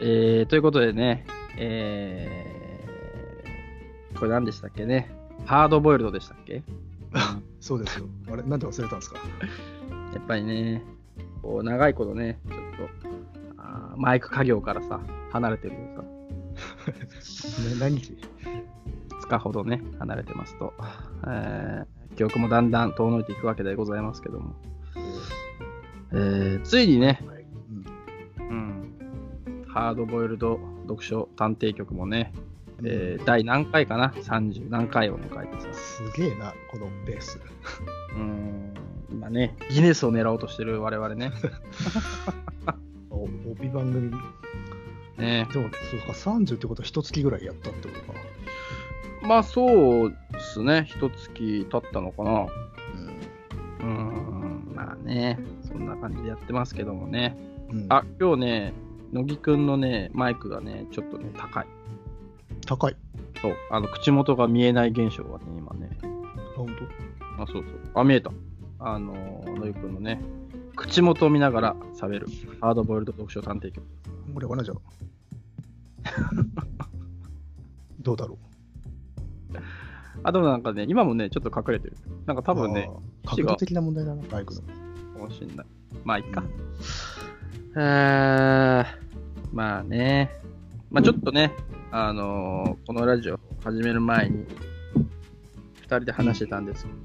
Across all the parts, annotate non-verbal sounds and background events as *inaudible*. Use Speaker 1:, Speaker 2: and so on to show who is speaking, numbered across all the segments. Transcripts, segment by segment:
Speaker 1: えー、ということでね、えー、これ何でしたっけねハードボイルドでしたっけ
Speaker 2: そうですよ。あれ、なんで忘れたんですか
Speaker 1: やっぱりね、こう長いことね、ちょっとあーマイク家業からさ、離れてると
Speaker 2: ね何日
Speaker 1: さ、2日ほどね、離れてますと、えー記憶もだんだん遠のいていくわけでございますけども、えーついにね、
Speaker 2: うん
Speaker 1: ハードボイルド読書探偵局もね、えー第何回かな、30何回を迎えてさ、
Speaker 2: すげえな、このペース。
Speaker 1: うーん今ね、ギネスを狙おうとしてる我々 *laughs* ね。
Speaker 2: お帯番組。でも、
Speaker 1: ね
Speaker 2: そうか、30ってことは一月ぐらいやったってことか。
Speaker 1: まあそうですね、一月経ったのかな。うーん、まあね、そんな感じでやってますけどもね。
Speaker 2: うん。
Speaker 1: あ、今日ね、乃木くんのね、マイクがね、ちょっとね、高い。
Speaker 2: 高い。
Speaker 1: そう、あの、口元が見えない現象がね、今ね。
Speaker 2: あ、本
Speaker 1: あ、そうそう。あ、見えた。あのー、乃木くんのね、口元を見ながら喋る、ハードボイルド読書探偵局。
Speaker 2: 当俺はなじ
Speaker 1: *laughs*
Speaker 2: ゃん。どうだろ
Speaker 1: あ、でもなんかね、今もね、ちょっと隠れてる。なんか
Speaker 2: う。
Speaker 1: 多分ね、
Speaker 2: あー。角度的な問題だな、バイクの。
Speaker 1: かもしんない。まあ、いっか。えーまあね、まあちょっとね、あのーこのラジオ始める前に、2人で話してたんですけど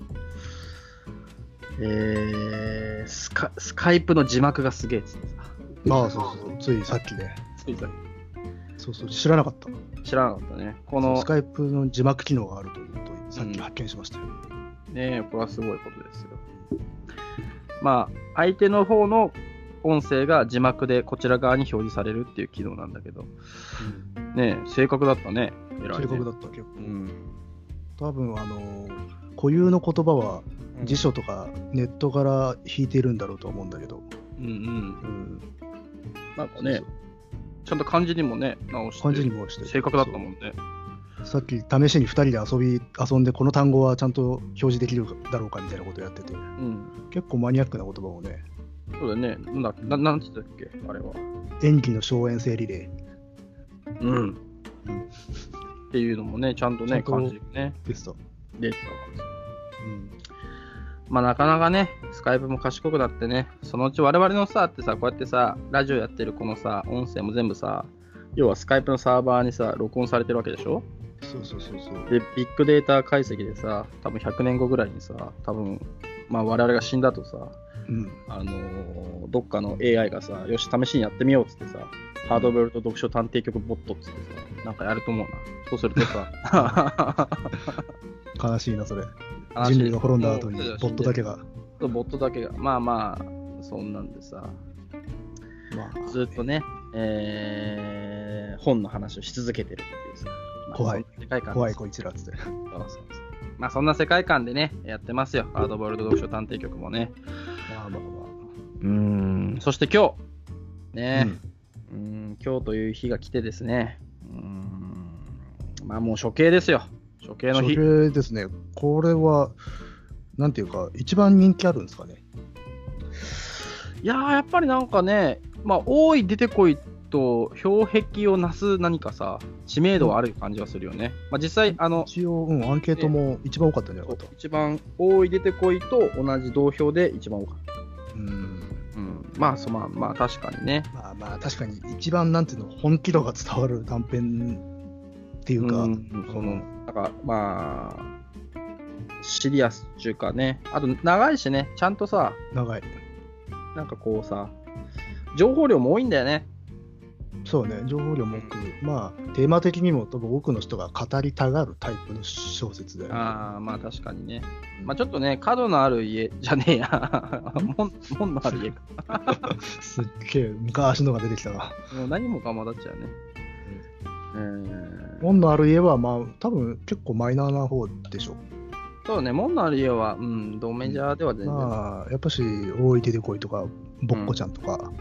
Speaker 1: えー、スカスカイプの字幕がすげえっつってさ、
Speaker 2: まあ、そうそうそう、ついさっきね。
Speaker 1: ついさっ
Speaker 2: そうそう、知らなかった。
Speaker 1: き知らなかったね。こ
Speaker 2: そう
Speaker 1: の
Speaker 2: ス、カイプの字幕機能があるということをさっき発見しましたよ。
Speaker 1: ね、これはすごいことですよ。まあ、相手の方の音声が字幕でこちら側に表示されるっていう機能なんだけど、ね正確だったね。偉いね
Speaker 2: 正確だった結構
Speaker 1: うん。
Speaker 2: 多分あの固有の言葉は辞書とかネットから引いてるんだろうと思うんだけど、
Speaker 1: うんうん。
Speaker 2: ん、
Speaker 1: なんかね、ちゃんと漢字にもね、直して。
Speaker 2: 漢字にもして
Speaker 1: 正確だったもんね。
Speaker 2: そうさっき試しに2人で遊び遊んでこの単語はちゃんと表示できるだろうかみたいなことやってて
Speaker 1: うん。
Speaker 2: 結構マニアックな言葉をね
Speaker 1: そうだね。なんだ、ななんつったっけあれは。
Speaker 2: 演技の省エ性リレ
Speaker 1: うん。っていうのもね、ちゃんと
Speaker 2: ちゃ
Speaker 1: ね、
Speaker 2: んと
Speaker 1: 漢字ね、
Speaker 2: ーですと、
Speaker 1: 出てたわけです。
Speaker 2: うん、
Speaker 1: まあなかなかね、スカイプも賢くなってね、そのうち我々のさ、ってさ、こうやってさ、ラジオやってるこのさ、音声も全部さ、要はスカイプのサーバーにさ、録音されてるわけでしょ
Speaker 2: そうそうそうそう
Speaker 1: で、ビッグデータ解析でさ、多分100年後ぐらいにさ、多分まあ我々が死んだとさ、
Speaker 2: うん
Speaker 1: あのーどっかの AI がさ、よし、試しにやってみようっつってさ、ハードボイルド読書探偵局ボットっつってさ、なんかやると思うな。そうするとさ、
Speaker 2: 悲しいなそれ *laughs* 人類が滅んだ後にボットだけ
Speaker 1: が。
Speaker 2: が
Speaker 1: ボットだけが、まあまあ、そんなんでさ、
Speaker 2: まあ
Speaker 1: ずっとね、えー本の話をし続けてるっていうさ、まあ
Speaker 2: 怖い
Speaker 1: そんな世界観です
Speaker 2: 怖いこいつらっつって
Speaker 1: そうそうそうまあそんな世界観でね、やってますよ、ハードボイルド読書探偵局もね。
Speaker 2: まあまあま
Speaker 1: うん、そして今日、
Speaker 2: あ、
Speaker 1: ね、
Speaker 2: う
Speaker 1: うー
Speaker 2: ん
Speaker 1: ん今日という日が来てですね、うーんまあもう処刑ですよ、処刑の
Speaker 2: そ
Speaker 1: 日。
Speaker 2: れですね、これは、なんていうか、一番人気あるんですかね。
Speaker 1: いやー、やっぱりなんかね、まあ、大い出てこいと、標壁をなす何かさ、知名度はある感じはするよね。まあ、実際、あの、
Speaker 2: 一応、うん、アンケートも一番多かったんじゃなかった。
Speaker 1: 一番大い出てこいと同じ同票で一番多かった。
Speaker 2: うん、
Speaker 1: うん、まあ、そまあ、まあ、確かにね。
Speaker 2: まあまあ、確かに一番、なんていうの、本気度が伝わる短編っていうか、
Speaker 1: うんうんその、なんか、まあ、シリアスっていうかね、あと長いしね、ちゃんとさ、
Speaker 2: 長い。
Speaker 1: なんかこうさ、情報量も多いんだよね。
Speaker 2: そうね、情報量も多く、まあ、テーマ的にも多分多くの人が語りたがるタイプの小説で。
Speaker 1: ああ、まあ確かにね。
Speaker 2: うん
Speaker 1: まあちょっとね、角のある家 *laughs* じゃねえや。門門のある家か。
Speaker 2: すっげえ、昔のが出てきたわ。
Speaker 1: もう何もかも当たっちゃうね。うん
Speaker 2: 本のある家は、まあ、多分結構マイナーな方でしょう。
Speaker 1: そうね、門のある家は、うん、ドメジャーでは全然
Speaker 2: まあ、やっぱし、大い出てこいとか、ぼっこちゃんとか、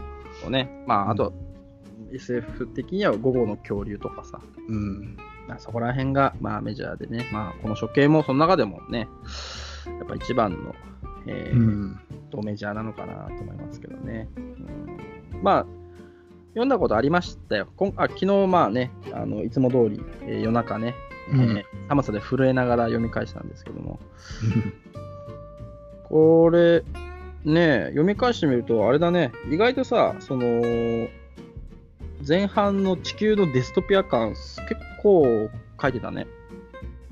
Speaker 1: そうね。まああと、SF 的には午後の恐竜とかさ。
Speaker 2: うん、
Speaker 1: まあそこら辺が、まあメジャーでね。まあこの処刑もその中でもね、やっぱ一番の、えー
Speaker 2: うん、
Speaker 1: ドメジャーなのかなと思いますけどね。うんまあ、読んだことありましたよ。こんあ昨日、まあね、あのいつも通り、えー夜中ね、えー
Speaker 2: うん
Speaker 1: 寒さで震えながら読み返したんですけども、これ、ね、読み返してみると、あれだね、意外とさ、その、前半の地球のデストピア感、結構書いてたね。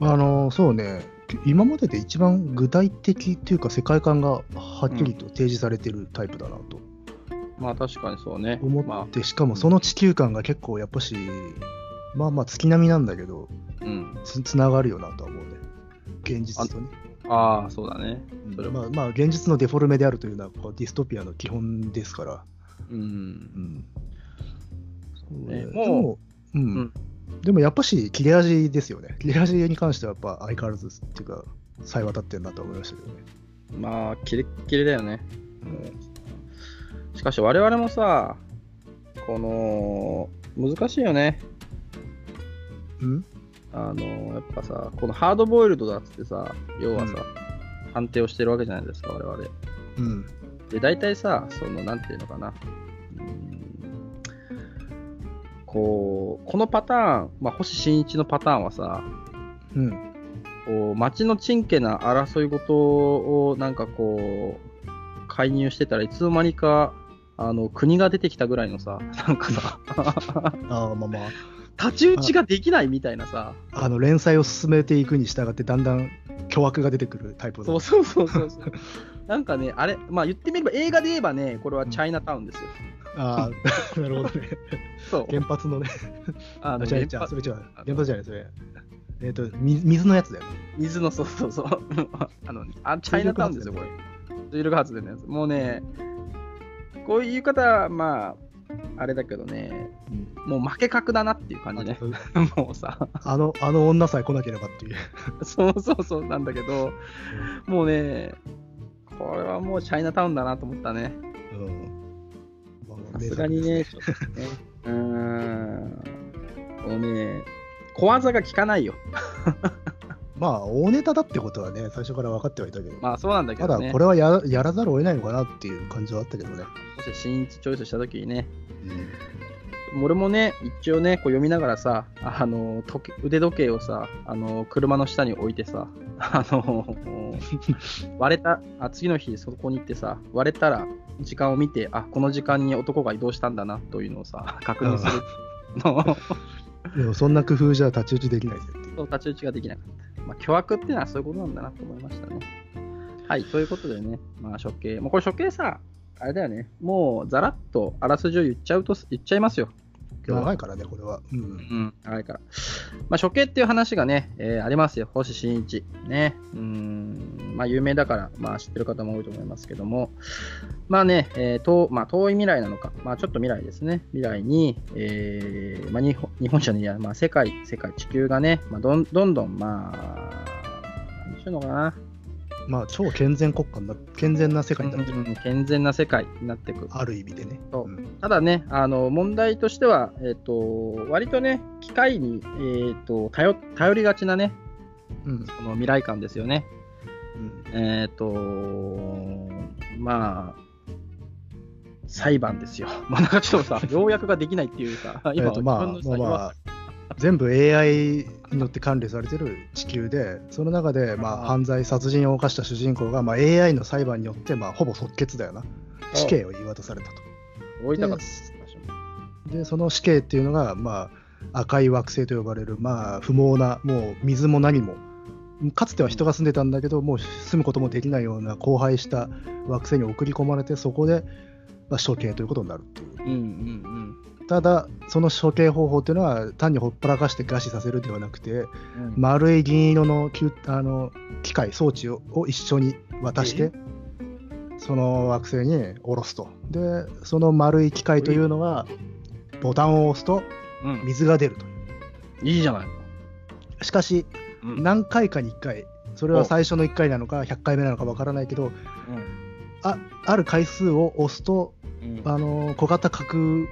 Speaker 2: あのそうね今までで一番具体的っていうか世界観がはっきりと提示されてるタイプだなと
Speaker 1: まあ確かにそうね。
Speaker 2: 思
Speaker 1: ま
Speaker 2: って、しかもその地球感が結構やっぱしまあまあ月並みなんだけど
Speaker 1: あ、うん。
Speaker 2: つつながるよなとは思うね現実とね
Speaker 1: ああ、そうだね。それ
Speaker 2: まあまあ現実のデフォルメであるというのはこうディストピアの基本ですから、
Speaker 1: うん。
Speaker 2: うん
Speaker 1: うね
Speaker 2: で
Speaker 1: もう
Speaker 2: も、うん
Speaker 1: うん
Speaker 2: でもやっぱし切れ味ですよね切れ味に関してはやっぱ相変わらずっていうかさえ渡ってるなとは思いましたけどね
Speaker 1: まあ、キレッキレだよね。もうしかし、我々もさ、この、難しいよね。
Speaker 2: うん
Speaker 1: あの、やっぱさ、このハードボイルドだっつってさ、要はさ、判定をしてるわけじゃないですか、我々。
Speaker 2: うん
Speaker 1: で、大体さ、その、なんていうのかな。うーんこう、このパターン、まあ、星新一のパターンはさ、
Speaker 2: うん
Speaker 1: こう街のちんけな争い事をなんかこう介入してたらいつの間にかあの国が出てきたぐらいのさなんかさ
Speaker 2: ああまあまあ
Speaker 1: 太刀打ちができないみたいなさ
Speaker 2: あの連載を進めていくに従ってだんだん巨悪が出てくるタイプの
Speaker 1: そうそうそうそうそうなんかねあれまあ言ってみれば映画で言えばねこれはチャイナタウンですよ、
Speaker 2: ああ *laughs* なるほど
Speaker 1: *laughs*
Speaker 2: ね
Speaker 1: そう
Speaker 2: 原発のね
Speaker 1: あ
Speaker 2: あ
Speaker 1: の
Speaker 2: 違う違う
Speaker 1: 原発
Speaker 2: それ違う原発じゃないそれえっ、とみ水のやつだよね
Speaker 1: 水のそうそう *laughs* そうあのあチャイナタウンですよこれ水力発電のやつもうねこういう言い方はまああれだけどね
Speaker 2: うん
Speaker 1: もう負け格だなっていう感じね *laughs* もうさ
Speaker 2: あのあの女さえ来なけれ
Speaker 1: *laughs*
Speaker 2: ばっていう
Speaker 1: そうそうそうなんだけど、もうね、これはもうチャイナタウンだなと思ったね。
Speaker 2: うんまあま
Speaker 1: さ
Speaker 2: あ
Speaker 1: すがにね、ちょっとね。うーん。このね、小技が効かないよ。
Speaker 2: まあ大ネタだってことはね最初から分かってはいたけど、
Speaker 1: まあそうなんだけ
Speaker 2: た
Speaker 1: ど
Speaker 2: だ
Speaker 1: ね。
Speaker 2: これはややらざるを得ないのかなっていう感じはあったけどね、
Speaker 1: もし新一チョイスした時にね、俺もね、一応ね、こう読みながらさ、あの時計腕時計をさ、あの車の下に置いてさ、あの割れたあ、次の日そこに行ってさ、割れたら時間を見て、あこの時間に男が移動したんだなというのをさ、確認する *laughs* の、
Speaker 2: でもそんな工夫じゃ太刀打ちできないぜっていう
Speaker 1: そう立ち打ちができなかった。まあ、巨悪っていうのはそういうことなんだなと思いましたね。はい、ということでね、まあ、処刑、もうこれ処刑さ、あれだよね、もうざらっとあらすじを言っちゃうと言っちゃいますよ。今日は
Speaker 2: 長いからねこれは、うん、
Speaker 1: うん、長いから。まあ、処刑っていう話がね、えーありますよ、星新一。ね、うーん、まあ、有名だから、まあ、知ってる方も多いと思いますけども、まあね、えー遠まあ、遠い未来なのか、まあ、ちょっと未来ですね、未来に、えーまあ、日本日本じゃねえや、まあ、世界、世界、地球がね、まあ、どんどんどん、まあ、なんていうのかな、
Speaker 2: まあ超健全国家にな健全な世界になってる、
Speaker 1: うん健全な世界になっていく
Speaker 2: ある意味でね
Speaker 1: そうんただね、あの問題としては、えっと割とね、機械に、えっと頼頼りがちなね、
Speaker 2: うん
Speaker 1: この未来感ですよね。
Speaker 2: うん
Speaker 1: えっ、とまあ、裁判ですよ。 *laughs* まあ、なんかちょっとさ、要約ができないっていうか、
Speaker 2: *laughs* え
Speaker 1: 今、
Speaker 2: ーとまあ
Speaker 1: 自
Speaker 2: まあ
Speaker 1: 分の
Speaker 2: まあ全部 AI によって管理されてる地球でその中で、ま
Speaker 1: あー
Speaker 2: あ、犯罪殺人を犯した主人公が、まあ、AI の裁判によって、まあ、ほぼ即決だよな死刑を言い渡されたと
Speaker 1: 置いたかった。
Speaker 2: でその死刑っていうのが、まあ、赤い惑星と呼ばれる、まあ、不毛なもう水も何もかつては人が住んでたんだけどもう住むこともできないような荒廃した惑星に送り込まれてそこで、まあ、処刑ということになるってい
Speaker 1: う
Speaker 2: う
Speaker 1: んうん
Speaker 2: ただその処刑方法っていうのは単にほっぱらかして餓死させるではなくて
Speaker 1: うんうん。
Speaker 2: 丸い銀色の球あの機械装置をを一緒に渡してその惑星に下ろすとでその丸い機械というのはボタンを押すと
Speaker 1: うん
Speaker 2: 水が出ると
Speaker 1: いいじゃない。
Speaker 2: しかし
Speaker 1: うん
Speaker 2: 何回かに1回それは最初の1回なのか100回目なのかわからないけどあある回数を押すと
Speaker 1: うん
Speaker 2: あの小型核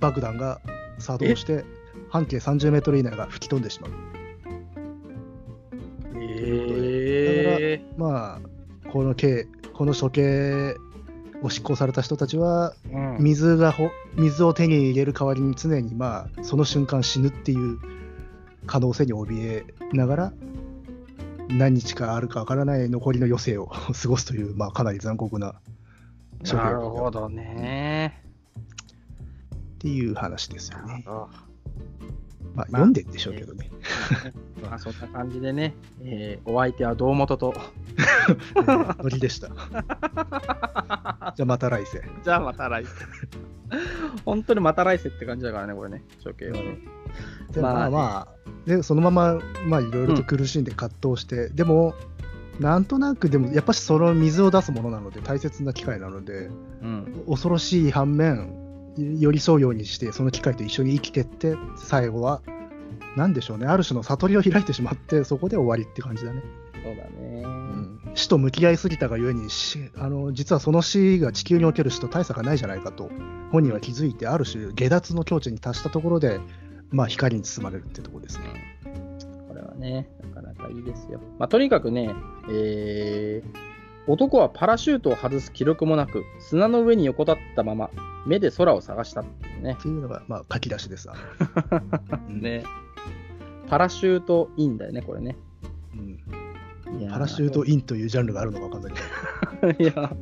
Speaker 2: 爆弾が作動して半径3 0メートル以内が吹き飛んでしまう
Speaker 1: え
Speaker 2: まあこの刑この処刑を執行された人たちは
Speaker 1: うん
Speaker 2: 水がほ水を手に入れる代わりに常にまあその瞬間死ぬっていう可能性に怯えながら何日かあるかわからない残りの余生を *laughs* 過ごすという、まあ、かなり残酷な職業
Speaker 1: なるほどね。
Speaker 2: っていう話ですよ
Speaker 1: なる
Speaker 2: ね。
Speaker 1: ほど
Speaker 2: まあ、読んでんでしょうけどね。
Speaker 1: まあ、そんな感じでね、えーお相手は堂本
Speaker 2: *laughs*
Speaker 1: と。
Speaker 2: ノリ
Speaker 1: *laughs*
Speaker 2: でした。じゃあまた来世。
Speaker 1: じゃあまた来世。 *laughs* 本当にまた来世って感じだからね、これね、処刑はね。
Speaker 2: で
Speaker 1: まあ
Speaker 2: まあまあ、でそのまままあいろいろと苦しんで葛藤して、でもなんとなくでもやっぱしその水を出すものなので大切な機会なので
Speaker 1: うん。
Speaker 2: 恐ろしい反面寄り添うようにしてその機会と一緒に生きてって最後は何でしょうねある種の悟りを開いてしまってそこで終わりって感じだね、
Speaker 1: そうだね。
Speaker 2: 死と向き合いすぎたがゆえに死あの実はその死が地球における死と大差がないじゃないかと本人は気づいてある種下脱の境地に達したところで、まあ、光に包まれるってところですね。
Speaker 1: これはね、なかなかいいですよ。まあ、とにかくね、えー男はパラシュートを外す記録もなく、砂の上に横たったまま、目で空を探したっていうね
Speaker 2: っ。ていうのが、まあ、書き出しです。あ
Speaker 1: *laughs*
Speaker 2: の
Speaker 1: ね。パラシュートインだよね、これね。
Speaker 2: うん
Speaker 1: いや
Speaker 2: パラシュートインというジャンルがあるのか分かんないけど、
Speaker 1: いや、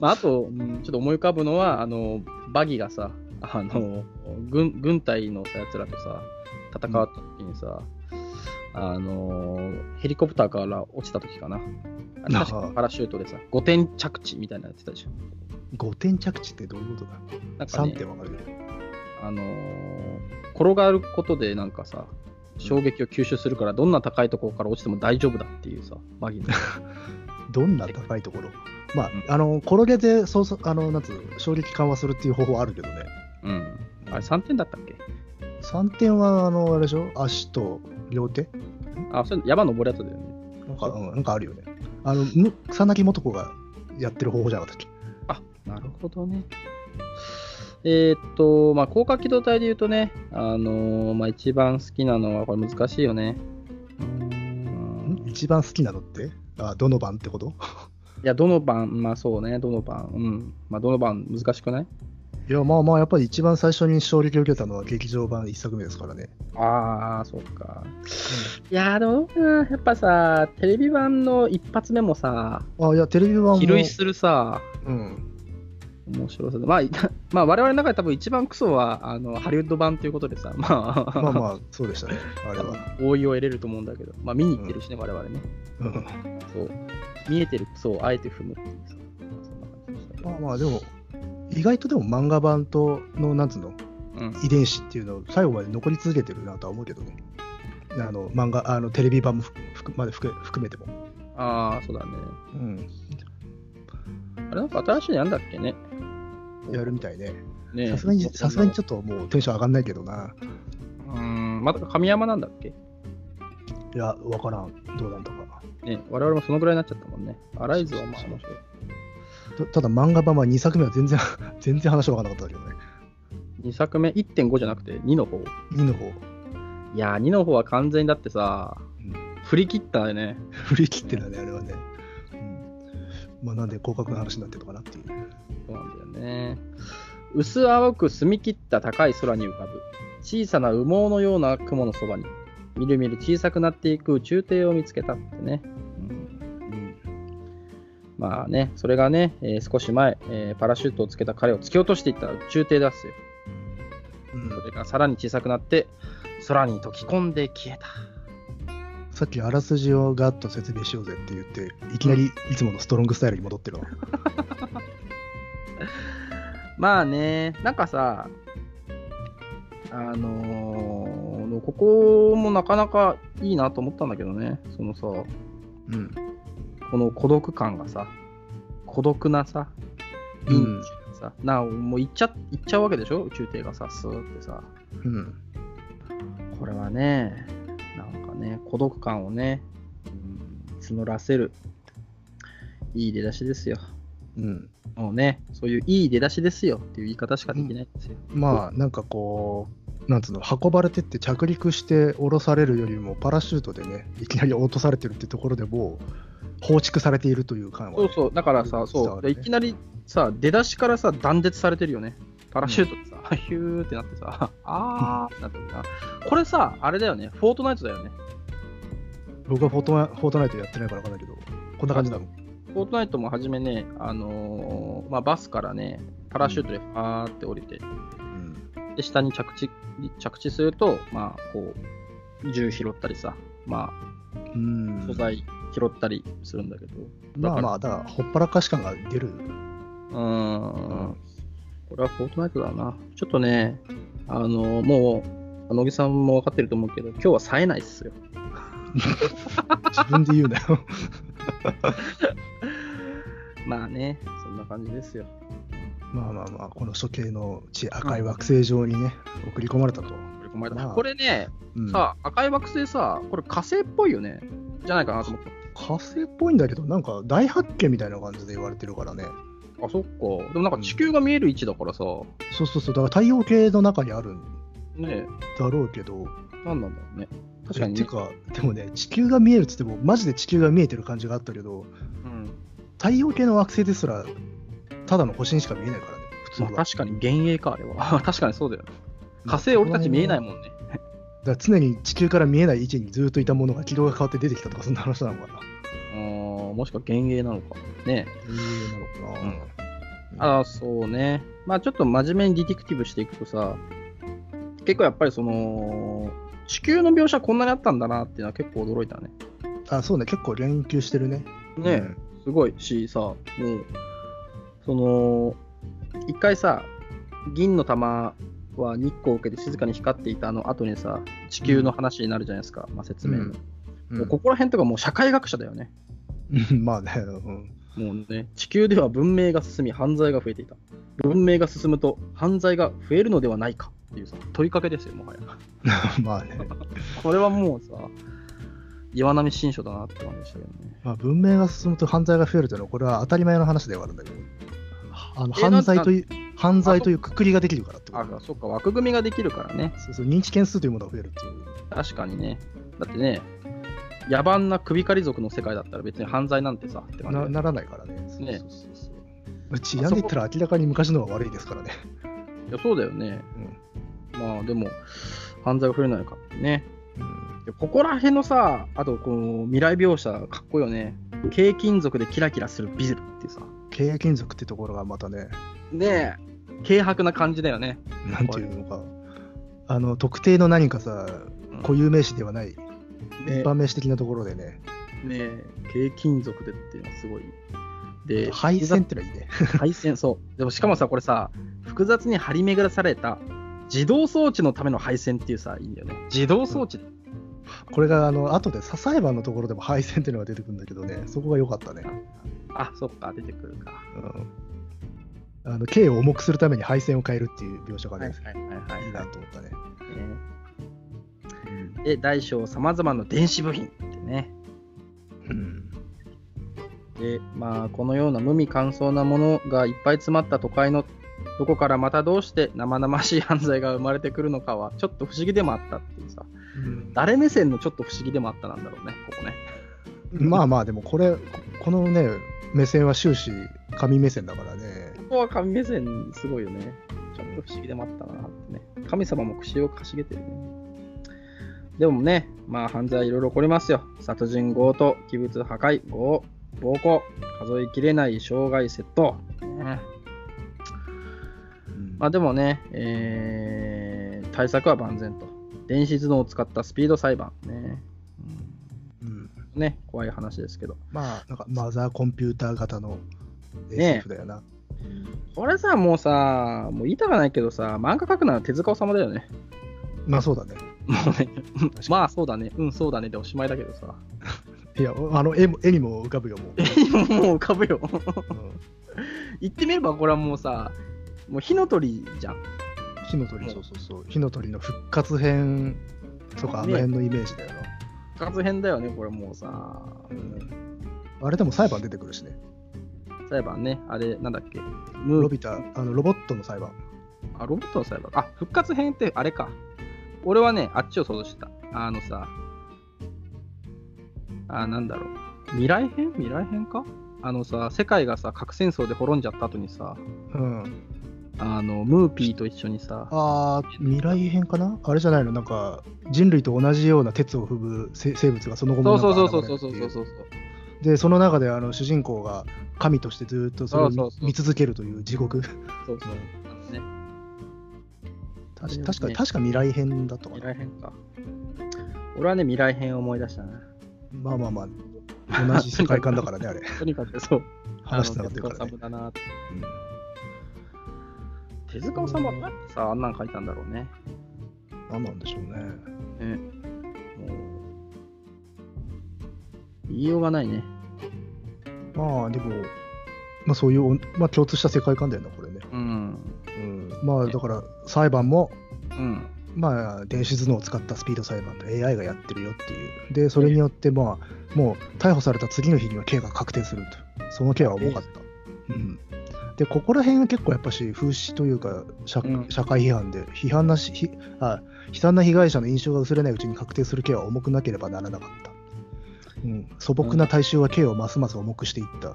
Speaker 1: まあ、あと、うんちょっと思い浮かぶのは、あの、バギがさ、あの、軍軍隊のさやつらとさ、戦った時にさ、あの、ヘリコプターから落ちた時かな。あの
Speaker 2: なあ
Speaker 1: 確かパラシュートでさ、5点着地みたいなのやってたでしょ。
Speaker 2: 5点着地ってどういうことだ
Speaker 1: なんか、ね
Speaker 2: ?3、点分かるけど。
Speaker 1: あの、転がることでなんかさ、衝撃を吸収するから、どんな高いところから落ちても大丈夫だっていうさ、バ
Speaker 2: *laughs*
Speaker 1: ギの。
Speaker 2: どんな高いところまあ、
Speaker 1: うん
Speaker 2: あの、転げで、そうそう、あの、なんつうの、衝撃緩和するっていう方法あるけどね。
Speaker 1: うん。あれ、3点だったっけ
Speaker 2: 3点は、あの、あれでしょ足と両手
Speaker 1: あ、それ山登るやつだよね。
Speaker 2: なんか、うん、なんかあるよね。あの、む草薙素子がやってる方法じゃなかったっけ
Speaker 1: あなるほどね。えーっと、まあ、高架機動隊で言うとね、あのーまあ、一番好きなのは、これ難しいよね。うーん
Speaker 2: ん一番好きなのってあ、どの番ってこと *laughs*
Speaker 1: いや、どの番、まあそうね、どの番、うん。まあ、どの番難しくない
Speaker 2: いや、まあまあ、やっぱり一番最初に衝撃を受けたのは劇場版1作目ですからね。
Speaker 1: ああ、そうか。いやー、でもどうかな、やっぱさ、テレビ版の一発目もさ、
Speaker 2: あ、いや、テレビ版も。
Speaker 1: 比類するさ、
Speaker 2: うん。
Speaker 1: 面白さで、まあ、い *laughs* まあ、我々の中で多分一番クソは、あの、ハリウッド版ということでさ、まあ、 *laughs*
Speaker 2: まあまあ、そうでしたね、あれは。
Speaker 1: 合意を得れると思うんだけど、まあ、見に行ってるしね、我々ね。
Speaker 2: うん
Speaker 1: *laughs* そう。見えてるクソをあえて踏むっていうさ。そんな感じでしたけど
Speaker 2: まあまあ、でも、意外とでも漫画版との、なんつうの、
Speaker 1: うん。
Speaker 2: 遺伝子っていうの、最後まで残り続けてるなとは思うけどね。あの漫画、あのテレビ版も含含まで含め含めても。
Speaker 1: ああ、そうだね。
Speaker 2: うん。
Speaker 1: あれなんか新しいのやんだっけね。
Speaker 2: やるみたいね。
Speaker 1: ね
Speaker 2: さすがに、さすがにち
Speaker 1: ょっ
Speaker 2: ょっともうテンション上がんないけどな。
Speaker 1: と。うーん、まだ神山なんだっけ
Speaker 2: いや、わからん。どうなんだか。
Speaker 1: ね我々もそのぐらいになっちゃったもんね。アライズはまあ面白い。
Speaker 2: たただ、漫画版は2作目は全然、 *laughs* 全然話わからなかったけどね。
Speaker 1: 2作目、1.5じゃなくて2の方。
Speaker 2: 2の方、
Speaker 1: いやー、2の方は完全にだってさ
Speaker 2: うん、
Speaker 1: 振り切ったよね。
Speaker 2: 振り切ってたね、あれはね。うん。まあ、なんで、広角の話になってるのかなっていう。
Speaker 1: そうなんだよね。薄青く澄み切った高い空に浮かぶ、小さな羽毛のような雲のそばに、みるみる小さくなっていく宇宙艇を見つけたってね。
Speaker 2: うん。
Speaker 1: まあね、それがね、えー少し前、えーパラシュートをつけた彼を突き落としていった宇宙艇だっすよ。
Speaker 2: うん
Speaker 1: それがさらに小さくなって、空に溶け込んで消えた。
Speaker 2: さっきあらすじをガッと説明しようぜって言っていきなりいつものストロングスタイルに戻ってるわ、
Speaker 1: まあね、なんかさ、あのーここもなかなかいいなと思ったんだけどね、そのさ、
Speaker 2: うん、
Speaker 1: この孤独感がさ、孤独なさ、
Speaker 2: う
Speaker 1: 臨
Speaker 2: ん
Speaker 1: ん、さ、なあもう行っちゃ行っちゃうわけでしょ、宇宙艇がさ、スーってさ。
Speaker 2: うん、
Speaker 1: これはね、なんかね、孤独感をね、うん募らせる、いい出だしですよ。
Speaker 2: うん、
Speaker 1: もうね、そういういい出だしですよっていう言い方しかできないですよ。
Speaker 2: まあなんかこうなんつうの運ばれてって着陸して降ろされるよりもパラシュートでねいきなり落とされてるってところでもう放逐されているという感はね、
Speaker 1: そうそう、だからさ、
Speaker 2: 伝
Speaker 1: そ
Speaker 2: わ
Speaker 1: う、
Speaker 2: るね
Speaker 1: いきなりさ、出だしからさ、断絶されてるよね。パラシュートでさ、 *laughs* ヒューってなってさ、 *laughs* あーってなってるな。これさ、あれだよね、フォートナイトだよね。
Speaker 2: 僕はフォートナフォートナイトやってないから分かんないけどこんな感じだもん
Speaker 1: フォートナイトも初めね、あのーまあ、バスからね、パラシュートでファーって降りて、
Speaker 2: うん
Speaker 1: で、下に着地、着地すると、まあ、こう、銃拾ったりさ、ま
Speaker 2: うん
Speaker 1: あ、素材拾ったりするんだけど、だ
Speaker 2: ま
Speaker 1: か
Speaker 2: あ
Speaker 1: ら
Speaker 2: まあだからほっぱらかし感が出る
Speaker 1: うーん。これはフォートナイトだな。ちょっとね、あの、もう、野木さんも分かってると思うけど、今日は冴えないっすよ。
Speaker 2: 自分で言うなよ *laughs*
Speaker 1: まあね、そんな感じですよ。
Speaker 2: まあまあまあこの処刑の地赤い惑星上にね送り込まれたと、
Speaker 1: これこの間
Speaker 2: まあ
Speaker 1: これね、
Speaker 2: うん、
Speaker 1: さ、赤い惑星さ、これ火星っぽいよね。じゃないかなと思った。
Speaker 2: 火星っぽいんだけどなんか大発見みたいな感じで言われてるからね
Speaker 1: あ、そっか。でもなんか地球が見える位置だからさ、
Speaker 2: そうそうそうだから太陽系の中にあるん
Speaker 1: ね
Speaker 2: だろうけど
Speaker 1: え、なんなんだろうね。確かに
Speaker 2: て
Speaker 1: ね。
Speaker 2: かでもね地球が見えるっつってもマジで地球が見えてる感じがあったけど
Speaker 1: うん。
Speaker 2: 太陽系の惑星ですらただの星にしか見えないからね普通
Speaker 1: ま
Speaker 2: は
Speaker 1: あ、確かに幻影か、あれは。 *laughs* 確かにそうだよ。火星俺たち見えないもんね。
Speaker 2: だから常に地球から見えない位置にずっといたものが軌道が変わって出てきたとかそんな話なのかな
Speaker 1: うーん、もしくは幻影なのか。ねえ。
Speaker 2: なのか
Speaker 1: うんああ、そうね。まあちょっと真面目にディティクティブしていくとさ、結構やっぱりその、地球の描写こんなにあったんだなっていうのは結構驚いたね。
Speaker 2: あそうね結構連休してるね
Speaker 1: ね、すごいしさ、もう、その、一回さ、銀の玉は日光を受けて静かに光っていたあの後にさ、地球の話になるじゃないですか、まあ説明の。
Speaker 2: うん
Speaker 1: もうここら辺とかもう社会学者だよね。
Speaker 2: うんまあね、うん、
Speaker 1: もうね、地球では文明が進み、犯罪が増えていた。文明が進むと、犯罪が増えるのではないかっていうさ、問いかけですよ、もはや。 *laughs*
Speaker 2: まあね、
Speaker 1: これはもうさ、岩波新書だなって感じでしたけどね。
Speaker 2: まあ、文明が進むと犯罪が増えるというのはこれは当たり前の話ではあるんだけどあの
Speaker 1: えなん
Speaker 2: 犯罪という犯罪というくくりができるからってこ
Speaker 1: あ
Speaker 2: と、
Speaker 1: そっか、枠組みができるからね。
Speaker 2: そうそう認知件数というものが増えるっていう
Speaker 1: 確かにね。だってね、野蛮な首狩り族の世界だったら別に犯罪なんてさ、って感じだ
Speaker 2: な
Speaker 1: よ
Speaker 2: ならないからねそう
Speaker 1: ね
Speaker 2: そうそうそううち病んでいったら明らかに昔の方が悪いですからね、
Speaker 1: いやそうだよね。
Speaker 2: うん
Speaker 1: まあでも、犯罪が増えないかってね。
Speaker 2: うん、
Speaker 1: でここら辺のさ、あとこの未来描写、かっこいいよね。軽金属でキラキラするビルっていうさ。
Speaker 2: 経営金属ってところがまたね
Speaker 1: ねえ、軽薄な感じだよね。
Speaker 2: なんていうのかあの特定の何かさ固有名詞ではない一
Speaker 1: ね
Speaker 2: 般名詞的なところでね
Speaker 1: ねえ、軽金属でっていうのはすごい。で、
Speaker 2: 配線ってのはいいね
Speaker 1: 複雑配線、そう。でもしかもさ、これさ、複雑に張り巡らされた自動装置のための配線っていうさ、いいんだよね。自動装置、
Speaker 2: これがあの後で支え版のところでも配線っていうのが出てくるんだけどねそこが良かったね
Speaker 1: あ、そっか、出てくるか。
Speaker 2: うんあの刑を重くするために配線を変えるっていう描写が
Speaker 1: はい
Speaker 2: ね、、
Speaker 1: はいはいい
Speaker 2: い
Speaker 1: は。
Speaker 2: ないと思ったね。
Speaker 1: ねで、大小さまざまな電子部品ってね。
Speaker 2: うん
Speaker 1: で、まあ、このような無味乾燥なものがいっぱい詰まった都会のどこからまたどうして生々しい犯罪が生まれてくるのかはちょっと不思議でもあったっていうさ誰目線のちょっと不思議でもあったなんだろうねここね *laughs*
Speaker 2: まあまあ、でもこれ、ここのね、目線は終始、神目線だからね、
Speaker 1: ここは神目線すごいよねちょっと不思議でもあったなってね神様も口をかしげてるねでもねまあ犯罪いろいろ起こりますよ殺人強盗器物破壊強暴行数えきれない傷害窃盗、ねまあでもね、えー対策は万全と。電子頭脳を使ったスピード裁判ね。
Speaker 2: うん
Speaker 1: うんね、怖い話ですけど。
Speaker 2: まあ、なんかマザーコンピューター型の
Speaker 1: ね
Speaker 2: SF だよな。
Speaker 1: これさ、もうさ、もう言いたくないけどさ、漫画描くなら手塚治虫だよね。
Speaker 2: まあそうだね。
Speaker 1: もうね、うん
Speaker 2: かに
Speaker 1: まあそうだね、うん、そうだねでおしまいだけどさ。
Speaker 2: いや、あの絵も絵にも浮かぶ
Speaker 1: *laughs*
Speaker 2: よ、もう。
Speaker 1: もう浮かぶよ。
Speaker 2: うん
Speaker 1: 言ってみればこれはもうさ、もう火の鳥じゃん。
Speaker 2: 火の鳥、そうそうそう、火の鳥の復活編とか、あの辺のイメージだよな。
Speaker 1: 復活編だよね、これもうさ。
Speaker 2: うんあれでも裁判出てくるしね、
Speaker 1: 裁判ね、あれ、なんだっけ、ム
Speaker 2: ロ
Speaker 1: ー
Speaker 2: ビタ、あのロボットの裁判。
Speaker 1: あ、ロボットの裁判。あ、復活編ってあれか。俺はね、あっちを想像してた。あのさ、あ、なんだろう。未来編未来編かあのさ、世界がさ、核戦争で滅んじゃった後にさ、
Speaker 2: うん、
Speaker 1: あの、ムーピーと一緒にさ、
Speaker 2: あー未来編かなあれじゃないのなんか人類と同じような鉄を踏むせ生物がその後
Speaker 1: そう
Speaker 2: もなんか
Speaker 1: そう
Speaker 2: 現れ
Speaker 1: そ
Speaker 2: る
Speaker 1: うそうそうそう
Speaker 2: ってい
Speaker 1: そうそう。
Speaker 2: でその中であの主人公が神としてずっとそれを
Speaker 1: そうそうそう
Speaker 2: 見続けるという
Speaker 1: *laughs*
Speaker 2: 地獄
Speaker 1: そうそう。あのね、
Speaker 2: 確
Speaker 1: ね
Speaker 2: か確か確か未来編だとか
Speaker 1: 未来編か。俺はね、未来編を思い出したな。
Speaker 2: まあまあまあ
Speaker 1: *laughs*
Speaker 2: 同じ世界観だからねあれ
Speaker 1: とにかくそう。
Speaker 2: 話してなかった
Speaker 1: あの
Speaker 2: から
Speaker 1: 手塚治虫だなって手
Speaker 2: ね
Speaker 1: 塚治虫はなんでさ、あんなん書いたんだろうね。
Speaker 2: 何なんでしょう
Speaker 1: ね。
Speaker 2: ね
Speaker 1: もう、言いようがないね。
Speaker 2: まあでもまあそういうお、まあ、共通した世界観だよなこれね、
Speaker 1: うん。
Speaker 2: うん、まあだから裁判も
Speaker 1: うん。
Speaker 2: まあ電子頭脳を使ったスピード裁判で AI がやってるよっていうでそれによってまあもう逮捕された次の日には刑が確定するとその刑は重かった、うん、でここら辺は結構やっぱし風刺というか社,、
Speaker 1: うん
Speaker 2: 社会批判で批判なしひあ悲惨な被害者の印象が薄れないうちに確定する刑は重くなければならなかった、うん、素朴な大衆は刑をますます重くしていった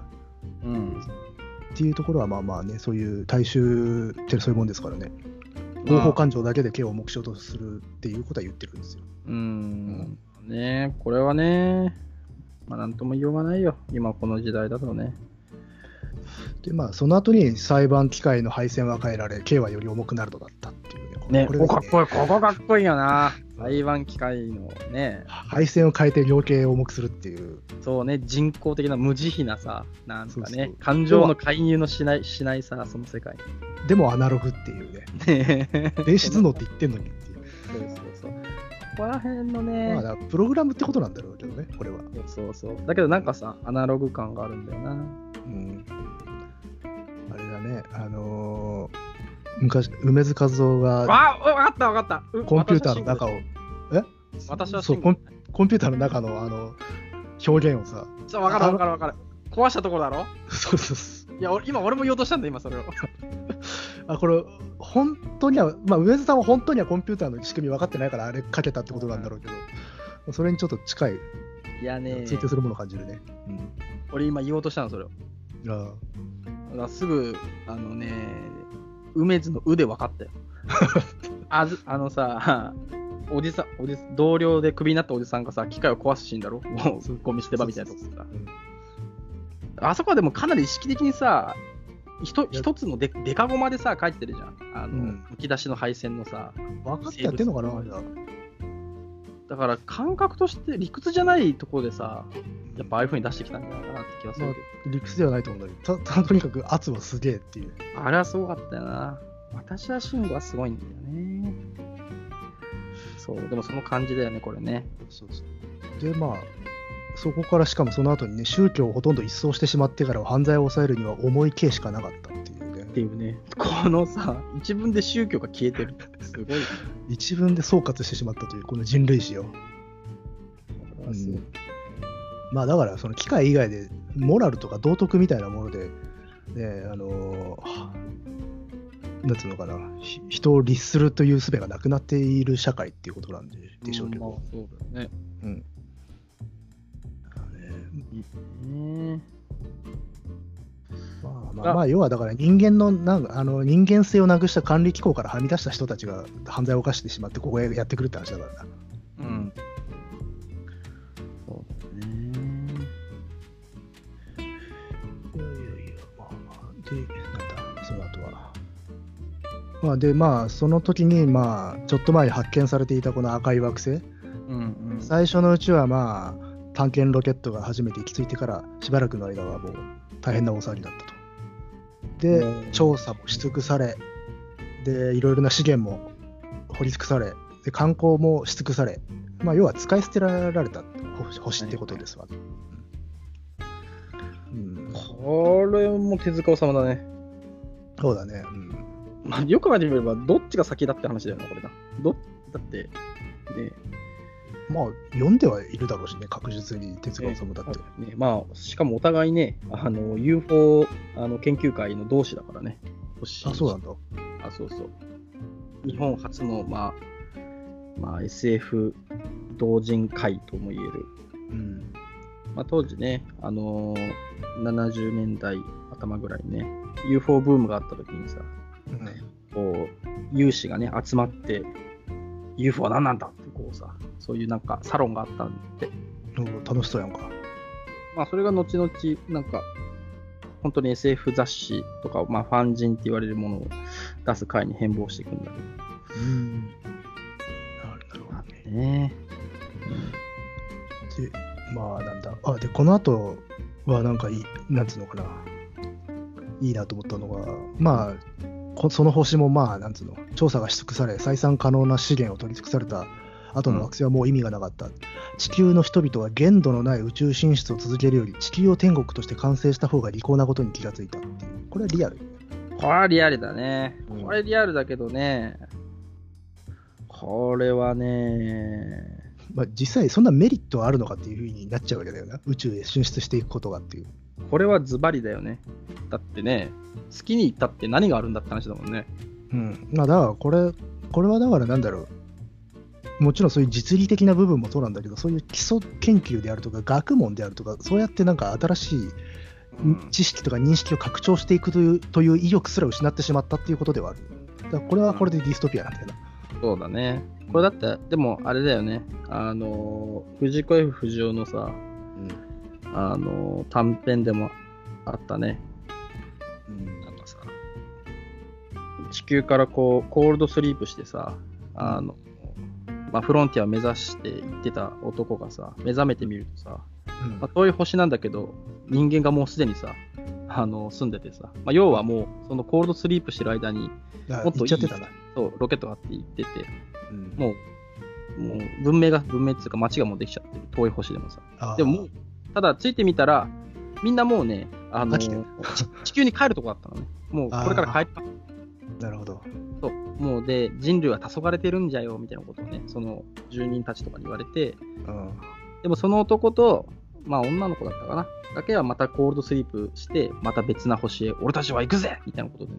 Speaker 1: うん。
Speaker 2: っていうところはまあまあねそういう大衆ってそういうもんですからね合法感情だけで刑を重くしようとするっていうことは言ってるんですよ
Speaker 1: うん。ねこれはね、まあ、なんとも言いようがないよ。今この時代だとね。
Speaker 2: でまあその後に裁判機会の配線は変えられ刑はより重くなるのだったっていうねこ
Speaker 1: ね、
Speaker 2: こ
Speaker 1: ここかっ
Speaker 2: れがね
Speaker 1: こいい、ここかっこいいよな。裁判機械のね、
Speaker 2: 配線を変えて量刑を重くするっていう
Speaker 1: そうね、人工的な無慈悲なさ、なんかね、
Speaker 2: そうそう
Speaker 1: 感情の介入のしないしないさ、その世界。
Speaker 2: でもアナログっていう
Speaker 1: *laughs*
Speaker 2: ね
Speaker 1: ね
Speaker 2: 電子頭脳って言ってんのにっていう
Speaker 1: そうそうそう。ここら辺のね、
Speaker 2: まあだからプログラムってことなんだろうけどねこれは、
Speaker 1: そうそうそう。だけどなんかさ、アナログ感があるんだよな。
Speaker 2: うん、あれだねあのー昔梅津和夫が
Speaker 1: わあ、わかったわかった。う
Speaker 2: コンピューターの中を。
Speaker 1: 私はシ
Speaker 2: そう
Speaker 1: ン
Speaker 2: コ
Speaker 1: グル
Speaker 2: ンコンピューターの中のあの表現をさ *laughs*
Speaker 1: 私はわかるわかるわかる。壊したところだろ
Speaker 2: そうそうそう
Speaker 1: いや、俺今俺も言おうとしたんだ、今それを。
Speaker 2: あこれ本当には、まあ、上津さんは本当にはコンピューターの仕組み分かってないからあれかけたってことなんだろうけど、それにちょっと近い
Speaker 1: いやね
Speaker 2: 追求するものを感じるね。
Speaker 1: 俺今言おうとしたの、それを。
Speaker 2: うん、あ
Speaker 1: だからすぐ、あのね、梅津の「う」で分かったよ。 *laughs* あずあのさ、おじさん、おじ同僚でクビになったおじさんがさ、機械を壊すシーンだろも
Speaker 2: そう
Speaker 1: うゴミ捨て場みたいなとこさ
Speaker 2: う。ん
Speaker 1: あそこはでもかなり意識的にさ、ひと
Speaker 2: いや
Speaker 1: 一つのでデカゴマでさ、書いてるじゃん。あの、
Speaker 2: うん
Speaker 1: むき出しの配線のさ。
Speaker 2: 分かってやってんのかな、
Speaker 1: 生物
Speaker 2: じゃあ
Speaker 1: だから感覚として理屈じゃないところでさ、やっぱああいう風に出してきたんじゃないかなって気がするけ
Speaker 2: 理屈ではないと思うんだけど、た *laughs* たとにかく圧はすげえっていう。
Speaker 1: ど。あれはすごかったよな。私は慎吾はすごいんだよね。そう、でもその感じだよね、これね。
Speaker 2: で、まあ、そこからしかもその後にね、宗教をほとんど一掃してしまってからは犯罪を抑えるには重い刑しかなかったっていうね
Speaker 1: っ、ていうね、このさ、一文で宗教が消えてる。すごいね。
Speaker 2: 一文で総括してしまったという、この人類史を。うんまあだからその機械以外でモラルとか道徳みたいなもので、ね、あのーなんつうのかなひ人を律するという術がなくなっている社会っていうことなんででしょうけ
Speaker 1: まあ
Speaker 2: ど、
Speaker 1: そうだよね。
Speaker 2: うん
Speaker 1: ね
Speaker 2: まあまあまあ要はだから人間のなんかあの人間性をなくした管理機構からはみ出した人たちが犯罪を犯してしまってここへやってくるって話だからな
Speaker 1: うん。そうだね。
Speaker 2: いやいやいや、まあまあ、で、なんだ、その後は。まあ、で、まあ、その時に、まあ、ちょっと前に発見されていたこの赤い惑星、
Speaker 1: うんうん。
Speaker 2: 最初のうちは、まあ、探検ロケットが初めて行き着いてから、しばらくの間はもう大変な大騒ぎだったと。で
Speaker 1: う、ん
Speaker 2: 調査もし尽くされ、で、いろいろな資源も掘り尽くされ、で観光もし尽くされ、まあ、要は使い捨てられた星星ってことですわ。うん、
Speaker 1: これも手塚治虫だね。
Speaker 2: そうだね。うん
Speaker 1: まあ、よく考えてみれば、どっちが先だって話だよな、これな。どだって、ね
Speaker 2: まあ読んではいるだろうしね確実に哲学さんもだって、
Speaker 1: ねまあ、しかもお互いね、あの UFO あの研究会の同志だからね。
Speaker 2: あそうなんだ
Speaker 1: あ、そうそう。日本初の、まあ、まあ、SF 同人会ともいえる、
Speaker 2: うん。
Speaker 1: まあ、当時ね、あのー70年代頭ぐらいにね UFO ブームがあった時にさこう有志がね集まって UFO は何なんだってこうさそういうなんかサロンがあったんで、
Speaker 2: うん、楽しそうやんか。
Speaker 1: まあ、それが後々なんか本当に SF 雑誌とか、まあ、ファンジンって言われるものを出す会に変貌していくんだ
Speaker 2: うん。なるほどね
Speaker 1: け。どね
Speaker 2: で、まあなんだ。あ、で、この後はなんかいい、なんつうのかな。いいなと思ったのが、まあ、こその星もまあ、なんつうの、調査がし尽くされ、再三可能な資源を取り尽くされた後の惑星はもう意味がなかった。地球の人々は限度のない宇宙進出を続けるより、地球を天国として完成した方が利口なことに気がついたっていう。これはリアルよね。
Speaker 1: これはリアルだね
Speaker 2: うん
Speaker 1: これリアルだけどねこれはね
Speaker 2: まあ、実際、そんなメリットはあるのかっていうふうになっちゃうわけだよな、宇宙へ進出していくことがっていう。
Speaker 1: これはズバリだよねだってね月に行ったって何があるんだって話だもんね
Speaker 2: うんまあ、だからこれ、これはだからなんだろう、もちろんそういう実利的な部分もそうなんだけど、そういう基礎研究であるとか、学問であるとか、そうやってなんか新しい知識とか認識を拡張していくというという意欲すら失ってしまったっていうことではある。だからこれはこれでディストピアなんだよな。
Speaker 1: そうだね。これだって、でもあれだよね。あのー、藤子 F 不二雄のさ、あのー、短編でもあったね。なんかさ、地球からこう、コールドスリープしてさ、あの、まあ、フロンティアを目指して行ってた男がさ、目覚めてみるとさ、
Speaker 2: うん
Speaker 1: まあ、遠い星なんだけど、人間がもうすでにさ、あの住んでてさ、まあ、要はもう、そのコールドスリープしてる間に、
Speaker 2: あ
Speaker 1: もっ
Speaker 2: 言
Speaker 1: と
Speaker 2: っ
Speaker 1: いい
Speaker 2: ちゃってたな。
Speaker 1: そう、ロケットがあって行ってて、
Speaker 2: うん
Speaker 1: もう、もう文明が文明っていうか街がもうできちゃってる、遠い星でもさ。
Speaker 2: あー
Speaker 1: でももう、ただついてみたら、みんなもうね、あの
Speaker 2: 飽きてる
Speaker 1: ち地球に帰るとこだったのね。もうこれから帰ります
Speaker 2: なるほど。
Speaker 1: と。もうで、人類は黄昏れてるんじゃよ、みたいなことをね、その住人たちとかに言われて、
Speaker 2: うん
Speaker 1: でもその男と、まあ女の子だったかな、だけはまたコールドスリープして、また別な星へ、俺たちは行くぜみたいなことでね、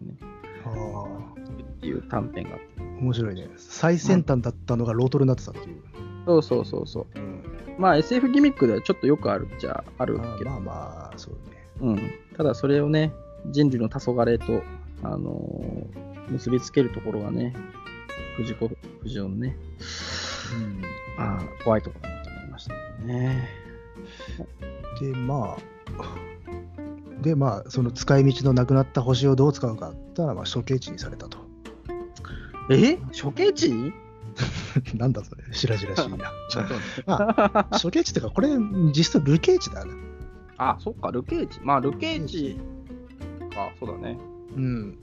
Speaker 2: あー
Speaker 1: っていう短編があって。
Speaker 2: 面白いね。最先端だったのがロートルになってたっていう。
Speaker 1: そうそうそうそう。
Speaker 2: うん、
Speaker 1: まあ SF ギミックではちょっとよくあるっちゃある
Speaker 2: まあ
Speaker 1: けど
Speaker 2: ま。あまあ、そうね。
Speaker 1: うん、ただそれをね、人類の黄昏と、あのー結びつけるところがね、藤子不二雄のね、あー怖いところだなと思いましたね。
Speaker 2: で、まあ、で、まあ、その使い道のなくなった星をどう使うかって言ったら、まあ、処刑地にされたと。 *laughs*
Speaker 1: え処刑地に
Speaker 2: なんだそれ、しらじらしいな。
Speaker 1: *laughs*
Speaker 2: まあ、処刑地ってか、これ、実質、流刑地だな。
Speaker 1: あ、そっか、流刑地。まあ、流刑地か、そうだね。
Speaker 2: うん。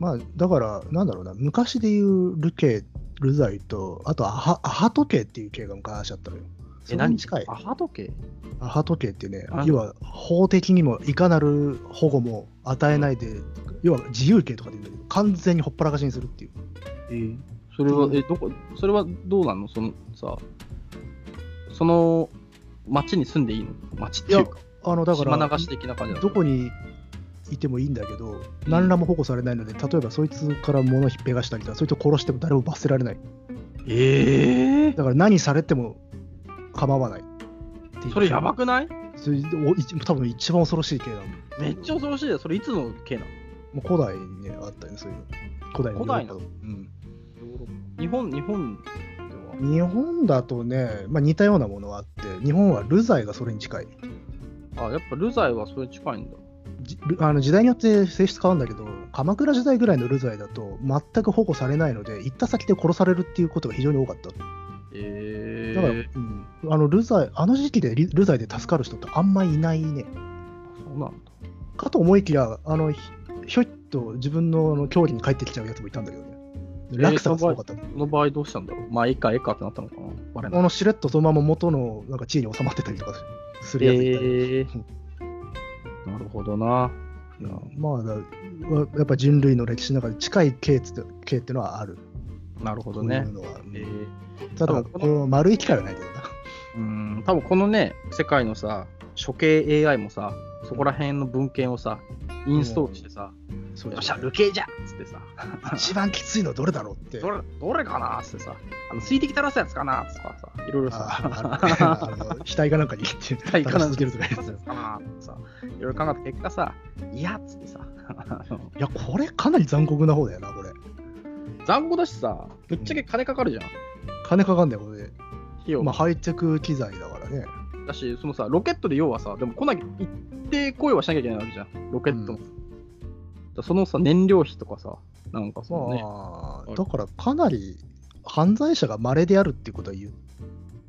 Speaker 2: まあ、だから、なんだろうな、昔でいう流刑、流罪と、あとアハ、アハ時計っていう刑が昔あったのよ。それに近い
Speaker 1: ア。ハ時計
Speaker 2: アハ時計ってね
Speaker 1: あ、
Speaker 2: 要は法的にもいかなる保護も与えないで、要は自由形とかで言うんだけど、完全にほっぱらかしにするっていう。
Speaker 1: えそれは、え、どこ、それはどうなのそのさ、その町に住んでいいの町っていうか、
Speaker 2: あのだか
Speaker 1: 島
Speaker 2: ら
Speaker 1: 流、し的な感じなの
Speaker 2: どこにいてもいいんだけど、何らも保護されないので、例えばそいつから物をひっぺがしたりとか、そいつを殺しても誰も罰せられない。
Speaker 1: ええ
Speaker 2: だから何されても構わないっていう。
Speaker 1: それやばくない
Speaker 2: それお一多分一番恐ろしい系なの。
Speaker 1: めっちゃ恐ろしいよ。それいつの系なの
Speaker 2: もう古代にね、あったよね、そういうの。古代のヨーロッパと
Speaker 1: 古
Speaker 2: うん
Speaker 1: 日本、日本では。
Speaker 2: 日本だとね、まあ、似たようなものはあって、日本は流罪がそれに近い。
Speaker 1: あ、やっぱルザイはそれ近いんだ。
Speaker 2: じルあの時代によって性質変わるんだけど、鎌倉時代ぐらいの流罪だと、全く保護されないので、行った先で殺されるっていうことが非常に多かった。だ
Speaker 1: ええ
Speaker 2: から、うん、あの流罪あの時期でリ流罪で助かる人ってあんまいないね。
Speaker 1: そうなんだ。
Speaker 2: かと思いきや、あのひひょいっと自分のあの郷里に帰ってきちゃうやつもいたんだけどね。落差がすごかったね、
Speaker 1: この場合どうしたんだろう。まあ、ええか、ええかってなったのかな。バレ
Speaker 2: あ
Speaker 1: ない。
Speaker 2: のしれっとそのまま元のなんか地位に収まってたりとかするやついたり。
Speaker 1: ええなるほどな。
Speaker 2: いやまあだやっぱ人類の歴史の中で近い系って系ってのはある
Speaker 1: なるほ
Speaker 2: こ
Speaker 1: ど
Speaker 2: うい
Speaker 1: ね
Speaker 2: う。のは、うん
Speaker 1: ええ
Speaker 2: ただ
Speaker 1: あ
Speaker 2: これは丸い機会はないけどな
Speaker 1: うん、多分このね、世界のさ、処刑 AI もさ、そこら辺の文献をさ、インストールしてさ、
Speaker 2: そう
Speaker 1: よっしゃ、流刑じゃっつってさ、
Speaker 2: 一番きついのどれだろうって。
Speaker 1: どれどれかなっつってさ、あの水滴垂らすやつかなっつってさ、いろいろさ、 *laughs*
Speaker 2: ああ *laughs* あの額かなんかに垂
Speaker 1: 体
Speaker 2: ら
Speaker 1: か
Speaker 2: し
Speaker 1: なん
Speaker 2: 続
Speaker 1: か
Speaker 2: けるとかやつ。い
Speaker 1: かなってさ、いろいろ考えた結果さ、いやっつってさ、 *laughs* あの
Speaker 2: や、これかなり残酷な方だよな、これ。
Speaker 1: 残酷だしさ、ぶっちゃけ金かかるじゃん、
Speaker 2: 金かかんだよ、これ。
Speaker 1: 費用
Speaker 2: まあ、
Speaker 1: も。
Speaker 2: ハイテク機材だからね。
Speaker 1: だし、そのさ、ロケットで要はさ、でも来なきゃ、行って雇用はしなきゃいけないわけじゃん、ロケットも。
Speaker 2: う
Speaker 1: だからそのさ、燃料費とかさ、なんかそのね、
Speaker 2: まあ、だからかなり犯罪者が稀であるってことは言っ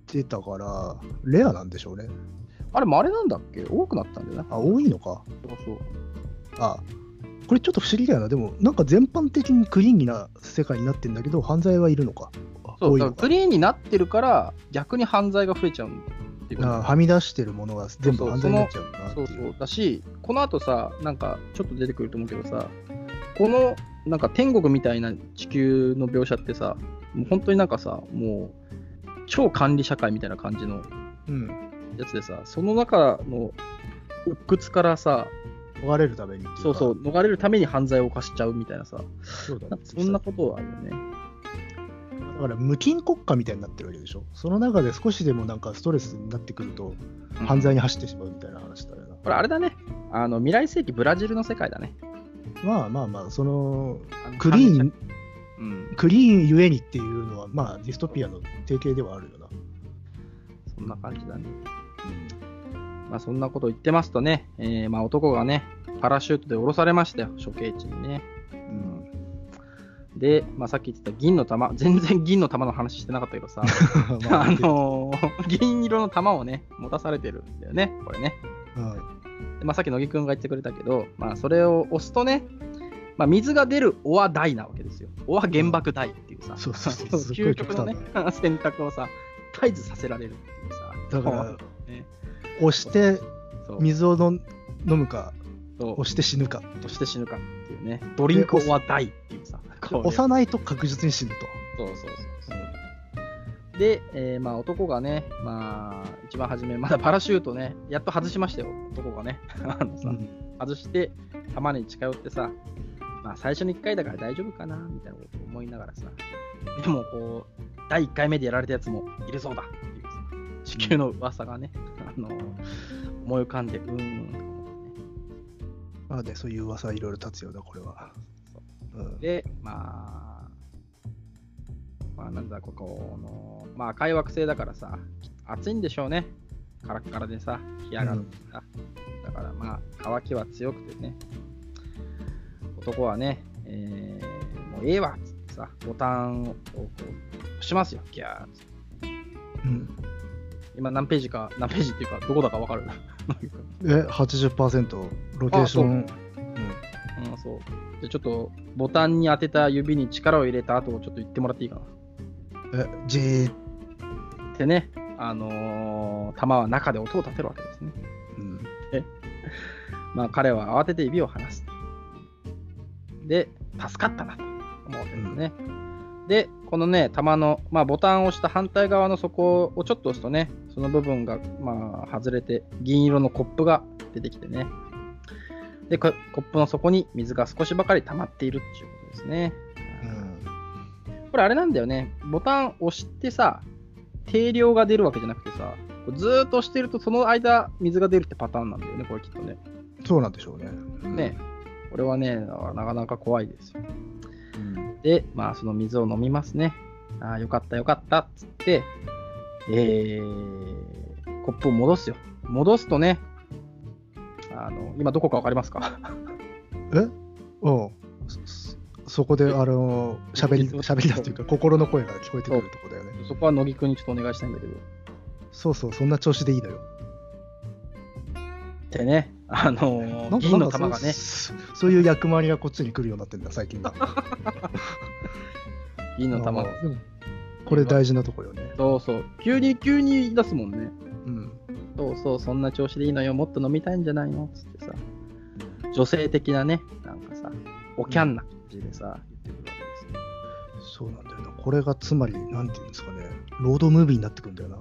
Speaker 2: てたから、レアなんでしょうね。
Speaker 1: あれ、まれなんだっけ多くなったんじゃない
Speaker 2: あ、多いのか。
Speaker 1: そうそう。
Speaker 2: あ、これちょっと不思議だよな。でも、なんか全般的にクリーンな世界になってんだけど、犯罪はいるのか。
Speaker 1: そう
Speaker 2: 多い
Speaker 1: だ
Speaker 2: の
Speaker 1: から
Speaker 2: か
Speaker 1: ク。リーンになってるから逆に犯罪が増えちゃうっていうこと
Speaker 2: あはみ出してるものが全部
Speaker 1: そうそう
Speaker 2: 犯罪になっちゃうなって
Speaker 1: そ
Speaker 2: いうう。
Speaker 1: そうだしこのあとさなんかちょっと出てくると思うけどさこのなんか天国みたいな地球の描写ってさもう本当になんかさもう超管理社会みたいな感じの
Speaker 2: うん
Speaker 1: やつでさその中の鬱屈からさ
Speaker 2: 逃れるためにっていか
Speaker 1: そうそう逃れるために犯罪を犯しちゃうみたいなさ
Speaker 2: そうだ
Speaker 1: な
Speaker 2: ね
Speaker 1: んかそんなことはあるよね
Speaker 2: だから無菌国家みたいになってるわけでしょその中で少しでもなんかストレスになってくると犯罪に走ってしまうみたいな話だよな、
Speaker 1: これあれだねあの未来世紀ブラジルの世界だね
Speaker 2: まあまあまあその
Speaker 1: あの
Speaker 2: クリーン
Speaker 1: うん
Speaker 2: クリーンゆえにっていうのはまあディストピアの定型ではあるよな、
Speaker 1: そんな感じだね。まあそんなこと言ってますとね、えーまあ男がね、パラシュートで降ろされましたよ、処刑地にね。
Speaker 2: うん、
Speaker 1: で、まあさっき言ってた銀の玉、全然銀の玉の話してなかったけ *laughs* どさ、
Speaker 2: *laughs* ま
Speaker 1: あのー銀色の玉をね、持たされてるんだよね、これね。
Speaker 2: うん
Speaker 1: でまあさっき乃木くんが言ってくれたけど、まあそれを押すとね、まあ水が出るおは大なわけですよ。おは原爆大っていうさ、
Speaker 2: そうそうそうすっご
Speaker 1: 究
Speaker 2: い
Speaker 1: 極のね
Speaker 2: 極、
Speaker 1: 選択をさ、絶えずさせられるっていうさ、
Speaker 2: だから
Speaker 1: ね、
Speaker 2: 押して
Speaker 1: そう
Speaker 2: 水をのん飲むか
Speaker 1: そう
Speaker 2: 押して死ぬか
Speaker 1: として死ぬかっていうね、ドリンクは大っていうさ、これ
Speaker 2: 押さないと確実に死ぬ
Speaker 1: そ
Speaker 2: と
Speaker 1: うそうそうそう。で、えーまあ、男がね、まあ、一番初め、まだパラシュートね、やっと外しましたよ、男がね。 *laughs* あのさ、
Speaker 2: うん
Speaker 1: 外して、玉に近寄ってさ、まあ、最初の1回だから大丈夫かな、みたいなことを思いながらさ、でも、こう、第1回目でやられたやつもいるそうだっていうさ、地球の噂がね、 *laughs* あの、思い浮かんで、うーん。
Speaker 2: なのでそういう噂はいろいろ立つよなこれは、うん
Speaker 1: で、まあ、まあ、なんだ、ここの、まあ、赤い惑星だからさ、暑いんでしょうね。カラッカラでさ、干上がるさ、だからまあ、乾きは強くてね。男はね、えー、もうええわっつってさ、ボタンをこう押しますよ、ギャーっつって
Speaker 2: うん
Speaker 1: 今何ページか、何ページっていうか、どこだかわかる *laughs*
Speaker 2: え、80%ロケーション。
Speaker 1: うん、そう。じゃあちょっと、ボタンに当てた指に力を入れた後をちょっと言ってもらっていいかな。
Speaker 2: うんえ、じー、
Speaker 1: ってね、あのー弾は中で音を立てるわけですね。
Speaker 2: うん、
Speaker 1: まあ、彼は慌てて指を離す。で、助かったなと思うわけですね。で、このね、弾の、まあ、ボタンを押した反対側の底をちょっと押すとね、その部分が、まあ、外れて、銀色のコップが出てきてね。で、こコップの底に水が少しばかり溜まっているっていうことですね。
Speaker 2: うん。
Speaker 1: これあれなんだよね。ボタン押してさ、定量が出るわけじゃなくてさ、こうずーっと押してるとその間水が出るってパターンなんだよね、これきっとね。
Speaker 2: そうなんでしょうね。
Speaker 1: ね。これはね、なかなか怖いですよ。
Speaker 2: うん。
Speaker 1: で、まあその水を飲みますね。ああ、よかったよかったっつって、えー、コップを戻すよ。戻すとね、あの、今どこかわかりますか
Speaker 2: えうん。そそこで、あの、喋り、喋りだというか、心の声が聞こえてくるとこだよね。
Speaker 1: *laughs* そこは乃木くんにちょっとお願いしたいんだけど。
Speaker 2: そうそう、そんな調子でいいのよ。
Speaker 1: ってね、あの
Speaker 2: なんか
Speaker 1: 銀の玉が
Speaker 2: なん
Speaker 1: ね
Speaker 2: か、そう *laughs* そういう役回りがこっちに来るようになってんだ、最近は。
Speaker 1: *laughs* 銀の玉
Speaker 2: あ。でもこれ大事なとこよね。
Speaker 1: そうそう。急に、急に言い出すもんね。
Speaker 2: うん。
Speaker 1: そうそう、そんな調子でいいのよ。もっと飲みたいんじゃないのつってさ。女性的なね、なんかさ、おキャンな感じでさ、言ってくるわけで
Speaker 2: そうなんだよな。これがつまり、なんていうんですかね、ロードムービーになってくるんだよな。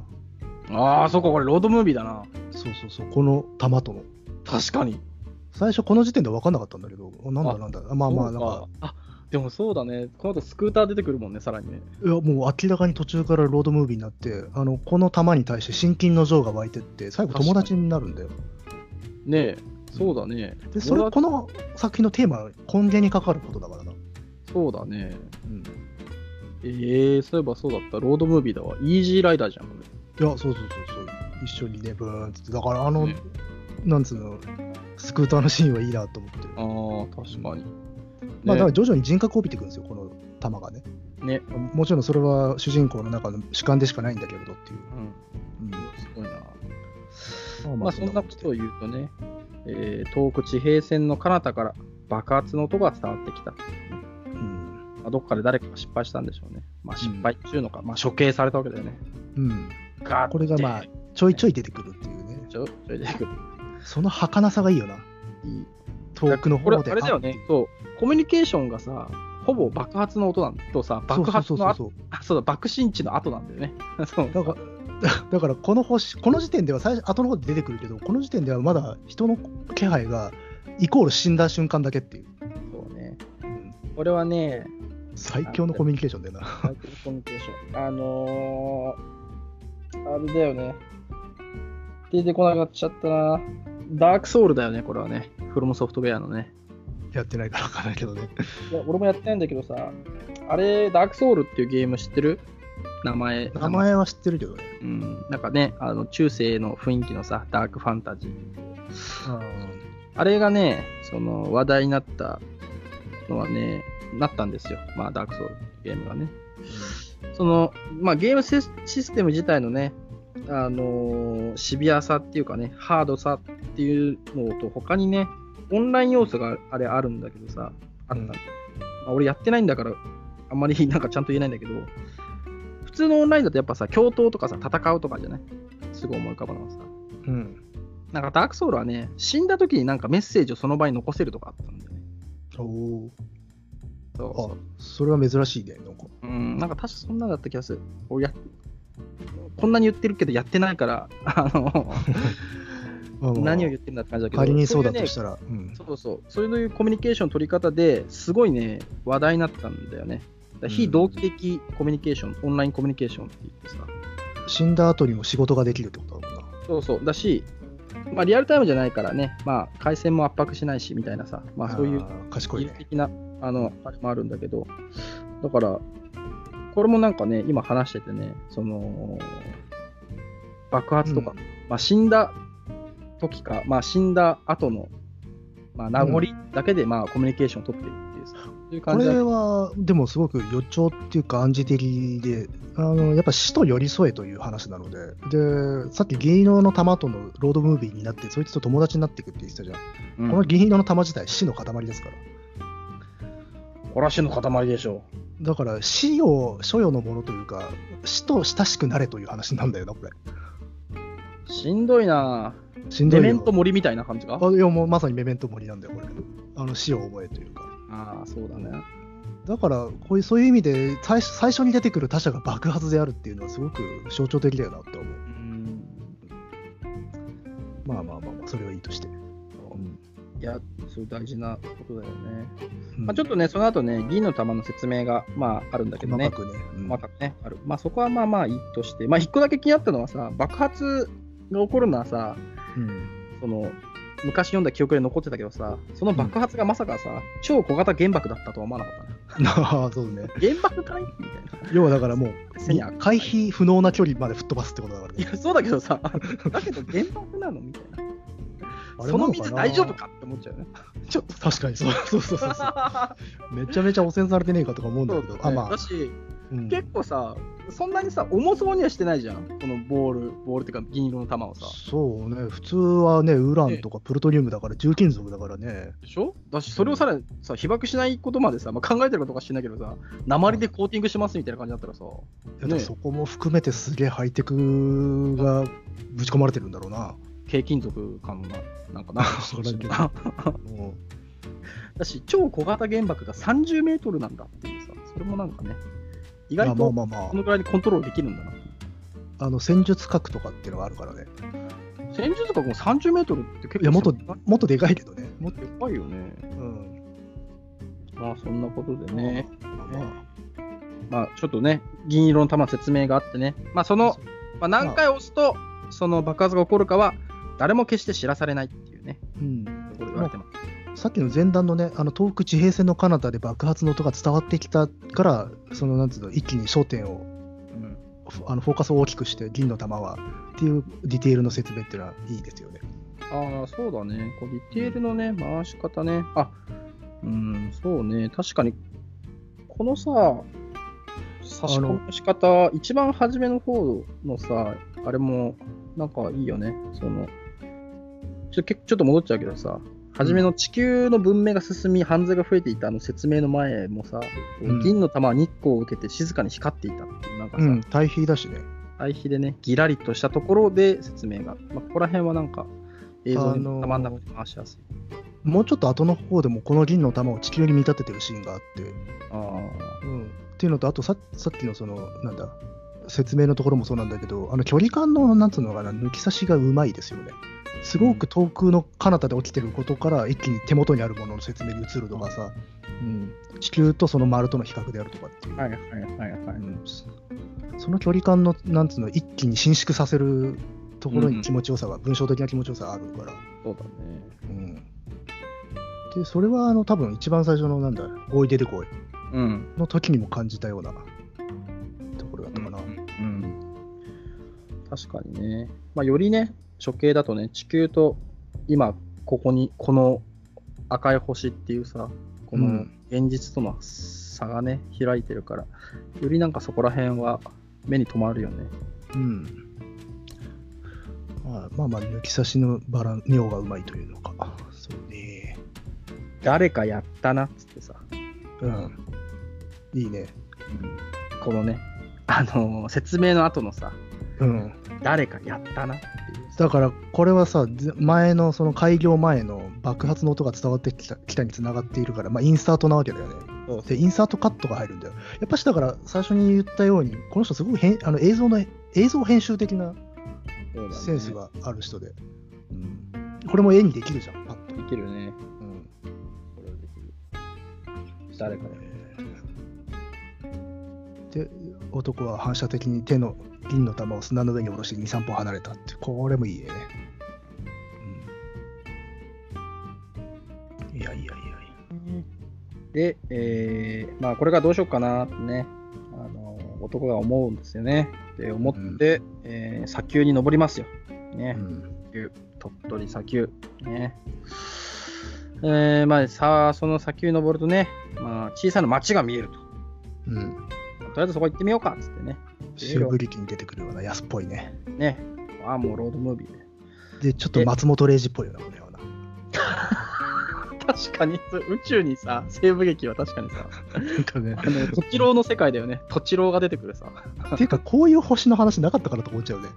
Speaker 1: すよ。ああ、そっか、これロードムービーだな。
Speaker 2: そうそうそう、この玉との。
Speaker 1: 確かに。
Speaker 2: 最初この時点で分かんなかったんだけど、あなんだ
Speaker 1: あ
Speaker 2: なんだ、あまあまあ、なんか、
Speaker 1: そうかあでもそうだね、この後スクーター出てくるもんね、さらにね。
Speaker 2: いやもう明らかに途中からロードムービーになって、あのこの弾に対して親近の情が湧いてって、最後友達になるんだよ。
Speaker 1: ねえ、そうだね。
Speaker 2: で、それ、
Speaker 1: 俺は
Speaker 2: この作品のテーマ、根源にかかることだからな。
Speaker 1: そうだね。
Speaker 2: うん、い
Speaker 1: えー、そういえばそうだった、ロードムービーだわ。イージーライダーじゃん、これ。
Speaker 2: や、そうそうそうそう、一緒にね、ブーンってって、だからあの、
Speaker 1: ね
Speaker 2: なんつうの、スクーターのシーンはいいなと思って。
Speaker 1: あー、確かに。
Speaker 2: まあ、だ
Speaker 1: ね
Speaker 2: から徐々に人格を帯びていくんですよ、この弾がね。
Speaker 1: ね、
Speaker 2: もちろんそれは主人公の中の主観でしかないんだけれどっていう。
Speaker 1: うん、すごいな。
Speaker 2: うん
Speaker 1: まあそんなことを
Speaker 2: で
Speaker 1: 言うとね、えー遠く地平線の彼方から爆発の音が伝わってきた。
Speaker 2: うん。
Speaker 1: まあ、どっかで誰かが失敗したんでしょうね。まあ失敗っていうのか、まあ処刑されたわけだよね。
Speaker 2: うん、
Speaker 1: ガーッて
Speaker 2: これがまあ、ちょいちょい出てくるっていうね。
Speaker 1: ちょ、ちょいで
Speaker 2: その儚さがいいよな。
Speaker 1: いい。
Speaker 2: 遠くの
Speaker 1: これ、
Speaker 2: 方
Speaker 1: あ
Speaker 2: で。
Speaker 1: れだよね。そう、コミュニケーションがさ、ほぼ爆発の音なんだとさ、
Speaker 2: あそう
Speaker 1: 爆発のあ
Speaker 2: そうそう
Speaker 1: あそうだ、爆心地の後なんだよね。 *laughs* そう
Speaker 2: そうだから、 *laughs* だからこの星、この時点では最初、後の方で出てくるけど、この時点ではまだ人の気配が、イコール死んだ瞬間だけっていう。
Speaker 1: そうね。
Speaker 2: うん
Speaker 1: これはね、
Speaker 2: 最強のコミュニケーションだよな。 *laughs*
Speaker 1: マイクロコミュニケーション。あのー、あれだよね。出てこなかっちゃったな。ダークソウルだよね、これはね。フロムソフトウェアのね。
Speaker 2: やってないからわからないけ
Speaker 1: *laughs*
Speaker 2: どね。
Speaker 1: いや、俺もやってないんだけどさ、あれ、ダークソウルっていうゲーム知ってる名前。
Speaker 2: 名前は知ってるけどね。
Speaker 1: うん。なんかね、あの、中世の雰囲気のさ、ダークファンタジー。
Speaker 2: うん
Speaker 1: あれがね、その、話題になったのはね、なったんですよ。まあ、ダークソウルっていうゲームがね。その、まあ、ゲームシスシステム自体のね、あのーシビアさっていうかね、ハードさっていうのと、他にね、オンライン要素があれあるんだけどさ、あったんだ、
Speaker 2: うん
Speaker 1: まあ俺やってないんだから、あんまりなん *laughs* かちゃんと言えないんだけど、普通のオンラインだとやっぱさ、共闘とかさ、戦うとかじゃないすぐ思い浮かばなのはさ。
Speaker 2: うん
Speaker 1: なんかダークソウルはね、死んだ時になんかメッセージをその場に残せるとかあったんだよね。そ
Speaker 2: お
Speaker 1: うそう
Speaker 2: おあそれは珍しいねなんか
Speaker 1: うん、なんか確かそんなんだった気がする。俺やこんなに言ってるけど、やってないから、あの何を言ってるんだって感じだけど、
Speaker 2: 仮にそうだ
Speaker 1: い
Speaker 2: と
Speaker 1: ね
Speaker 2: したらうん
Speaker 1: そうそう、そういうコミュニケーションの取り方ですごいね、話題になったんだよね。だから非同期的コミュニケーション、オンラインコミュニケーションって言ってさ、
Speaker 2: 死んだ後にも仕事ができるってことだもんな
Speaker 1: そうそう、だし、まあ、リアルタイムじゃないからね、まあ、回線も圧迫しないしみたいなさ、まあ、そういう
Speaker 2: ー賢い
Speaker 1: 技術
Speaker 2: ね
Speaker 1: 的なあのあれもあるんだけど、だから、これもなんかね、今話しててね、その爆発とか、
Speaker 2: うん
Speaker 1: まあ、死んだ時か、まあ、死んだ後の、まあ、名残だけで、まあ、コミュニケーションを取っているっていうさ、そういう
Speaker 2: こ
Speaker 1: 感じだ
Speaker 2: れはでもすごく予兆っていうか暗示的であのやっぱ死と寄り添えという話なのででさっき銀色の玉とのロードムービーになってそいつと友達になっていくって言ってたじゃん、
Speaker 1: うん
Speaker 2: この銀色の玉自体死の塊ですから
Speaker 1: これは死の塊でしょう。
Speaker 2: だから死を所与のものというか死と親しくなれという話なんだよなこれ
Speaker 1: しんどいなぁ
Speaker 2: しんど
Speaker 1: メ
Speaker 2: いよ
Speaker 1: メント森みたいな感じか
Speaker 2: あいやもうまさにメメントモリなんだよこれあの死を覚えというか
Speaker 1: ああ、そうだね。
Speaker 2: だからこういうそういう意味で最初最初に出てくる他者が爆発であるっていうのはすごく象徴的だよなって思う
Speaker 1: うん
Speaker 2: まあまあまあまあそれはいいとして、
Speaker 1: いや、そう大事なことだよね。
Speaker 2: うん
Speaker 1: まあ、ちょっとね、その後ね、銀の玉の説明が、まあ、あるんだけどね
Speaker 2: 細。かくね、うん
Speaker 1: 細かくね、ある。まあ、そこはまあまあいいとして、まあ、一個だけ気になったのはさ、爆発が起こるのはさ、
Speaker 2: うん
Speaker 1: その、昔読んだ記憶で残ってたけどさ、その爆発がまさかさ、超小型原爆だったとは思わなかったね。
Speaker 2: ああ *laughs* そうね
Speaker 1: 原爆かいみたいな。
Speaker 2: 要はだからもう
Speaker 1: 背に当たる
Speaker 2: 回。避不能な距離まで吹っ飛ばすってことだから
Speaker 1: い
Speaker 2: ね
Speaker 1: や、そうだけどさ、だけど原爆なのみたいな。
Speaker 2: あれ
Speaker 1: その
Speaker 2: な
Speaker 1: 水
Speaker 2: かな
Speaker 1: 大丈夫かって思っちゃうよね。ちょっと。
Speaker 2: 確かにそうそうそうそ
Speaker 1: *laughs*
Speaker 2: うそうめちゃめちゃ汚染されてねえかとか思うんだ
Speaker 1: そう
Speaker 2: けど
Speaker 1: *laughs* だね
Speaker 2: あまあ
Speaker 1: だ、し、
Speaker 2: うん
Speaker 1: 結構さ、そんなにさ、重そうにはしてないじゃん。このボール、ボールっていうか、銀色の玉をさ。
Speaker 2: そうね普通はねウランとかプルトニウムだから重金属だからね
Speaker 1: でしょだし、それをさらにさ、被爆しないことまでさ、まあ、考えてることか知らないけどさ、鉛でコーティングしますみたいな感じだったらさ、
Speaker 2: いやでも
Speaker 1: ね
Speaker 2: そこも含めてすげえハイテクがぶち込まれてるんだろうな。
Speaker 1: 軽金属感のな、なんかな
Speaker 2: *laughs* それだけも
Speaker 1: だし、超小型原爆が30メートルなんだっていうさ、それもなんかね、意
Speaker 2: うい
Speaker 1: 外
Speaker 2: やまあ
Speaker 1: と
Speaker 2: まあま
Speaker 1: このぐらいにコントロールできるんだな。
Speaker 2: あ、あの戦術核とかっていうのがあるからね。
Speaker 1: 戦術核も30メートルって結構
Speaker 2: いやもっと
Speaker 1: 狭い
Speaker 2: もっとでかいけどね。も
Speaker 1: でかいよね。
Speaker 2: うん。
Speaker 1: まあ、そんなことでね。
Speaker 2: まあま
Speaker 1: まあ、ちょっとね、銀色の玉説明があってね。まあ、そ
Speaker 2: あ、
Speaker 1: の、まあ、何回押すと、その爆発が起こるかは、誰も決して知らされないっていうね、
Speaker 2: うん、
Speaker 1: ところ言われてます。
Speaker 2: さっきの前段のね、あの東北地平線の彼方で爆発の音が伝わってきたから、そのなんつうの、一気に焦点を、
Speaker 1: うん
Speaker 2: フあのフォーカスを大きくして、銀の玉はっていうディテールの説明っていうのはいいですよね。
Speaker 1: ああ、そうだね。こうディテールのね、回し方ね。あ、うん、そうね。確かに、このさ、差し込みの仕方、一番初めの方のさ、あれも、なんかいいよね。その、ちょけちょっと戻っちゃうけどさ、初めの地球の文明が進み、犯罪が増えていたあの説明の前もさ、
Speaker 2: うん
Speaker 1: 銀の玉は日光を受けて静かに光っていたっていう、なんかさ、
Speaker 2: うん、対比だしね。
Speaker 1: 対比でね、ギラリとしたところで説明が。まあ、ここら辺はなんか、映像
Speaker 2: あの
Speaker 1: に
Speaker 2: ー
Speaker 1: たまんなくて回しやすい。
Speaker 2: もうちょっと後の方でもこの銀の玉を地球に見立ててるシーンがあって、
Speaker 1: あ
Speaker 2: うん、っていうのとあとささっきのそのなんだ説明のところもそうなんだけどあの距離感のなんつうのかな抜き差しがうまいですよねすごく遠くの彼方で起きてることから一気に手元にあるものの説明に移るとかさ、うん、地球とその丸との比較であるとかっていう、
Speaker 1: あはいはいはいはい。
Speaker 2: うんそその距離感のなんつうの一気に伸縮させるところに気持ちよさが、文章的な気持ちよさがあるから、
Speaker 1: そうだね。
Speaker 2: うん、でそれはあの多分一番最初のなんだおいででこい
Speaker 1: うん。
Speaker 2: の時にも感じたようなところだったかな。
Speaker 1: うん。確かにね。まあ、よりね、処刑だとね、地球と今、ここに、この赤い星っていうさ、こ
Speaker 2: う
Speaker 1: の
Speaker 2: ん
Speaker 1: 現実との差がね、開いてるから、よりなんかそこら辺は目に留まるよね。
Speaker 2: うんまあまあまあ抜き差しのバラン妙がうまいというのか。そうね。
Speaker 1: 誰かやったなっつってさ、
Speaker 2: うん。いいね。
Speaker 1: このね、あのー説明の後のさ、
Speaker 2: うん。
Speaker 1: 誰かやったなっていうさ
Speaker 2: だからこれはさぜ前のその開業前の爆発の音が伝わってきたきたにつながっているから、まあ、インサートなわけだよね。でインサートカットが入るんだよ。やっぱしだから最初に言ったようにこの人すごく編あの映像の映像編集的な
Speaker 1: そうだね
Speaker 2: センスがある人で、うん、これも絵にできるじゃん。パッと
Speaker 1: できるね。
Speaker 2: うん
Speaker 1: これはできる。誰かね。
Speaker 2: で男は反射的に手の銀の玉を砂の上に下ろして23歩離れたってこれもいいね、うん、いやいやいやい
Speaker 1: で、えーまあこれからどうしようかなってね、あの男が思うんですよね。で、思って、えー砂丘に登りますよ。ね
Speaker 2: や、、うん
Speaker 1: 砂丘鳥取砂丘。ね。えーまあさあ、その砂丘登るとね、まあ小さな町が見えると。
Speaker 2: うん、
Speaker 1: とりあえずそこ行ってみようかっつってね。
Speaker 2: シェブリキに出てくるような安っぽいね
Speaker 1: ね。ああ、もうロードムービーね。 *laughs*
Speaker 2: でちょっと松本零士っぽいようなこれはな *laughs*
Speaker 1: 確かに、そう宇宙にさ、西部劇は確かにさ、
Speaker 2: なんかね
Speaker 1: あ *laughs* の、土地郎の世界だよね。土地郎が出てくるさ。
Speaker 2: ていうかこういう星の話なかったからと思っちゃうね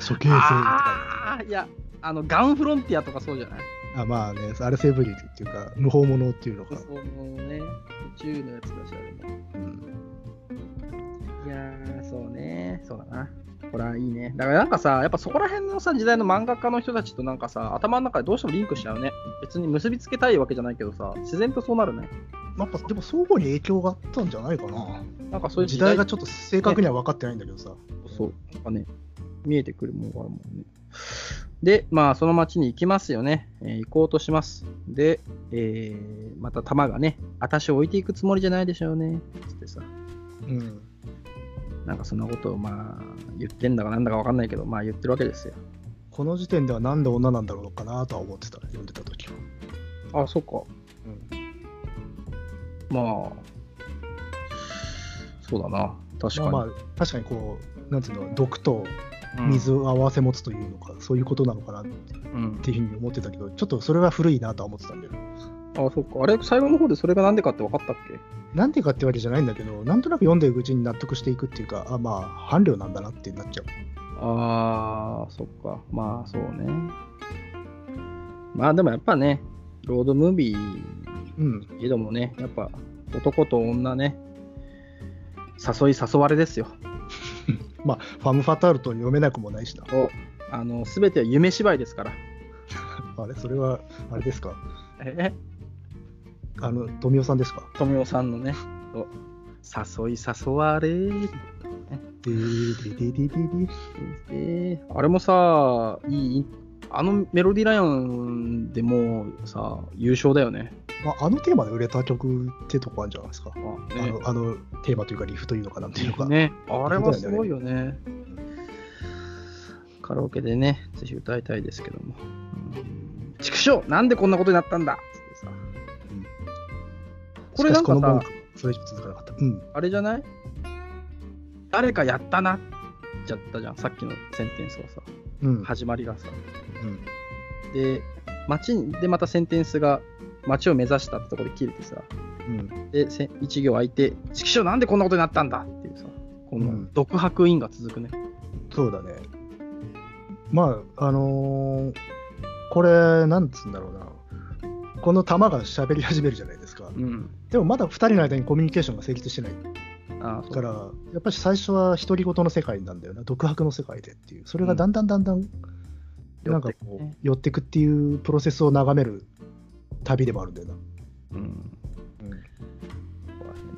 Speaker 2: 処刑制とか
Speaker 1: ああーいやあのガンフロンティアとかそうじゃない
Speaker 2: あまあねあれセブリキっていうか無法者っていうのか、
Speaker 1: そのね宇宙のやつだしあれも
Speaker 2: うん
Speaker 1: いやーそうねそうだなこれはいいねだからなんかさやっぱそこら辺のさ時代の漫画家の人たちとなんかさ頭の中でどうしてもリンクしちゃうね別に結びつけたいわけじゃないけどさ自然とそうなるね
Speaker 2: やっぱでも相互に影響があったんじゃないかな
Speaker 1: なんかそういう
Speaker 2: 時代がちょっと正確には分かってないんだけどさ、
Speaker 1: そうなんかね見えてくるものがあるもんねでまあその町に行きますよね、えー行こうとしますで、えーまた弾がね私を置いていくつもりじゃないでしょうねつってさ
Speaker 2: うん、
Speaker 1: なんかそんなことをまあ言ってんだかなんだかわかんないけど、まあ言ってるわけですよ。
Speaker 2: この時点ではなんで女なんだろうかなとは思ってた読んでた時は、
Speaker 1: あ、そっか。まあ、そうだな。確か
Speaker 2: まあ
Speaker 1: に。
Speaker 2: まあ確かにこうなんつうの毒と
Speaker 1: うん
Speaker 2: 水を合わせ持つというのか、そういうことなのかなって
Speaker 1: うん
Speaker 2: いうふうに思ってたけどちょっとそれは古いなとは思ってたんだよ
Speaker 1: あ、そっか。あれ、最後の方でそれがなんでかって分かったっけ
Speaker 2: なんでかってわけじゃないんだけどなんとなく読んでいくうちに納得していくっていうかあまあ伴侶なんだなってなっちゃう
Speaker 1: ああ、そっか。まあ、そうね。まあ、でもやっぱね、ロードムービー
Speaker 2: うん
Speaker 1: けどもね、やっぱ男と女ね、誘い誘われですよ。
Speaker 2: まあファム・ファタールと読めなくもないしな
Speaker 1: おあの、すべては夢芝居ですから。
Speaker 2: あれそれはあれですか
Speaker 1: え
Speaker 2: あの、富雄さ
Speaker 1: *laughs*
Speaker 2: んですか
Speaker 1: 富雄さんのね、と誘い誘われー
Speaker 2: でーでーでーでーでー
Speaker 1: えーあれもさ、いいあのメロディーライオンでもうさ、優勝だよね。
Speaker 2: まあ、あのテーマで売れた曲ってとこあるんじゃないですか。
Speaker 1: あ
Speaker 2: あのあのテーマというか、リフというのかなんていうのか。
Speaker 1: ね、あれはすごいよね。カラオケでね、ぜひ歌いたいですけども。うん畜生なんでこんなことになったんだっつってさこれなんかさ
Speaker 2: ししこの文句、それ以上続かなかった。うん。
Speaker 1: あれじゃない誰かやったなっちゃったじゃん、さっきのセンテンスがさ、
Speaker 2: うん。
Speaker 1: 始まりがさ。
Speaker 2: うん
Speaker 1: で、街にでまたセンテンスが街を目指したってところで切れてさ、
Speaker 2: うん。
Speaker 1: で、せ一行空いて、畜生なんでこんなことになったんだっていうさ、こ
Speaker 2: う
Speaker 1: の
Speaker 2: ん
Speaker 1: 独白因が続くね。
Speaker 2: そうだね。まあ、あのーこれ、なんつうんだろうな。この玉が喋り始めるじゃないですか。
Speaker 1: うん。
Speaker 2: でもまだ2人の間にコミュニケーションが成立してない
Speaker 1: ああ、そう
Speaker 2: から、やっぱり最初は独り言の世界なんだよな、独白の世界でっていう、それがだんだんだんだん、なん
Speaker 1: 寄って
Speaker 2: かこ
Speaker 1: くね
Speaker 2: う、寄ってくっていうプロセスを眺める旅でもあるんだよな。
Speaker 1: うん。
Speaker 2: うん
Speaker 1: そ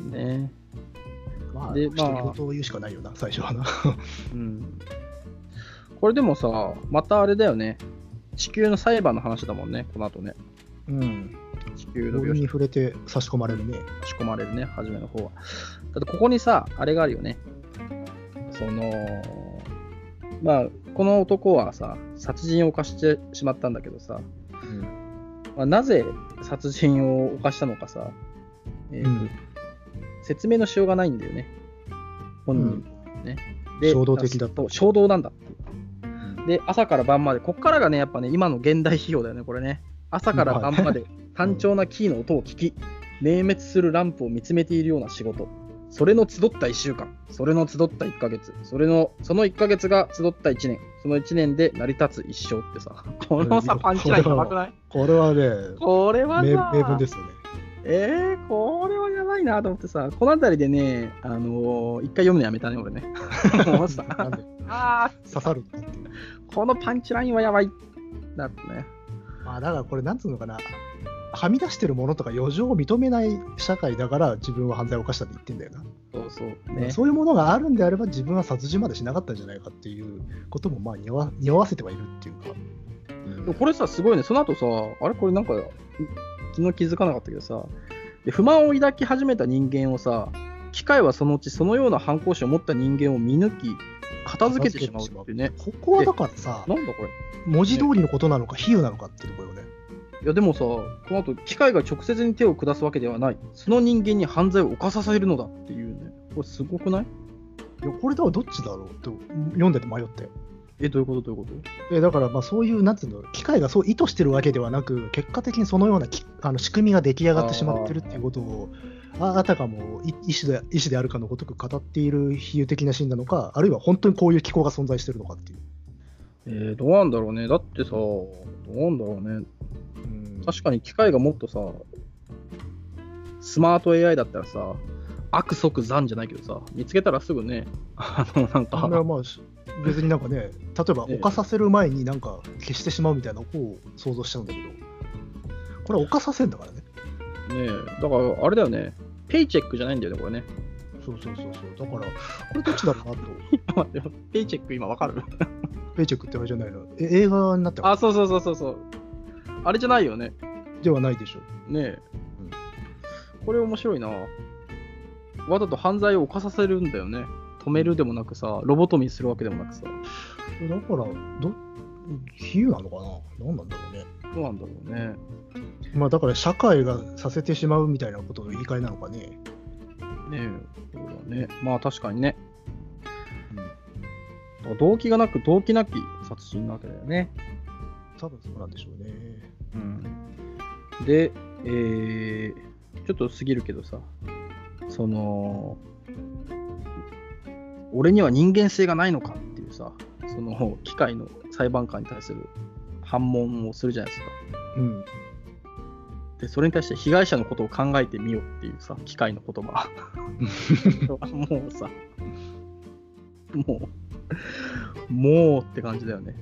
Speaker 1: うだよね。
Speaker 2: まあ、
Speaker 1: で
Speaker 2: 独
Speaker 1: まあ
Speaker 2: り言を言うしかないよな、最初はな。
Speaker 1: うん。これでもさ、またあれだよね。地球の裁判の話だもんね、この後ね。
Speaker 2: うん、
Speaker 1: 地球の
Speaker 2: 棒
Speaker 1: 描
Speaker 2: に
Speaker 1: 写
Speaker 2: 触れて差し込まれるね。
Speaker 1: に仕込まれるね、初めの方は。だってここにさ、あれがあるよね。その、まあ、この男はさ、殺人を犯してしまったんだけどさ、まあ、なぜ殺人を犯したのかさ、えーと
Speaker 2: うん
Speaker 1: 説明のしようがないんだよね。本人もね。
Speaker 2: 衝動的だった
Speaker 1: そう衝動なんだっていう。で、朝から晩まで、こっからがね、やっぱね、今の現代費用だよね、これね。朝から晩まで単調なキーの音を聞き、明滅するランプを見つめているような仕事。それの集った1週間、それの集った1ヶ月、それの、その1ヶ月が集った1年、その1年で成り立つ一生って
Speaker 2: *laughs*
Speaker 1: さ、このさ、
Speaker 2: うん
Speaker 1: パンチラインやばくない
Speaker 2: これはね、
Speaker 1: これは
Speaker 2: 名
Speaker 1: さ、
Speaker 2: 名分ですよね。
Speaker 1: えー、これはやばいなと思ってさ、この辺りでね、あのー一回読むのやめたね、
Speaker 2: *laughs*
Speaker 1: 俺ね。もうさ
Speaker 2: なんで
Speaker 1: あ
Speaker 2: 刺さるんだっていう。
Speaker 1: ーこのパンチラインはやばい。だってね。
Speaker 2: まあだからこれなんつうのかなはみ出してるものとか余剰を認めない社会だから自分は犯罪を犯したって言ってんだよな、
Speaker 1: そうそう。ね、
Speaker 2: そういうものがあるんであれば自分は殺人までしなかったんじゃないかっていうこともまあ匂わ匂わせてはいるっていうか、うん
Speaker 1: これさ、すごいね。その後さ、あれこれなんか、昨日気づかなかったけどさ、で不満を抱き始めた人間をさ、機械はそのうちそのような反抗心を持った人間を見抜き、片付けてしまうっていうね。
Speaker 2: ここはだからさ
Speaker 1: なんだこれ。
Speaker 2: 文字通りのことなのか比喩なのかっていうところよね
Speaker 1: いやでもさ、この後機械が直接に手を下すわけではない、その人間に犯罪を犯させるのだっていうね、これすごくない
Speaker 2: いやこれだからどっちだろうと読んでて迷ったよ
Speaker 1: え、どういうことどういうこ
Speaker 2: えだからまあそういうなんつうの機械がそう意図してるわけではなく結果的にそのようなきあの仕組みが出来上がってしまってるっていうことをああたかもい意思で意思であるかのごとく語っている比喩的なシーンなのかあるいは本当にこういう機構が存在してるのかっていう、
Speaker 1: とえー、どうなんだろうね。だってさ、どうなんだろうね。
Speaker 2: うん
Speaker 1: 確かに機械がもっとさ、スマート AI だったらさ、悪即残じゃないけどさ、見つけたらすぐね、 *laughs* あの、なんか、
Speaker 2: それはまあし別になんかね例えば
Speaker 1: ええ
Speaker 2: 犯させる前になんか消してしまうみたいなことを想像しちゃうんだけどこれは犯させんだからね
Speaker 1: ねえだからあれだよね、ペイチェックじゃないんだよね、これね。 *laughs*
Speaker 2: そうそうそうそうだからこれどっちだろうなと
Speaker 1: 待ってペイチェック今わかる
Speaker 2: ペイチェックってあれじゃないのえ映画になったか
Speaker 1: あ、そうそうそうそうそう。あれじゃないよね。
Speaker 2: ではないでしょう
Speaker 1: ねえ、
Speaker 2: うん
Speaker 1: これ面白いなわざと犯罪を犯させるんだよね止めるでもなくさロボトミーするわけでもなくさど
Speaker 2: だからど比喩なのかな何なんだろうね
Speaker 1: うなんだろうね
Speaker 2: まあだから社会がさせてしまうみたいなことの言い換えなのかね、
Speaker 1: ねえそうだねまあ確かにね動機がなく動機なき殺人なわけだよね、
Speaker 2: 多分そうなんでしょうね
Speaker 1: うん、でえー、ちょっと過ぎるけどさその俺には人間性がないのかっていうさその機械の裁判官に対する反問をするじゃないですか
Speaker 2: うん
Speaker 1: でそれに対して被害者のことを考えてみようっていうさ機械の言 *laughs* 葉もうさもうもうって感じだよね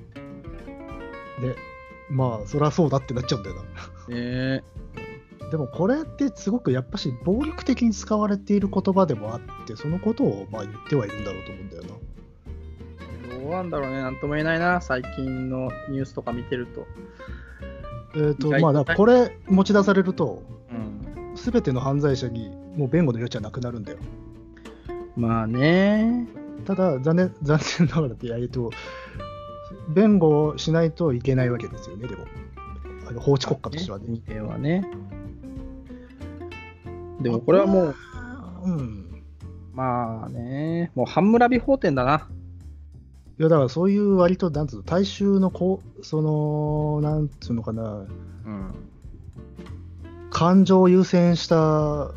Speaker 2: でまあそりゃそうだってなっちゃうんだよな
Speaker 1: ね
Speaker 2: でもこれってすごくやっぱし暴力的に使われている言葉でもあってそのことをまあ言ってはいるんだろうと思うんだよな
Speaker 1: どうなんだろうね、なんとも言えないな、最近のニュースとか見てると。
Speaker 2: えっ、とまあだからこれ持ち出されると
Speaker 1: うん、
Speaker 2: 全ての犯罪者にもう弁護の余地はなくなるんだよ
Speaker 1: まあね、
Speaker 2: ただ残念 *laughs* 残念ながらってやると弁護をしないといけないわけですよねでもあの法治国家としてはね
Speaker 1: 人間はね。でもこれはもう、
Speaker 2: うん
Speaker 1: まあね、もう半村美法典だな。
Speaker 2: いやだからそういう割となんつうの大衆のこうそのなんつうのかな
Speaker 1: うん。
Speaker 2: 感情を優先した